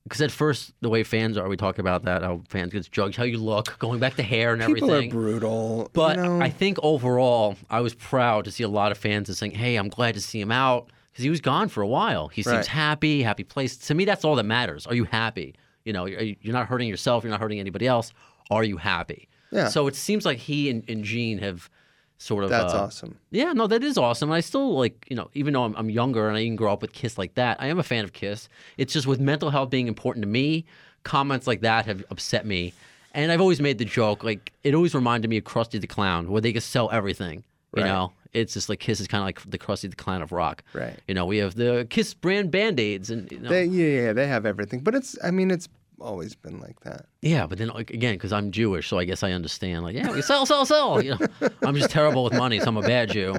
Speaker 2: because at first the way fans are, we talk about that how fans get judged, how you look, going back to hair and
Speaker 3: People
Speaker 2: everything.
Speaker 3: are brutal.
Speaker 2: but
Speaker 3: you know?
Speaker 2: I think overall, I was proud to see a lot of fans and saying, "Hey, I'm glad to see him out." Because he was gone for a while. He seems
Speaker 3: Right.
Speaker 2: happy, happy place. To me, that's all that matters. Are you happy? You know, are you- you're not hurting yourself. You're not hurting anybody else. Are you happy?
Speaker 3: Yeah.
Speaker 2: So it seems like he and, and Gene have sort of.
Speaker 3: that's
Speaker 2: uh,
Speaker 3: awesome.
Speaker 2: Yeah, no, that is awesome. And I still like, you know, even though I'm, I'm younger and I didn't grow up with Kiss like that, I am a fan of Kiss. It's just with mental health being important to me, comments like that have upset me. And I've always made the joke, like, it always reminded me of Krusty the Clown, where they could sell everything. You
Speaker 3: Right.
Speaker 2: know, it's just like Kiss is kind of like the Krusty the Clown of rock.
Speaker 3: Right.
Speaker 2: You know, we have the Kiss brand band aids and, you know,
Speaker 3: They, yeah, yeah, they have everything. But it's I mean, it's always been like that.
Speaker 2: Yeah, but then like, again, because I'm Jewish, so I guess I understand. Like, yeah, we sell, sell, sell. You know, *laughs* I'm just terrible with money, so I'm a bad Jew.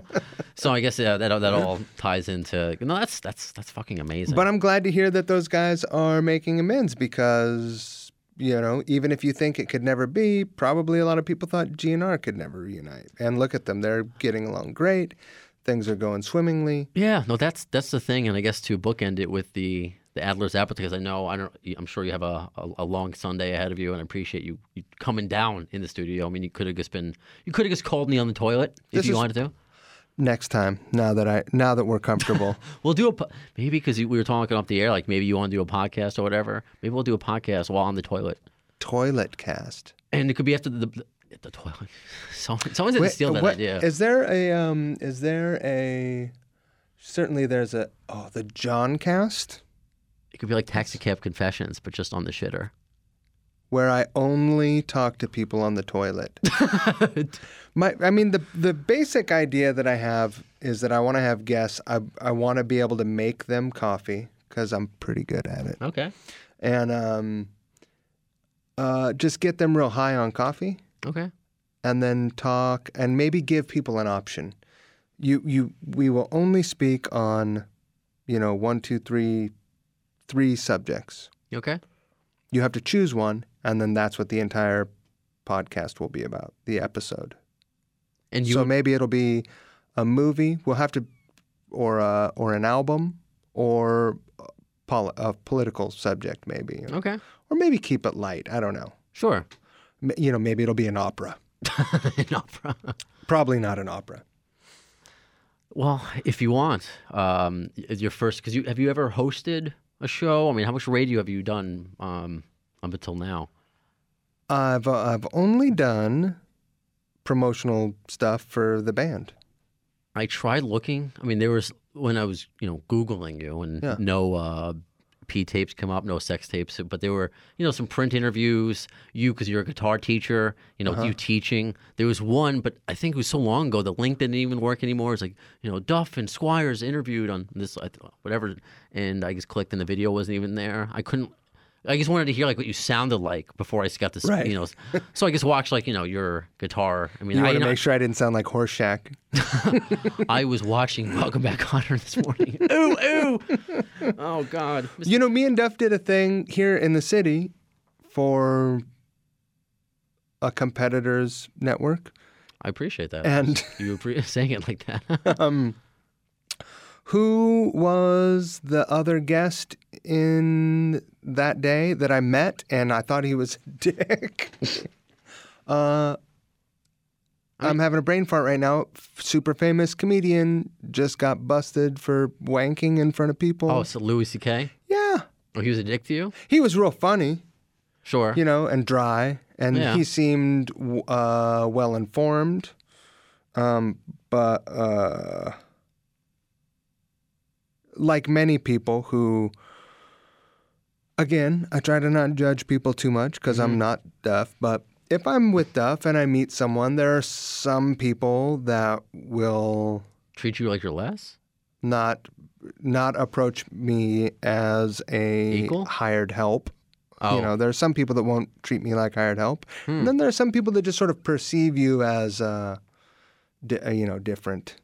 Speaker 2: So I guess yeah, that that all ties into. No, that's that's that's fucking amazing.
Speaker 3: But I'm glad to hear that those guys are making amends because, you know, even if you think it could never be, probably a lot of people thought GNR could never reunite. And look at them, they're getting along great. Things are going swimmingly.
Speaker 2: yeah, no, that's that's the thing, and I guess to bookend it with the the Adler's Apple, because I know I don't. I'm sure you have a, a a long Sunday ahead of you, and I appreciate you, you coming down in the studio. I mean, you could have just been, you could have just called me on the toilet if
Speaker 3: This
Speaker 2: you
Speaker 3: is-
Speaker 2: wanted to.
Speaker 3: Next time, now that I now that we're comfortable.
Speaker 2: *laughs* We'll do a po- maybe because we were talking off the air, like maybe you want to do a podcast or whatever. Maybe we'll do a podcast while on the toilet.
Speaker 3: Toilet cast.
Speaker 2: and it could be after the the, the toilet. *laughs* Someone, someone's gonna
Speaker 3: Wait,
Speaker 2: steal that
Speaker 3: what-
Speaker 2: idea.
Speaker 3: Is there a um is there a certainly there's a oh the John cast
Speaker 2: it could be like taxicab confessions, but just on the shitter.
Speaker 3: where I only talk to people on the toilet. My, I mean, the the basic idea that I have is that I want to have guests. I I want to be able to make them coffee because I'm pretty good at it,
Speaker 2: okay.
Speaker 3: and um, uh, just get them real high on coffee,
Speaker 2: Okay.
Speaker 3: and then talk, and maybe give people an option. you you we will only speak on, you know, one, two, three, three subjects.
Speaker 2: Okay.
Speaker 3: You have to choose one, and then that's what the entire podcast will be about, the episode.
Speaker 2: And you
Speaker 3: so maybe it'll be a movie. We'll have to, or a, or an album, or poli- a political subject, maybe.
Speaker 2: okay?
Speaker 3: Or maybe keep it light. I don't know.
Speaker 2: Sure.
Speaker 3: *laughs* M- You know, maybe it'll be an opera.
Speaker 2: An opera.
Speaker 3: Probably not an opera.
Speaker 2: Well, if you want, um, is your first because you have you ever hosted a show? I mean, how much radio have you done um, up until now?
Speaker 3: I've uh, I've only done promotional stuff for the band.
Speaker 2: I tried looking. I mean, there was when I was, you know, googling you, and
Speaker 3: Yeah.
Speaker 2: no uh, P tapes come up, no sex tapes, but there were, you know, some print interviews. You, because you're a guitar teacher, you know,
Speaker 3: Uh-huh.
Speaker 2: you teaching. There was one, but I think it was so long ago that link didn't even work anymore. It's like, you know, Duff and Squires interviewed on this, I th- whatever, and I just clicked, and the video wasn't even there. I couldn't. I just wanted to hear like what you sounded like before I got this,
Speaker 3: Right.
Speaker 2: you know.
Speaker 3: *laughs*
Speaker 2: s- So I just watched like you know your guitar. I mean,
Speaker 3: You
Speaker 2: I,
Speaker 3: want
Speaker 2: you
Speaker 3: to
Speaker 2: know,
Speaker 3: make sure I didn't sound like Horseshack.
Speaker 2: *laughs* I was watching Welcome Back, Honor this morning. *laughs* ooh, ooh. *laughs* Oh, God. Mis-
Speaker 3: You know, me and Duff did a thing here in the city for a competitor's network,
Speaker 2: I appreciate that.
Speaker 3: and
Speaker 2: you were pre- *laughs* saying it like that.
Speaker 3: *laughs* who was the other guest in that day that I met, and I thought he was a dick. *laughs* uh, I'm having a brain fart right now. F- Super famous comedian just got busted for wanking in front of people.
Speaker 2: oh, so Louis C.K.?
Speaker 3: yeah,
Speaker 2: Oh, he was a dick to you?
Speaker 3: he was real funny.
Speaker 2: Sure.
Speaker 3: you know, and dry. And
Speaker 2: Yeah.
Speaker 3: he seemed w- uh, well informed. Um, but uh, like many people who, again, I try to not judge people too much because
Speaker 2: Mm-hmm.
Speaker 3: I'm not Duff. But if I'm with Duff and I meet someone, there are some people that will
Speaker 2: Treat you like you're less?
Speaker 3: not not approach me as a
Speaker 2: Equal?
Speaker 3: hired help.
Speaker 2: Oh. Hmm.
Speaker 3: You know, there are some people that won't treat me like hired help, and then there are some people that just sort of perceive you as, uh, di- uh, you know, different.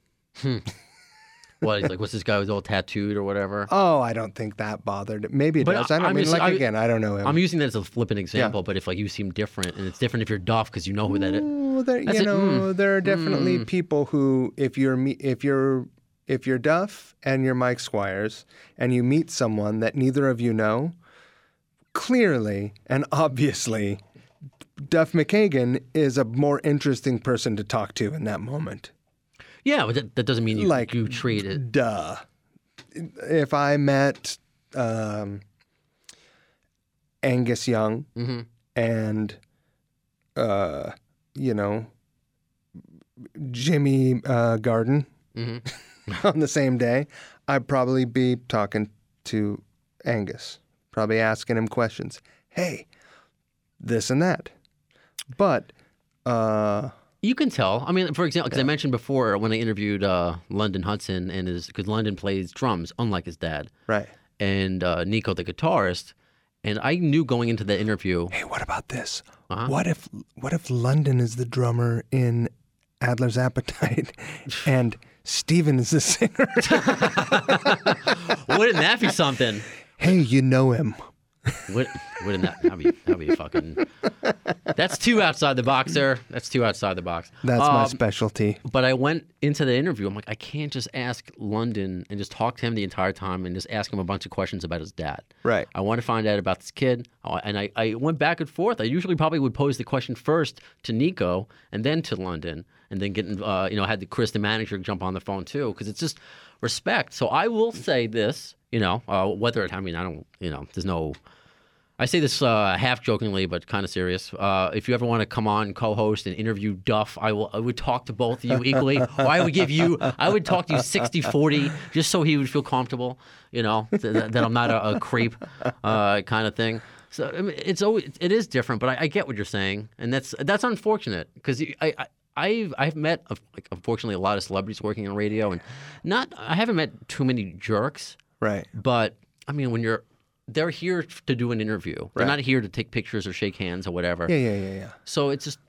Speaker 2: What? He's like, what's this guy who's all tattooed or
Speaker 3: *laughs*
Speaker 2: whatever?
Speaker 3: Oh, I don't think that bothered. Maybe it
Speaker 2: But
Speaker 3: does. I don't
Speaker 2: I'm
Speaker 3: mean
Speaker 2: just-
Speaker 3: like
Speaker 2: I-
Speaker 3: again. I don't know him.
Speaker 2: I'm using that as a flippant example, but if like you seem different, and it's different if you're Duff because you know who that is.
Speaker 3: Ooh, there,
Speaker 2: That's
Speaker 3: you
Speaker 2: it. Mm.
Speaker 3: know, there are definitely people who, if you're me, if you're if you're Duff and you're Mike Squires, and you meet someone that neither of you know, clearly and obviously, Duff McKagan is a more interesting person to talk to in that moment.
Speaker 2: Yeah, but that, that doesn't mean you,
Speaker 3: Like-
Speaker 2: you treat it.
Speaker 3: Duh. If I met um, Angus Young and, uh, you know, Jimmy uh, Garden *laughs* on the same day, I'd probably be talking to Angus, probably asking him questions. Hey, this and that. But, uh,
Speaker 2: You can tell. I mean, for example, because I mentioned before when I interviewed uh, London Hudson and his, because London plays drums, unlike his dad.
Speaker 3: right.
Speaker 2: and uh, Nico, the guitarist. And I knew going into that interview,
Speaker 3: hey, what about this?
Speaker 2: Uh-huh.
Speaker 3: What if what if London is the drummer in Adler's Appetite
Speaker 2: *laughs*
Speaker 3: and Steven is the singer?
Speaker 2: wouldn't that be something?
Speaker 3: hey, you know him.
Speaker 2: Would, wouldn't that that'd be, that'd be fucking? That's too outside the box, sir. That's too outside the box.
Speaker 3: That's my
Speaker 2: Um,
Speaker 3: specialty.
Speaker 2: But I went into the interview. I'm like, I can't just ask London and just talk to him the entire time and just ask him a bunch of questions about his dad.
Speaker 3: Right.
Speaker 2: I want to find out about this kid. I- And I, I went back and forth. I usually probably would pose the question first to Nico and then to London and then getting, uh, you know, had the Chris, the manager, jump on the phone too because it's just respect. So I will say this, you know, uh, whether it, I mean, I don't, you know, there's no. I say this uh, half jokingly, but kind of serious. Uh, if you ever want to come on, co-host and interview Duff, I will. I would talk to both of you equally, or I would give you. I would talk to you 60-40, just so he would feel comfortable. You know th- th- that I'm not a, a creep, uh, kind of thing. So I mean, it's always it is different, but I, I get what you're saying, and that's that's unfortunate because I. I I've I've met uh, like, unfortunately a lot of celebrities working in radio and not I haven't met too many jerks
Speaker 3: Right.
Speaker 2: but I mean, when you're, they're here to do an interview. They're not here to take pictures or shake hands or whatever.
Speaker 3: Yeah, yeah, yeah, yeah.
Speaker 2: So it's just,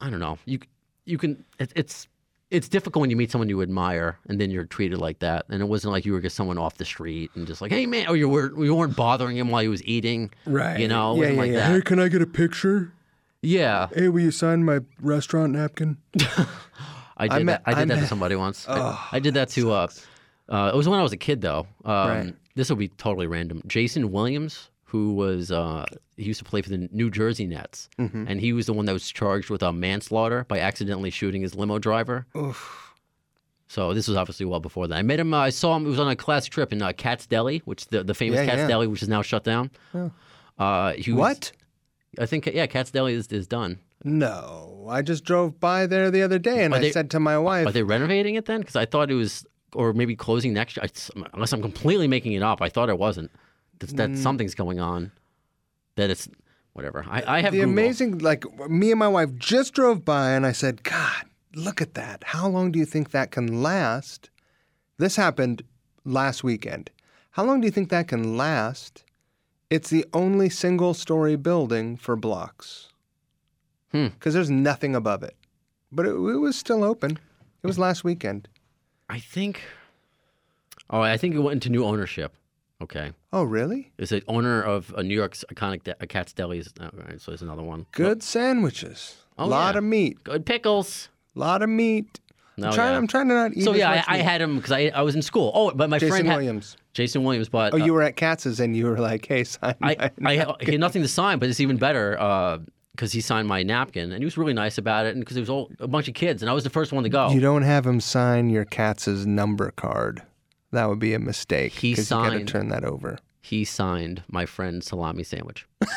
Speaker 2: I don't know. You c- you can it, it's it's difficult when you meet someone you admire and then you're treated like that. And it wasn't like you were just someone off the street and just like, hey man, or you were you weren't bothering him while he was eating, You know, it
Speaker 3: yeah,
Speaker 2: wasn't
Speaker 3: yeah,
Speaker 2: like
Speaker 3: yeah. Hey,
Speaker 2: that.
Speaker 3: can I get a picture?
Speaker 2: Yeah,
Speaker 3: Hey, will you sign my restaurant napkin?
Speaker 2: I did
Speaker 3: I'm
Speaker 2: that.
Speaker 3: at-
Speaker 2: I did
Speaker 3: I'm
Speaker 2: that to
Speaker 3: at-
Speaker 2: somebody once.
Speaker 3: Oh,
Speaker 2: I, I did that, to. Uh, uh, it was when I was a kid, though. Um,
Speaker 3: Right.
Speaker 2: This will be totally random. Jason Williams, who was uh, he used to play for the New Jersey Nets,
Speaker 3: Mm-hmm.
Speaker 2: and he was the one that was charged with uh, manslaughter by accidentally shooting his limo driver. So this was obviously well before that. I met him. Uh, I saw him. It was on a class trip in uh, Cat's Deli, which the the famous
Speaker 3: Yeah,
Speaker 2: Cat's
Speaker 3: yeah. Oh.
Speaker 2: Deli, which is now shut down. Uh, he was-
Speaker 3: What?
Speaker 2: I think yeah, Cat's Deli is, is done.
Speaker 3: No, I just drove by there the other day and
Speaker 2: Are
Speaker 3: I
Speaker 2: they-
Speaker 3: said to my wife,
Speaker 2: Are they renovating it then? Because I thought it was, or maybe closing next year. I- Unless I'm completely making it up. I thought it wasn't. That, that
Speaker 3: Mm.
Speaker 2: something's going on. That it's whatever. I, I have
Speaker 3: the
Speaker 2: Google.
Speaker 3: amazing like me and my wife just drove by and i said god look at that how long do you think that can last this happened last weekend how long do you think that can last it's the only single story building for blocks
Speaker 2: Hmm.
Speaker 3: because there's nothing above it but it, it was still open it was last weekend
Speaker 2: I think. Oh, I think it went into new ownership. Okay,
Speaker 3: oh really
Speaker 2: is it owner of a New York's iconic de- uh, Cat's Deli? Is, all right, so there's another one.
Speaker 3: good sandwiches
Speaker 2: Oh,
Speaker 3: lot
Speaker 2: yeah.
Speaker 3: of meat
Speaker 2: Good pickles.
Speaker 3: lot of meat
Speaker 2: No,
Speaker 3: I'm, trying,
Speaker 2: yeah.
Speaker 3: I'm trying to not eat
Speaker 2: So
Speaker 3: as
Speaker 2: yeah,
Speaker 3: much
Speaker 2: I, I
Speaker 3: meat.
Speaker 2: had him because I, I was in school. Oh, but my
Speaker 3: jason
Speaker 2: friend had-
Speaker 3: williams
Speaker 2: Jason Williams, but
Speaker 3: Oh,
Speaker 2: uh,
Speaker 3: you were at Katz's and you were like, "Hey, sign."
Speaker 2: I,
Speaker 3: *laughs* my-
Speaker 2: I he had nothing to sign, but it's even better because he signed my napkin, and he was really nice about it, and because it was all, a bunch of kids, and I was the first one to go.
Speaker 3: you don't have him sign your Katz's number card. That would be a mistake.
Speaker 2: He
Speaker 3: 'cause You gotta
Speaker 2: signed.
Speaker 3: turn that over.
Speaker 2: he signed my friend's salami sandwich.
Speaker 3: *laughs*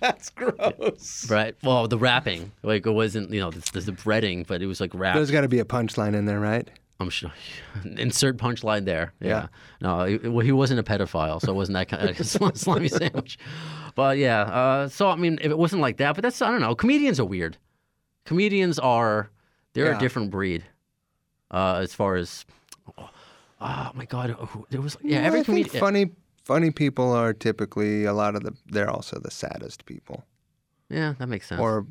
Speaker 3: That's gross.
Speaker 2: Right? Well, the wrapping, like it wasn't, you know, the, the, the breading, but it was like wrapped.
Speaker 3: There's got to be a punchline in there, right?
Speaker 2: I'm sure. *laughs* Insert punchline there. Yeah.
Speaker 3: Yeah.
Speaker 2: No, he, well, he wasn't a pedophile, so it wasn't *laughs* that kind of sal-
Speaker 3: *laughs*
Speaker 2: salami sandwich. But yeah, uh, so I mean, if it wasn't like that, but that's I don't know. Comedians are weird. Comedians are they're
Speaker 3: Yeah.
Speaker 2: a different breed. Uh, as far as oh, my god, who- there was yeah
Speaker 3: Well,
Speaker 2: every uh,
Speaker 3: I think
Speaker 2: comedian.
Speaker 3: funny, funny people are typically a lot of the. They're also the saddest people,
Speaker 2: Yeah, that makes sense.
Speaker 3: or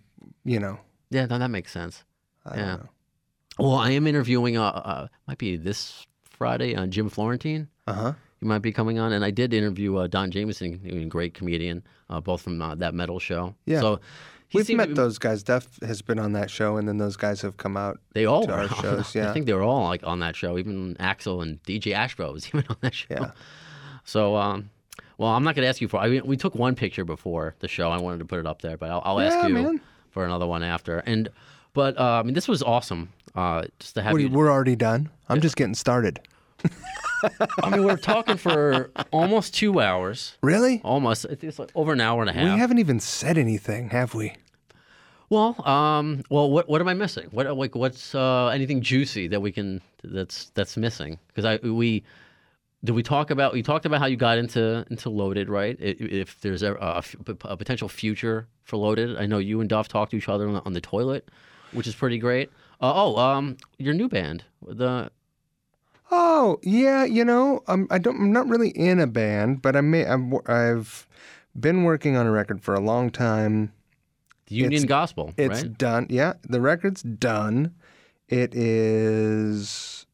Speaker 3: you know,
Speaker 2: yeah, no, that makes sense.
Speaker 3: I
Speaker 2: Yeah.
Speaker 3: don't know.
Speaker 2: Well, I am interviewing uh, uh might be this Friday on Jim Florentine.
Speaker 3: Uh huh.
Speaker 2: he might be coming on. And I did interview uh, Don Jameson, a great comedian, uh, both from uh, that metal show.
Speaker 3: Yeah.
Speaker 2: So he
Speaker 3: We've
Speaker 2: seemed-
Speaker 3: met those guys. Def has been on that show, and then those guys have come out.
Speaker 2: They all
Speaker 3: to
Speaker 2: were *laughs*
Speaker 3: our
Speaker 2: on-
Speaker 3: shows,
Speaker 2: I
Speaker 3: yeah.
Speaker 2: think they were all like on that show. Even Axel and DJ Ashbro was *laughs* even on that show.
Speaker 3: Yeah.
Speaker 2: So, um, well, I'm not going to ask you for. I mean, we took one picture before the show. I wanted to put it up there, but I'll, I'll ask
Speaker 3: Yeah,
Speaker 2: you
Speaker 3: man.
Speaker 2: for another one after. And but uh, I mean, this was awesome. Uh, just to have
Speaker 3: What do
Speaker 2: you.
Speaker 3: you, we're already done. I'm just getting started.
Speaker 2: I mean, we're talking for *laughs* almost two hours.
Speaker 3: Really?
Speaker 2: Almost, it's like over an hour and a half.
Speaker 3: We haven't even said anything, have we?
Speaker 2: Well, um, well, what what am I missing? What like what's uh, anything juicy that we can that's that's missing? Because I we did we talk about we talked about how you got into into loaded right? I- If there's uh, a, a f- a potential future for loaded, I know you and Duff talked to each other on the, on the toilet, which is pretty great. Uh, oh, um, your new band, the
Speaker 3: Oh yeah, you know, I'm I don't I'm not really in a band, but I may I'm, wo- I've been working on a record for a long time.
Speaker 2: Union
Speaker 3: It's-
Speaker 2: Gospel,
Speaker 3: It's
Speaker 2: right?
Speaker 3: done. Yeah, the record's done. It is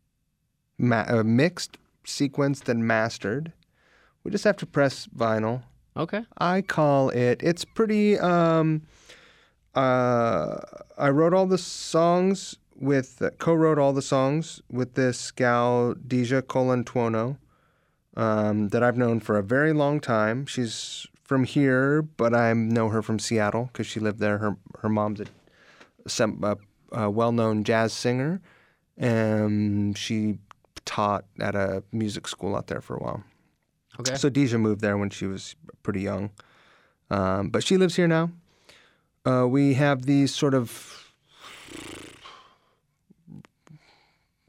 Speaker 3: ma- uh, mixed, sequenced, and mastered. We just have to press vinyl.
Speaker 2: Okay,
Speaker 3: I call it. It's pretty. Um, uh, I wrote all the songs with co-wrote all the songs with this gal Deja Colon Tuono, um, that I've known for a very long time. She's from here, but I know her from Seattle because she lived there. Her her mom's a, some, a, a well-known jazz singer, and she taught at a music school out there for a while.
Speaker 2: okay.
Speaker 3: So Deja moved there when she was pretty young, um, but she lives here now. Uh, we have these sort of.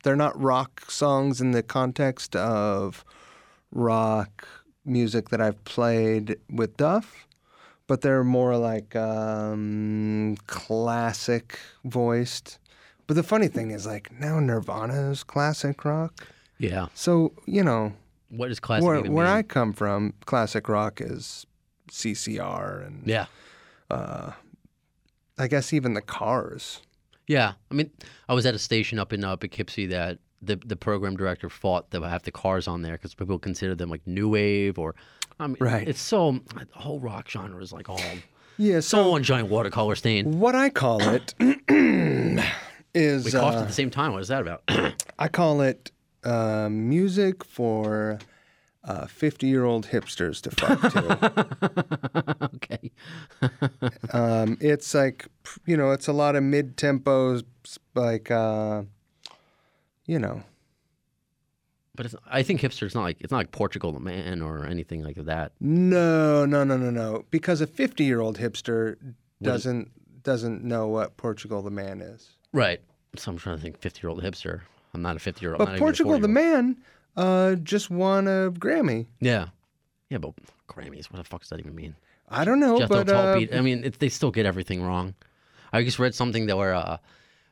Speaker 3: They're not rock songs in the context of rock music that I've played with Duff, but they're more like um, classic voiced. But the funny thing is, like, now Nirvana is classic rock.
Speaker 2: yeah.
Speaker 3: So, you know,
Speaker 2: What is classic?
Speaker 3: where,
Speaker 2: even
Speaker 3: where
Speaker 2: mean?
Speaker 3: I come from, classic rock is CCR and
Speaker 2: yeah.
Speaker 3: I guess even the Cars.
Speaker 2: Yeah, I mean, I was at a station up in uh, Poughkeepsie that the the program director fought to have the cars on there because people consider them like new wave or, I mean,
Speaker 3: Right.
Speaker 2: It's so the whole rock genre is like all
Speaker 3: Yeah.
Speaker 2: so one giant watercolor stain.
Speaker 3: What I call it *clears throat* is
Speaker 2: We coughed
Speaker 3: uh,
Speaker 2: at the same time. What is that about? *laughs*
Speaker 3: I call it uh, music for uh, fifty-year-old hipsters to fuck
Speaker 2: *laughs*
Speaker 3: to.
Speaker 2: okay.
Speaker 3: um, it's like you know, it's a lot of mid tempos, like uh, you know,
Speaker 2: But it's, I think hipster's not like it's not like Portugal the Man or anything like that.
Speaker 3: no, no, no, no, no, because a fifty-year-old hipster doesn't doesn't know what Portugal the Man is.
Speaker 2: Right. So I'm trying to think. Fifty year old hipster. I'm not a fifty year old.
Speaker 3: But Oh, Portugal the Man uh, just won a Grammy.
Speaker 2: Yeah. Yeah, but Grammys. What the fuck does that even mean?
Speaker 3: I don't know,
Speaker 2: Jeff
Speaker 3: but
Speaker 2: Del
Speaker 3: uh,
Speaker 2: Talpe- I mean, it, they still get everything wrong. I just read something that where uh,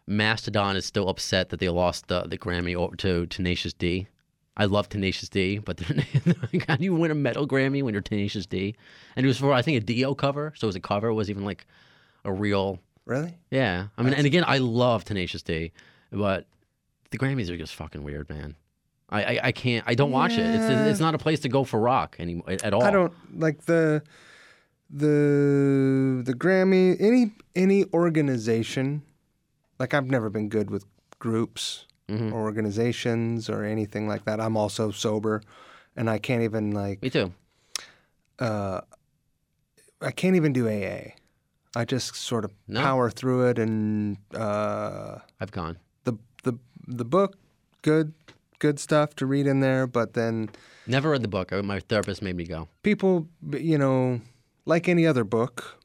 Speaker 2: Mastodon is still upset that they lost the, the Grammy o- to Tenacious D. I love Tenacious D, but *laughs* they're like, how do you win a metal Grammy when you're Tenacious D? And it was for I think a Dio cover, so it was a cover. It was even like a real,
Speaker 3: really,
Speaker 2: yeah. I mean, and again, I love Tenacious D, but the Grammys are just fucking weird, man. I, I, I can't. I don't watch it. It's it's not a place to go for rock anymore at all.
Speaker 3: I don't like the the the Grammy any any organization. Like I've never been good with groups or organizations or anything like that. I'm also sober, and I can't even like
Speaker 2: Me too.
Speaker 3: I can't even do AA. I just sort of
Speaker 2: No.
Speaker 3: power through it, and uh,
Speaker 2: I've gone.
Speaker 3: the the the book good good stuff to read in there, but then.
Speaker 2: Never read the book. I- My therapist made me go.
Speaker 3: people, b- you know, like any other book,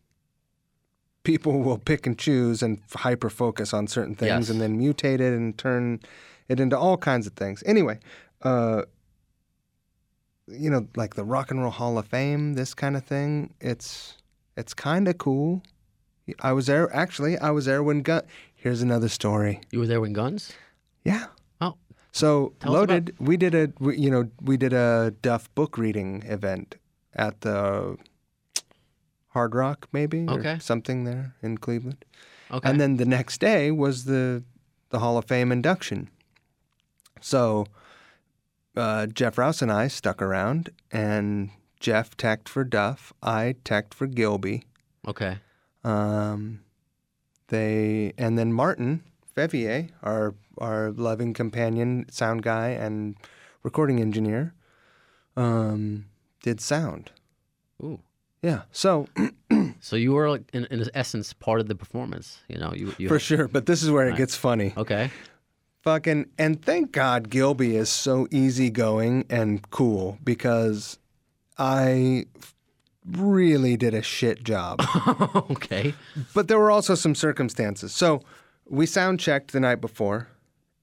Speaker 3: people will pick and choose and hyper focus on certain things
Speaker 2: Yes.
Speaker 3: and then mutate it and turn it into all kinds of things. Anyway, uh, you know, like the Rock and Roll Hall of Fame, this kind of thing. It's it's kind of cool. I was there actually. I was there when Gun. Here's another story.
Speaker 2: You were there when Guns?
Speaker 3: Yeah.
Speaker 2: Oh,
Speaker 3: So
Speaker 2: Tell us
Speaker 3: loaded. we did a we, you know we did a Duff book reading event at the Hard Rock maybe or
Speaker 2: Okay.
Speaker 3: something there in Cleveland,
Speaker 2: okay.
Speaker 3: and then the next day was the the Hall of Fame induction. So uh, Jeff Rouse and I stuck around, and Jeff teched for Duff, I teched for Gilby.
Speaker 2: okay.
Speaker 3: Um, they and then Martin Fevier, our our loving companion, sound guy and recording engineer, um, did sound.
Speaker 2: Ooh.
Speaker 3: Yeah, so *clears throat*
Speaker 2: So you were like in, in essence part of the performance. You know. You, you
Speaker 3: for sure. But this is where it gets funny.
Speaker 2: Okay.
Speaker 3: *laughs* Fucking and thank God Gilby is so easygoing and cool because I f- really did a shit job.
Speaker 2: okay.
Speaker 3: But there were also some circumstances. So we sound checked the night before.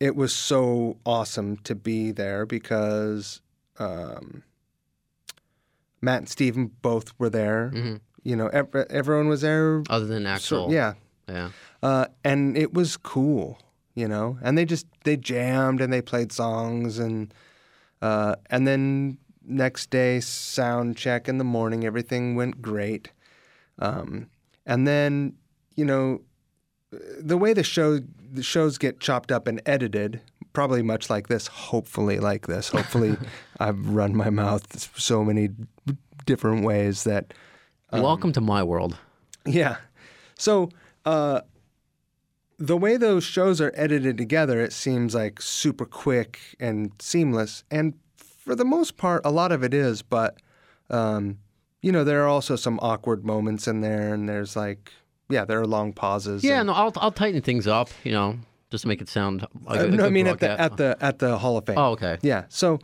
Speaker 3: It was so awesome to be there because um, Matt and Steven both were there. You know, ev- everyone was there.
Speaker 2: Other than
Speaker 3: So-
Speaker 2: actual.
Speaker 3: yeah.
Speaker 2: Yeah.
Speaker 3: Uh, and it was cool, you know. And they just they jammed and they played songs and uh, and then next day sound check in the morning everything went great. Um, and then you know the way the show the shows get chopped up and edited probably much like this hopefully like this hopefully I've run my mouth so many different ways that Um,
Speaker 2: Welcome to my world.
Speaker 3: yeah. So uh, the way those shows are edited together, it seems like super quick and seamless. And for the most part, a lot of it is, but um, you know, there are also some awkward moments in there, and there's like, yeah, there are long pauses.
Speaker 2: Yeah.
Speaker 3: and-
Speaker 2: No, I'll I'll tighten things up. You know, just to make it sound. Like
Speaker 3: Uh,
Speaker 2: a- a
Speaker 3: no, I
Speaker 2: good
Speaker 3: mean at the
Speaker 2: broadcast.
Speaker 3: at the at the Hall of Fame.
Speaker 2: Oh, okay.
Speaker 3: Yeah. So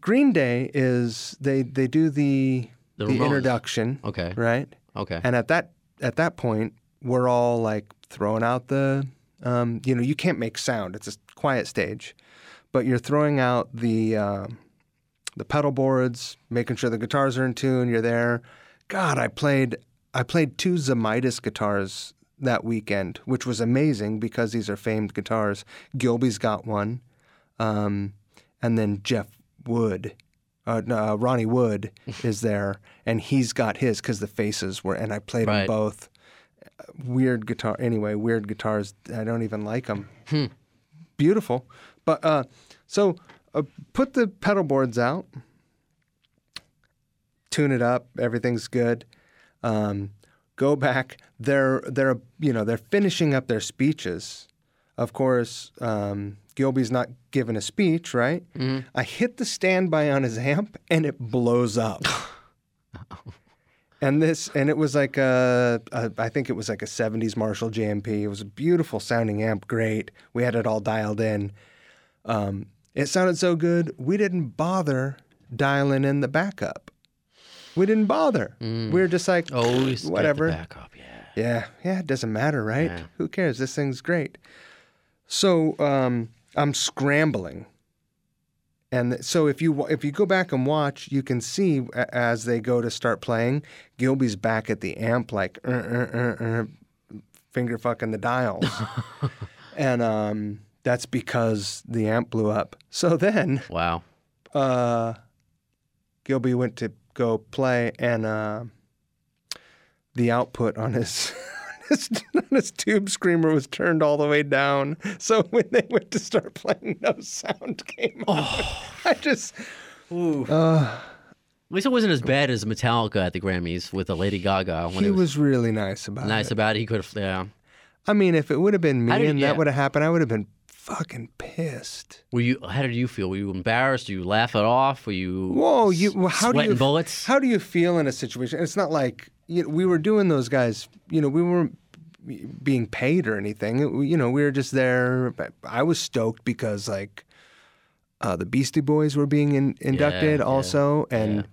Speaker 3: Green Day is they they do the
Speaker 2: The Ramones.
Speaker 3: introduction.
Speaker 2: Okay.
Speaker 3: Right.
Speaker 2: Okay.
Speaker 3: And at that at that point, we're all like throwing out the, um, you know, you can't make sound. It's a quiet stage, but you're throwing out the um, the pedal boards, making sure the guitars are in tune. You're there. God, I played I played two Zamitis guitars that weekend, which was amazing because these are famed guitars. Gilby's got one, um, and then Jeff Wood uh, no, uh, Ronnie Wood is there, and he's got his because the faces were, and I played
Speaker 2: Right.
Speaker 3: them both. weird guitar. Anyway, weird guitars. I don't even like them. Beautiful, but uh, so uh, put the pedal boards out, tune it up. Everything's good. Um, go back. They're they're you know they're finishing up their speeches. Of course, um, Gilby's not giving a speech, right?
Speaker 2: Mm-hmm.
Speaker 3: I hit the standby on his amp and it
Speaker 2: *laughs*
Speaker 3: blows up. And this, and it was like a, a, I think it was like a 70s Marshall JMP. It was a beautiful sounding amp, great. We had it all dialed in. Um, it sounded so good, we didn't bother dialing in the backup. We didn't bother. We were just like,
Speaker 2: Mm. Always
Speaker 3: whatever.
Speaker 2: Get the backup. Yeah.
Speaker 3: Yeah, yeah, it doesn't matter, right? Who cares? This thing's great. So um, I'm scrambling, and th- so if you wa- if you go back and watch, you can see a- as they go to start playing, Gilby's back at the amp, like uh, uh, uh, uh, finger fucking the dials, and um, that's because the amp blew up. So then
Speaker 2: Wow.
Speaker 3: uh, Gilby went to go play, and uh, the output on his, *laughs* on his on his tube screamer was turned all the way down. So when they went to start playing, no sound came. Oh. *laughs* I just
Speaker 2: At least it wasn't as bad as Metallica at the Grammys with the Lady Gaga. When
Speaker 3: he
Speaker 2: it was,
Speaker 3: was really nice about
Speaker 2: nice
Speaker 3: it.
Speaker 2: about it, he could have. Yeah.
Speaker 3: I mean, if it would have been me
Speaker 2: I did-
Speaker 3: and
Speaker 2: yeah.
Speaker 3: that would have happened, I would have been fucking pissed.
Speaker 2: Were you? How did you feel? Were you embarrassed? Did you laugh it off? Were you?
Speaker 3: Whoa, you
Speaker 2: s-
Speaker 3: well, how do
Speaker 2: sweating
Speaker 3: you
Speaker 2: bullets?
Speaker 3: How do you feel in a situation? It's not like you know, we were doing those guys. You know, we weren't being paid or anything. It- we- you know, we were just there. but I was stoked because like uh, the Beastie Boys were being in, inducted
Speaker 2: yeah,
Speaker 3: also, and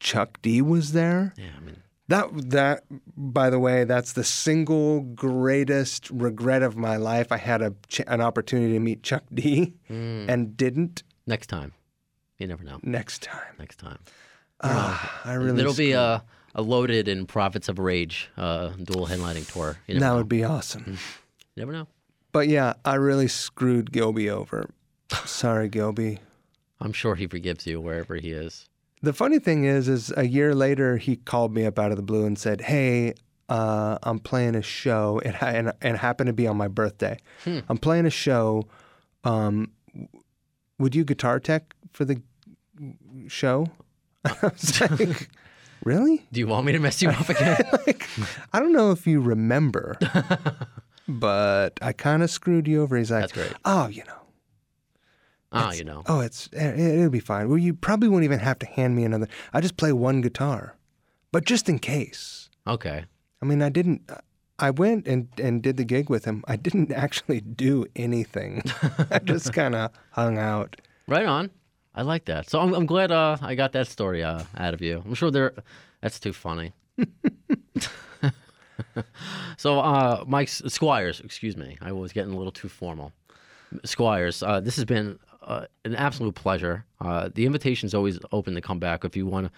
Speaker 3: Chuck D was there.
Speaker 2: yeah, I mean,
Speaker 3: That that by the way, that's the single greatest regret of my life. I had a ch- an opportunity to meet Chuck D
Speaker 2: Hmm.
Speaker 3: and didn't
Speaker 2: next time. You never know.
Speaker 3: next time.
Speaker 2: Next time.
Speaker 3: Ah, I really
Speaker 2: There'll be a, a loaded in Prophets of Rage uh, dual headlining tour. You never,
Speaker 3: That
Speaker 2: know.
Speaker 3: would be awesome.
Speaker 2: You never know.
Speaker 3: But yeah, I really screwed Gilby over. Sorry, Gilby.
Speaker 2: I'm sure he forgives you wherever he is.
Speaker 3: The funny thing is, is a year later he called me up out of the blue and said, "Hey, uh, I'm playing a show, and, I, and and it happened to be on my birthday.
Speaker 2: Hmm.
Speaker 3: I'm playing a show. Um, would you guitar tech for the show?" *laughs* I was
Speaker 2: *laughs*
Speaker 3: like, "Really?
Speaker 2: Do you want me to mess you up
Speaker 3: *laughs*
Speaker 2: again?
Speaker 3: I don't know if you remember,
Speaker 2: *laughs*
Speaker 3: but I kind of screwed you over." He's like,
Speaker 2: That's great.
Speaker 3: "Oh, you know."
Speaker 2: Ah, you know.
Speaker 3: Oh, it's it, it'll be fine. Well, you probably won't even have to hand me another. I just play one guitar, but just in case.
Speaker 2: Okay.
Speaker 3: I mean, I didn't. I went and and did the gig with him. I didn't *laughs* actually do anything. *laughs* I
Speaker 2: *laughs*
Speaker 3: just kind of hung out.
Speaker 2: Right on. I like that. So I'm, I'm glad uh, I got that story uh, out of you. I'm sure there. That's too funny. *laughs* so uh, Mike S- Squires, excuse me, I was getting a little too formal. Squires, uh, this has been uh, an absolute pleasure. Uh, the invitation's always open to come back if you want to.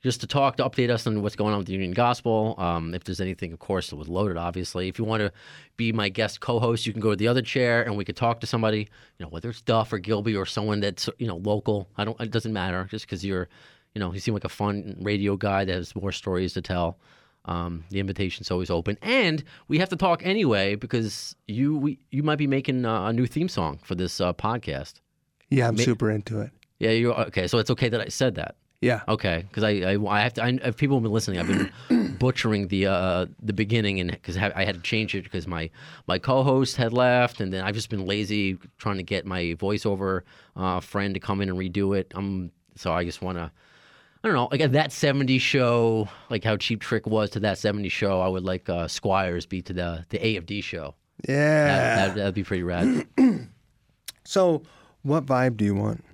Speaker 2: Just to talk, to update us on what's going on with the Union Gospel. Um, if there's anything, of course, with Loaded, obviously. If you want to be my guest co-host, you can go to the other chair and we could talk to somebody. You know, whether it's Duff or Gilby or someone that's you know local. I don't. It doesn't matter. Just because you're, you know, you seem like a fun radio guy that has more stories to tell. Um, the invitation's always open, and we have to talk anyway because you we, you might be making uh, a new theme song for this uh, podcast.
Speaker 3: Yeah, I'm super into it.
Speaker 2: Yeah, you are okay? So it's okay that I said that.
Speaker 3: Yeah.
Speaker 2: Okay, because I, I I have to. I, if people have been listening, I've been butchering the uh, the beginning, and because I had to change it because my my co-host had left, and then I've just been lazy trying to get my voiceover uh, friend to come in and redo it. Um, so I just want to. I don't know, like at that 70 show, like how Cheap Trick was to that 70 show, I would like uh, Squires be to the the AFD show.
Speaker 3: Yeah.
Speaker 2: That, that, would be pretty rad.
Speaker 3: So, what vibe do you want?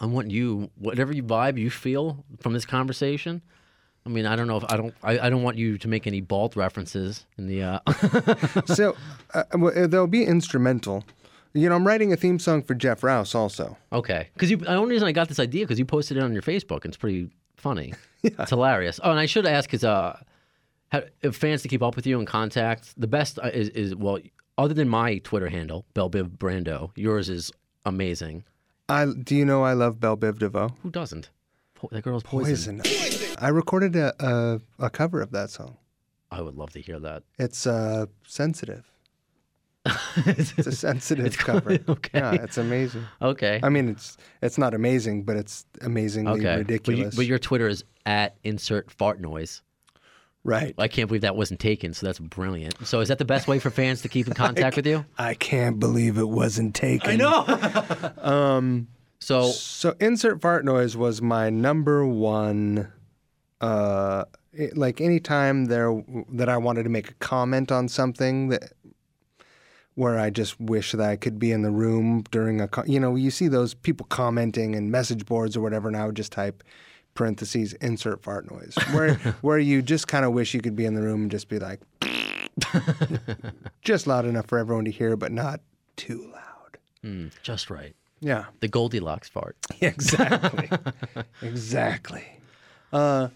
Speaker 2: I want you, whatever you vibe you feel from this conversation. I mean, I don't know if I don't, I, I don't want you to make any bald references in the. Uh, *laughs*
Speaker 3: so, uh, well, they'll be instrumental. You know, I'm writing a theme song for Jeff Rouse also.
Speaker 2: okay, because you. The only reason I got this idea because you posted it on your Facebook. And it's pretty funny. It's hilarious. Oh, and I should ask because uh, how, if fans to keep up with you and contact. The best uh, is is well, other than my Twitter handle, Belbiv Brando. Yours is amazing.
Speaker 3: I do you know I love Belle Biv DeVoe?
Speaker 2: Who doesn't? Po- that girl's poison.
Speaker 3: Poison. I recorded a, a a cover of that song.
Speaker 2: I would love to hear that. *laughs*
Speaker 3: It's uh, sensitive. It's
Speaker 2: *laughs*
Speaker 3: a sensitive cover.
Speaker 2: okay.
Speaker 3: Yeah, it's amazing.
Speaker 2: Okay.
Speaker 3: I mean, it's it's not amazing, but it's amazingly
Speaker 2: okay. But, you,
Speaker 3: ridiculous.
Speaker 2: but your Twitter is at insert fart noise.
Speaker 3: right.
Speaker 2: I can't believe that wasn't taken. So that's brilliant. So is that the best way for fans to keep *laughs* in contact with you?
Speaker 3: I can't believe it wasn't taken. I know.
Speaker 2: So
Speaker 3: So insert fart noise was my number one. Uh, it- like any time there that I wanted to make a comment on something that where I just wish that I could be in the room during a co- you know you see those people commenting and message boards or whatever and I would just type parentheses insert fart noise where where you just kind of wish you could be in the room and just be like just loud enough for everyone to hear but not too loud
Speaker 2: just right.
Speaker 3: yeah
Speaker 2: The Goldilocks fart.
Speaker 3: *laughs* Exactly. exactly. Uh,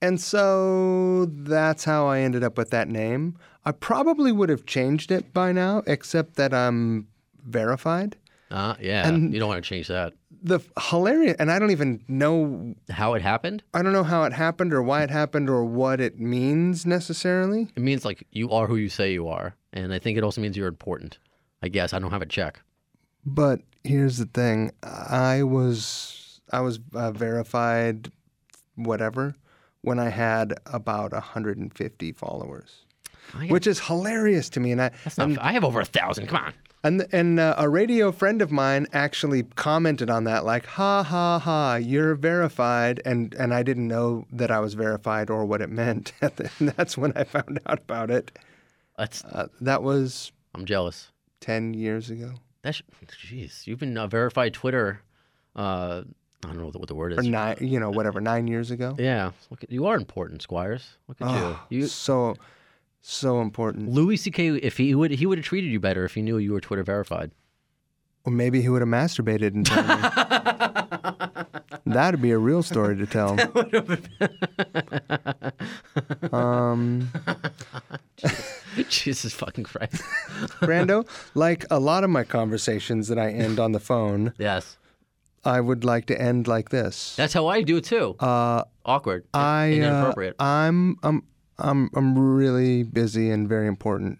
Speaker 3: and so that's how I ended up with that name. I probably would have changed it by now, except that I'm verified.
Speaker 2: Uh, yeah. you don't want to change that.
Speaker 3: The f- hilarious, and I don't even know,
Speaker 2: How it happened?
Speaker 3: I don't know how it happened or why it happened or what it means necessarily.
Speaker 2: It means like you are who you say you are, and I think it also means you're important. I guess I don't have a check.
Speaker 3: But here's the thing: I was I was uh, verified, whatever, when I had about 150 followers,
Speaker 2: I-
Speaker 3: which is hilarious to me. And I
Speaker 2: That's not. I have over a thousand. Come on.
Speaker 3: and and uh, a radio friend of mine actually commented on that, like, "Ha ha ha, you're verified," and and I didn't know that I was verified or what it meant. *laughs* and that's when I found out about it.
Speaker 2: That's.
Speaker 3: Uh, that was
Speaker 2: I'm jealous.
Speaker 3: 10 years ago,
Speaker 2: That's. Jeez, you've been a verified Twitter. Uh, I don't know what the, what the word
Speaker 3: or
Speaker 2: is.
Speaker 3: nine, you know, whatever, nine years ago.
Speaker 2: Yeah, look at, you are important, Squires. Look at you. You
Speaker 3: so so important.
Speaker 2: Louis C.K. If he would, he would have treated you better if he knew you were Twitter verified. *laughs*
Speaker 3: Or maybe he would have masturbated and told
Speaker 2: *laughs*
Speaker 3: me. That'd be a real story to tell. um,
Speaker 2: Jesus fucking Christ.
Speaker 3: Brando, like a lot of my conversations that I end on the phone,
Speaker 2: yes,
Speaker 3: I would like to end like this.
Speaker 2: that's how I do too.
Speaker 3: Uh,
Speaker 2: Awkward. and-
Speaker 3: I,
Speaker 2: and
Speaker 3: uh,
Speaker 2: inappropriate.
Speaker 3: I'm, I'm, I'm, I'm really busy and very
Speaker 2: *laughs*
Speaker 3: important.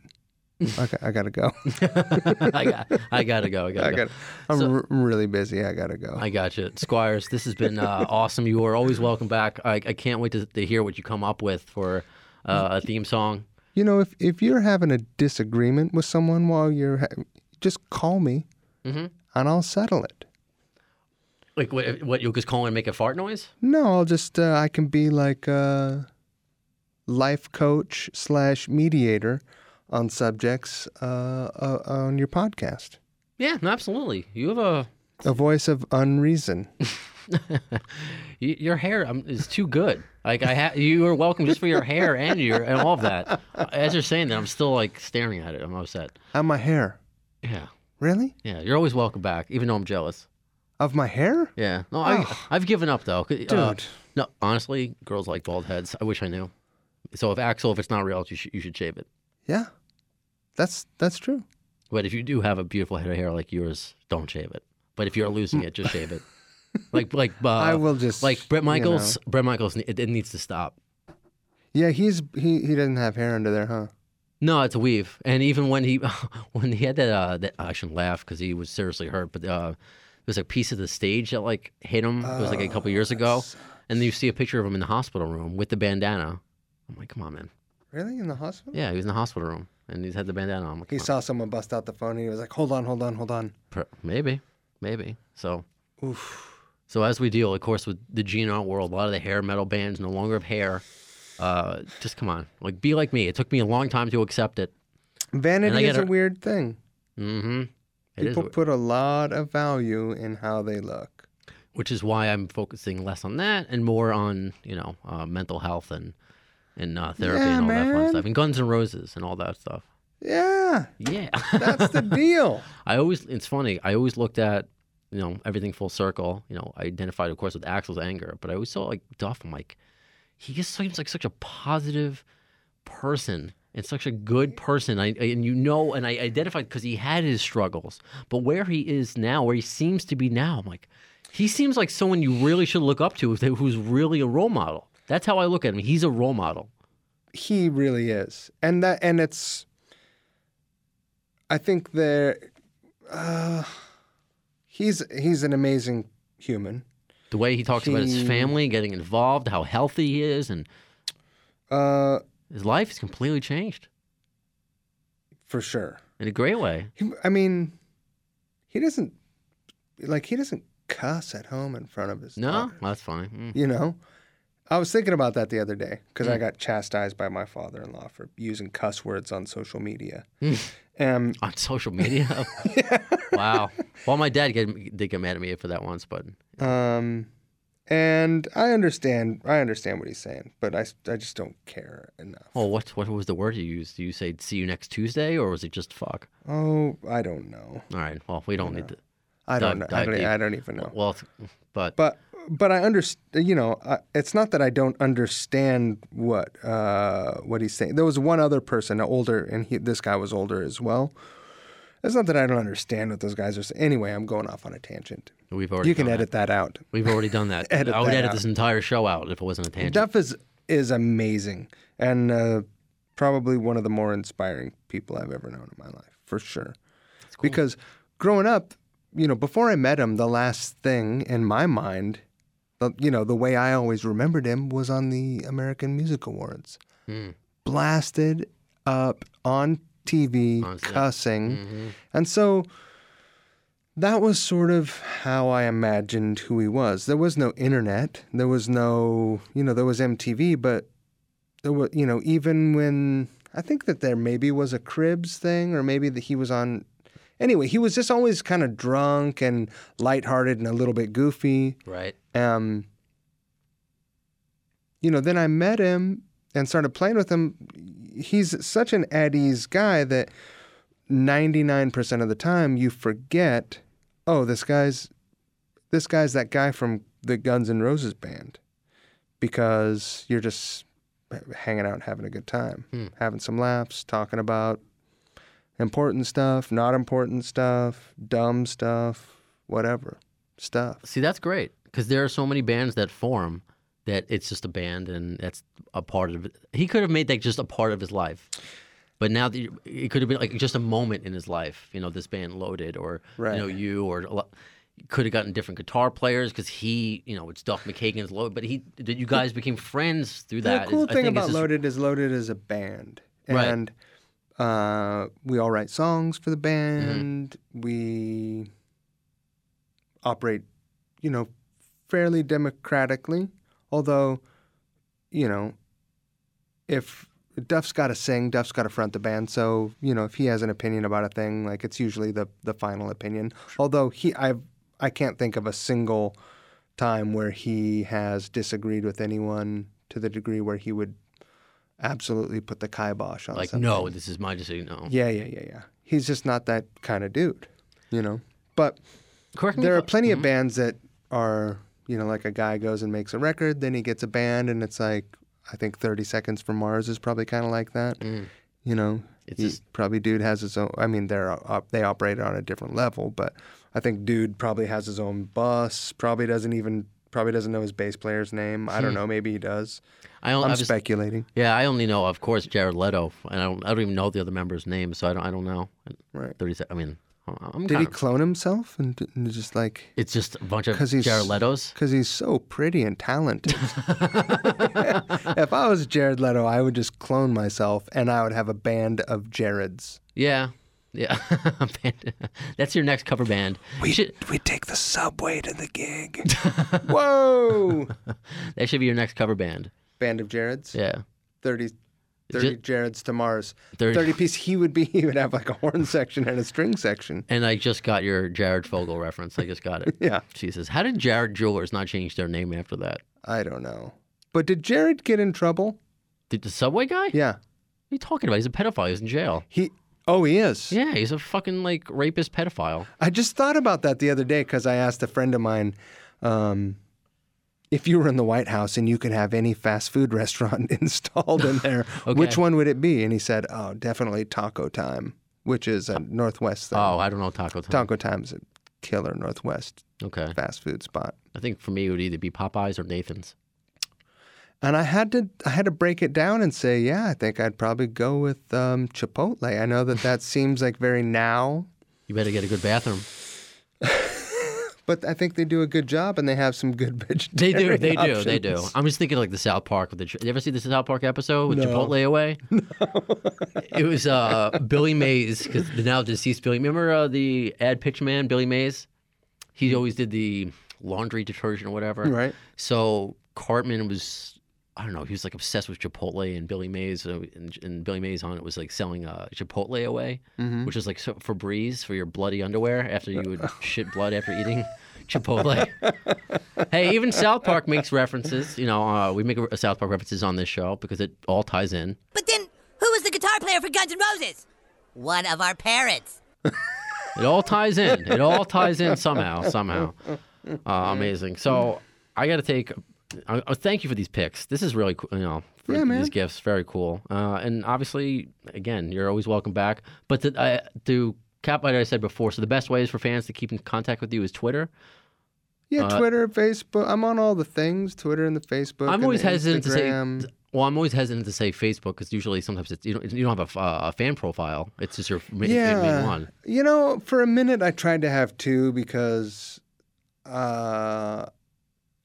Speaker 3: Okay, I gotta go.
Speaker 2: *laughs*
Speaker 3: *laughs*
Speaker 2: I got. I gotta go. I gotta
Speaker 3: I
Speaker 2: go.
Speaker 3: got. I'm r- really busy. I gotta go.
Speaker 2: I gotcha. Squires, this has been
Speaker 3: *laughs*
Speaker 2: uh, awesome. You are always welcome back. I, I can't wait to, to hear what you come up with for uh, a theme song.
Speaker 3: You know, if, if you're having a disagreement with someone while you're, ha- just call me,
Speaker 2: Mm-hmm.
Speaker 3: and I'll settle it.
Speaker 2: Like, what, what you'll just call and make a fart noise?
Speaker 3: No, I'll just uh, I can be like a life coach slash mediator on subjects uh, uh, on your podcast.
Speaker 2: Yeah, no, absolutely. You have a.
Speaker 3: A voice of unreason.
Speaker 2: y- Your hair um, is too good. Like I ha- you are welcome just for your hair and your and all of that. As you're saying that, I'm still like staring at it. I'm upset.
Speaker 3: Of my hair,
Speaker 2: Yeah,
Speaker 3: really?
Speaker 2: yeah. You're always welcome back, even though I'm jealous.
Speaker 3: Of my hair?
Speaker 2: Yeah. No, I, I've given up though. Dude.
Speaker 3: Oh. Dude.
Speaker 2: no, honestly, girls like bald heads. I wish I knew. So if Axel, if it's not real, you should you should shave it.
Speaker 3: Yeah, that's that's true.
Speaker 2: But if you do have a beautiful head of hair like yours, don't shave it. But if you're losing it, just
Speaker 3: *laughs*
Speaker 2: shave it. Like like uh,
Speaker 3: I will just
Speaker 2: like Brett
Speaker 3: you know.
Speaker 2: Michaels. Brett Michaels. It, it needs to stop.
Speaker 3: Yeah, he's he he doesn't have hair under there, huh?
Speaker 2: No, it's a weave. And even when he *laughs* when he had that, uh, that I shouldn't laugh because he was seriously hurt. But uh, there was a piece of the stage that like hit him. it was like a
Speaker 3: Oh,
Speaker 2: couple years ago. And then you see a picture of him in the hospital room with the bandana. I'm like, come on, man.
Speaker 3: Really, in the hospital?
Speaker 2: Yeah, he was in the hospital room and he's had the bandana. on. I'm like,
Speaker 3: He
Speaker 2: come on.
Speaker 3: saw someone bust out the phone and he was like, "Hold on, hold on, hold on."
Speaker 2: Per- Maybe, maybe. So, so as we deal, of course, with the GNR world, a lot of the hair metal bands no longer have hair. Uh, just come on, like be like me. It took me a long time to accept it.
Speaker 3: Vanity is
Speaker 2: gotta-
Speaker 3: a weird thing.
Speaker 2: Mm-hmm. It is,
Speaker 3: People put a lot of value in how they look.
Speaker 2: which is why I'm focusing less on that and more on you know uh, mental health and and uh, therapy
Speaker 3: Yeah,
Speaker 2: and all that fun
Speaker 3: man.
Speaker 2: stuff and Guns and Roses and all that stuff.
Speaker 3: Yeah,
Speaker 2: Yeah.
Speaker 3: that's the deal.
Speaker 2: I always it's funny. I always looked at you know everything full circle. You know, I identified of course with Axel's anger, but I always saw like Duff. I'm like, he just seems like such a positive person and such a good person. I and you know, and I identified because he had his struggles, but where he is now, where he seems to be now, I'm like, he seems like someone you really should look up to, who's really a role model. That's how I look at him. He's a role model.
Speaker 3: he really is, and that and it's. I think there, uh, he's he's an amazing human.
Speaker 2: The way he talks about his family, getting involved, how healthy he is, and
Speaker 3: Uh,
Speaker 2: his life is completely changed
Speaker 3: for sure.
Speaker 2: in a great way.
Speaker 3: He, I mean, he doesn't like he doesn't cuss at home in front of his
Speaker 2: No,
Speaker 3: daughter,
Speaker 2: that's fine. Mm.
Speaker 3: you know. I was thinking about that the other day because I got chastised by my father-in-law for using cuss words on social media. Um,
Speaker 2: On social
Speaker 3: *laughs*
Speaker 2: media, *laughs* wow. Well, my dad get, did get mad at me for that once, but
Speaker 3: um, and I understand, I understand what he's saying, but I, s- I just don't care enough.
Speaker 2: oh, what what was the word you used? Do you say "see you next Tuesday" or was it just "fuck"?
Speaker 3: Oh, I don't know.
Speaker 2: All right. Well, we don't need to.
Speaker 3: I don't
Speaker 2: Dive-
Speaker 3: know. I
Speaker 2: dive
Speaker 3: don't, e,
Speaker 2: deep.
Speaker 3: I don't even know.
Speaker 2: Well, but
Speaker 3: but but I understand. You know, I, it's not that I don't understand what uh, what he's saying. There was one other person older, and he, this guy was older as well. It's not that I don't understand what those guys are saying. Anyway, I'm going off on a tangent.
Speaker 2: we've already
Speaker 3: You can
Speaker 2: done
Speaker 3: edit
Speaker 2: That.
Speaker 3: that out.
Speaker 2: We've already done that.
Speaker 3: *laughs* Edit
Speaker 2: I would
Speaker 3: that
Speaker 2: edit
Speaker 3: out.
Speaker 2: this entire show out if it wasn't a tangent.
Speaker 3: Duff is is amazing and uh, probably one of the more inspiring people I've ever known in my life, for sure. Because growing up, you know, before I met him, the last thing in my mind, the, you know, the way I always remembered him was on the American Music Awards, blasted up on TV, cussing, and so. That was sort of how I imagined who he was. There was no internet. There was no, you know, there was MTV, but there was, you know, even when I think that there maybe was a Cribs thing or maybe that he was on. Anyway, he was just always kind of drunk and lighthearted and a little bit goofy.
Speaker 2: right.
Speaker 3: Um, you know, then I met him and started playing with him. He's such an at ease guy that 99% of the time you forget, oh, this guy's this guy's that guy from the Guns N' Roses band because you're just hanging out and having a good time, having some laughs, talking about important stuff, not important stuff, dumb stuff, whatever stuff.
Speaker 2: See, that's great because there are so many bands that form that it's just a band and that's a part of it. He could have made that just a part of his life. But now that you- it could have been like just a moment in his life, you know, this band loaded or
Speaker 3: Right.
Speaker 2: you know you or a lot, could have gotten different guitar players because he, you know, it's Duff McKagan's load, but he that you guys became friends through that.
Speaker 3: The
Speaker 2: is-
Speaker 3: cool
Speaker 2: I
Speaker 3: thing
Speaker 2: think is
Speaker 3: about
Speaker 2: just-
Speaker 3: Loaded is Loaded is a band,
Speaker 2: Right.
Speaker 3: and uh, we all write songs for the
Speaker 2: Mm-hmm.
Speaker 3: band. We operate, you know, fairly democratically. Although, you know, if Duff's got to sing, Duff's got to front the band. So you know, if he has an opinion about a thing, like it's usually the the final opinion. Although he, I, I can't think of a single time where he has disagreed with anyone to the degree where he would absolutely put the kibosh on
Speaker 2: like
Speaker 3: something.
Speaker 2: no, this is my decision. No,
Speaker 3: Yeah, yeah, yeah, yeah. He's just not that kind of dude, you know. But
Speaker 2: correct. me
Speaker 3: there
Speaker 2: if
Speaker 3: are
Speaker 2: I-
Speaker 3: plenty of bands that are, you know, like a guy goes and makes a record, then he gets a band, and it's like, I think 30 Seconds from Mars is probably kind of like that. You
Speaker 2: Mm.
Speaker 3: know,
Speaker 2: It's
Speaker 3: he-
Speaker 2: just-
Speaker 3: probably Dude has his own, I mean, they're, op- they operate on a different level, but I think Dude probably has his own bus, probably doesn't even, probably doesn't know his bass player's name. I don't know, maybe he does.
Speaker 2: I don't,
Speaker 3: I'm
Speaker 2: Hmm. I was-
Speaker 3: speculating.
Speaker 2: Yeah, I only know, of course, Jared Leto, and I don't, I don't even know the other member's name, so I don't, I don't know.
Speaker 3: Right.
Speaker 2: Thirty seconds. I mean, I'm
Speaker 3: Did
Speaker 2: kind
Speaker 3: he
Speaker 2: of,
Speaker 3: clone himself and, d- and just like,
Speaker 2: it's just a bunch of
Speaker 3: Because he's
Speaker 2: Jared Leto's.
Speaker 3: Because he's so pretty and talented. *laughs* if I was Jared Leto, I would just clone myself, and I would have a band of Jareds.
Speaker 2: Yeah, yeah. *laughs* Band- That's your next cover band.
Speaker 3: We
Speaker 2: should,
Speaker 3: we take the subway to the gig. *laughs* Whoa!
Speaker 2: that should be your next cover band.
Speaker 3: Band of Jareds.
Speaker 2: Yeah.
Speaker 3: 30,
Speaker 2: Ju-
Speaker 3: 30 Jareds to Mars.
Speaker 2: 30.
Speaker 3: 30. piece. He would be. *laughs* He would have like a horn section and a string section.
Speaker 2: And I just got your Jared Fogle reference. I just got it.
Speaker 3: *laughs* Yeah.
Speaker 2: Jesus, how did Jared Jewelers not change their name after that?
Speaker 3: I don't know. But did Jared get in trouble?
Speaker 2: Did the subway guy? What are
Speaker 3: Yeah.
Speaker 2: you talking about? He's a pedophile. He's in jail.
Speaker 3: He. Oh, he is.
Speaker 2: Yeah, he's a fucking like rapist pedophile.
Speaker 3: I just thought about that the other day because I asked a friend of mine um, if you were in the White House and you could have any fast food *laughs* restaurant installed
Speaker 2: *laughs*
Speaker 3: in there, which one would it be? And he said, oh, definitely Taco Time, which is a Northwest thing.
Speaker 2: Oh, I don't know Taco Time.
Speaker 3: Taco Time's a killer Northwest
Speaker 2: Okay.
Speaker 3: fast food spot.
Speaker 2: I think for me it would either be Popeyes or Nathan's.
Speaker 3: And I had to I had to break it down and say, yeah, I think I'd probably go with um, Chipotle. I know that that seems like very now,
Speaker 2: You better get a good bathroom.
Speaker 3: but I think they do a good job and they have some good *laughs*
Speaker 2: They
Speaker 3: vegetarian
Speaker 2: do, they do, they do.
Speaker 3: options.
Speaker 2: I'm just thinking like the South Park with the. You ever see the South Park episode with Chipotle away? No. it was uh, Billy Mays because the now deceased Billy. Remember uh, the ad pitch man Billy Mays? He always did the laundry detergent or whatever.
Speaker 3: Right.
Speaker 2: So Cartman was. I don't know. He was like obsessed with Chipotle and Billy Mays, uh, and, and Billy Mays on it was like selling uh, Chipotle away, which is like so, Febreze for your bloody underwear after you would shit blood after eating Chipotle. hey, even South Park makes references. You know, uh, we make a, South Park references on this show because it all ties in.
Speaker 4: But then, who was the guitar player for Guns N' Roses? One of our parents.
Speaker 2: It all ties in. It all ties in somehow, somehow. Uh, amazing. So I got to take. I, I thank you for these picks. This is really cool. You know, for
Speaker 3: Yeah, man.
Speaker 2: these gifts, very cool. Uh, and obviously, again, you're always welcome back. But to, uh, to cap what I said before, so the best way is for fans to keep in contact with you is Twitter.
Speaker 3: Yeah, Twitter, Facebook. I'm on all the things, Twitter and the Facebook.
Speaker 2: Uh, I'm
Speaker 3: and
Speaker 2: always
Speaker 3: the
Speaker 2: hesitant
Speaker 3: Instagram.
Speaker 2: to say. Well, I'm always hesitant to say Facebook because usually sometimes it's you don't, you don't have a, uh, a fan profile. It's just your ma- main one.
Speaker 3: You know, for a minute I tried to have two because uh,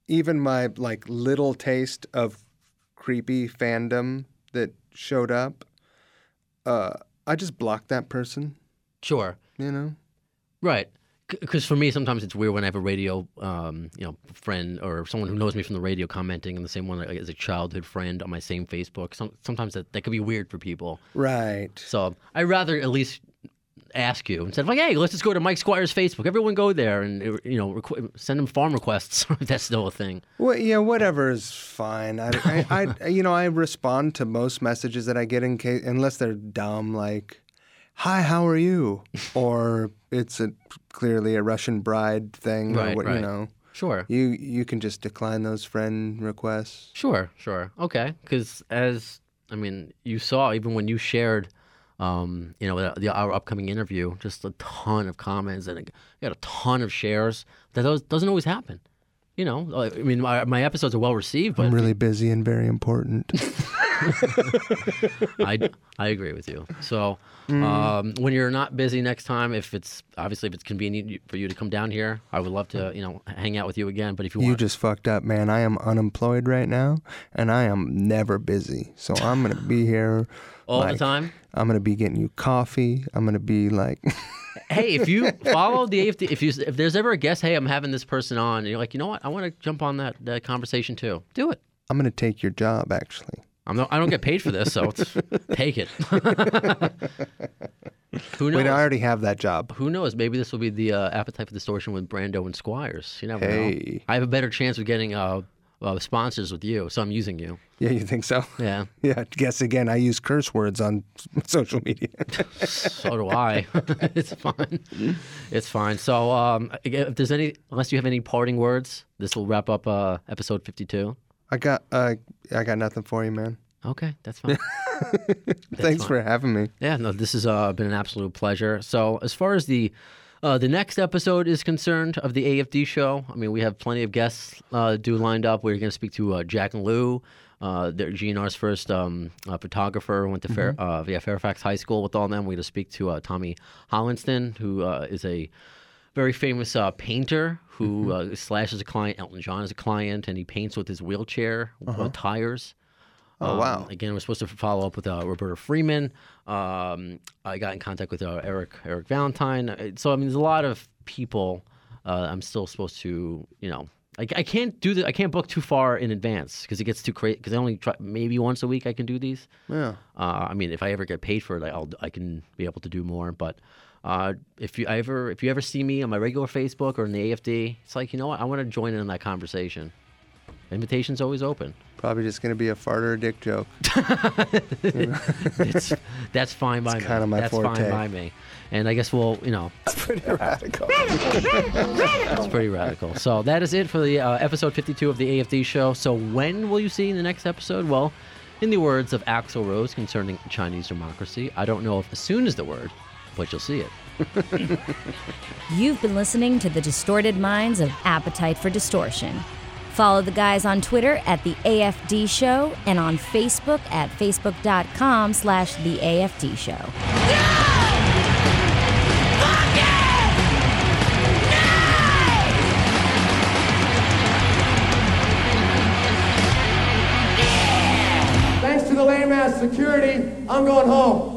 Speaker 3: even my like little taste of creepy fandom that showed up, uh, I just blocked that person.
Speaker 2: Sure.
Speaker 3: You know,
Speaker 2: Right. Because for me, sometimes it's weird when I have a radio, um, you know, friend or someone who knows me from the radio commenting, and the same one like, as a childhood friend on my same Facebook. Some, sometimes that, that could be weird for people.
Speaker 3: right?
Speaker 2: So I'd rather at least ask you instead of like, hey, let's just go to Mike Squire's Facebook. Everyone go there and you know requ- send him farm requests *laughs* if that's still a thing.
Speaker 3: Well, yeah, whatever is fine. I, I,
Speaker 2: *laughs*
Speaker 3: I, you know, I respond to most messages that I get in case, unless they're dumb, like "Hi, how are you?" or it's a, clearly a Russian bride thing,
Speaker 2: Right,
Speaker 3: or what
Speaker 2: right.
Speaker 3: you know.
Speaker 2: Sure.
Speaker 3: You you can just decline those friend requests.
Speaker 2: Sure, sure. Okay. Because as, I mean, you saw, even when you shared, um, you know, the, our upcoming interview, just a ton of comments and it got a ton of shares. That does, doesn't always happen. You know, like, I mean, my, my episodes are well received, but
Speaker 3: I'm *laughs* really busy and
Speaker 2: *laughs*
Speaker 3: very important.
Speaker 2: I, I agree with you. So
Speaker 3: Mm.
Speaker 2: um, when you're not busy next time, if it's obviously if it's convenient you- for you to come down here, I would love to, you know, hang out with you again. But if you,
Speaker 3: you
Speaker 2: want,
Speaker 3: just fucked up, man. I am unemployed right now, and I am never busy. So I'm gonna be here
Speaker 2: all
Speaker 3: like,
Speaker 2: the time.
Speaker 3: I'm gonna be getting you coffee. I'm gonna be like, *laughs*
Speaker 2: hey, if you follow the AFD, if you if there's ever a guest, hey, I'm having this person on, and you're like, you know what, I want to jump on that, that conversation too. Do it.
Speaker 3: I'm gonna take your job. Actually,
Speaker 2: I'm not, I don't get paid for this, so
Speaker 3: *laughs*
Speaker 2: it's, take it. *laughs* Who knows?
Speaker 3: wait, I already have that job.
Speaker 2: Who knows? Maybe this will be the uh, appetite for distortion with Brando and Squires. You never know.
Speaker 3: Hey.
Speaker 2: I have a better chance of getting uh, uh, sponsors with you, so I'm using you.
Speaker 3: Yeah, you think so?
Speaker 2: Yeah,
Speaker 3: Yeah. Guess again. I use curse words on *laughs* social media.
Speaker 2: so do
Speaker 3: *laughs*
Speaker 2: I. *laughs* it's fine. It's fine. So, um, again, if there's any, unless you have any parting words, this will wrap up uh, episode 52.
Speaker 3: I got uh, I got nothing for you, man.
Speaker 2: Okay, that's fine. *laughs*
Speaker 3: Thanks for having me.
Speaker 2: yeah, no, this has uh, been an absolute pleasure. So, as far as the uh, the next episode is concerned of the AFD show, I mean, we have plenty of guests uh, do lined up. We're going to speak to uh, Jack and Lou. Uh, they're GNR's first um, uh, photographer went to Fair, uh, yeah, Fairfax High School with all them. We're going to speak to uh, Tommy Hollinston, who uh, is a very famous uh, painter who uh, Slash is a client, Elton John is a client, and he paints with his wheelchair uh, tires.
Speaker 3: Oh
Speaker 2: Um,
Speaker 3: wow.
Speaker 2: Again, we're supposed to follow up with uh, Roberta Freeman. Um, I got in contact with uh, Eric Eric Valentine. Uh, So I mean, there's a lot of people. Uh, I'm still supposed to, you know, I, I can't do the I can't book too far in advance because it gets too crazy. Because I only try maybe once a week I can do these.
Speaker 3: Yeah.
Speaker 2: Uh, I mean, if I ever get paid for it, I'll I can be able to do more. But uh, if you ever if you ever see me on my regular Facebook or in the AFD, it's like you know what I want to join in on that conversation. Invitation's always open.
Speaker 3: Probably just gonna be a fart or a dick joke.
Speaker 2: it's, that's fine by me.
Speaker 3: kinda my
Speaker 2: that's fine
Speaker 3: forte.
Speaker 2: by me. And I guess we'll, you
Speaker 3: *laughs*
Speaker 2: know, it's pretty radical. So that is it for the uh, episode 52 of the AFD show. So when will you see the next episode? Well, in the words of Axel Rose concerning Chinese democracy, I don't know if soon is the word, but you'll see it.
Speaker 1: You've been listening to the distorted minds of Appetite for Distortion. Follow the guys on Twitter at the AFD Show and on Facebook at facebook.com slash the AFD Show.
Speaker 6: Thanks to the lame ass security, I'm going home.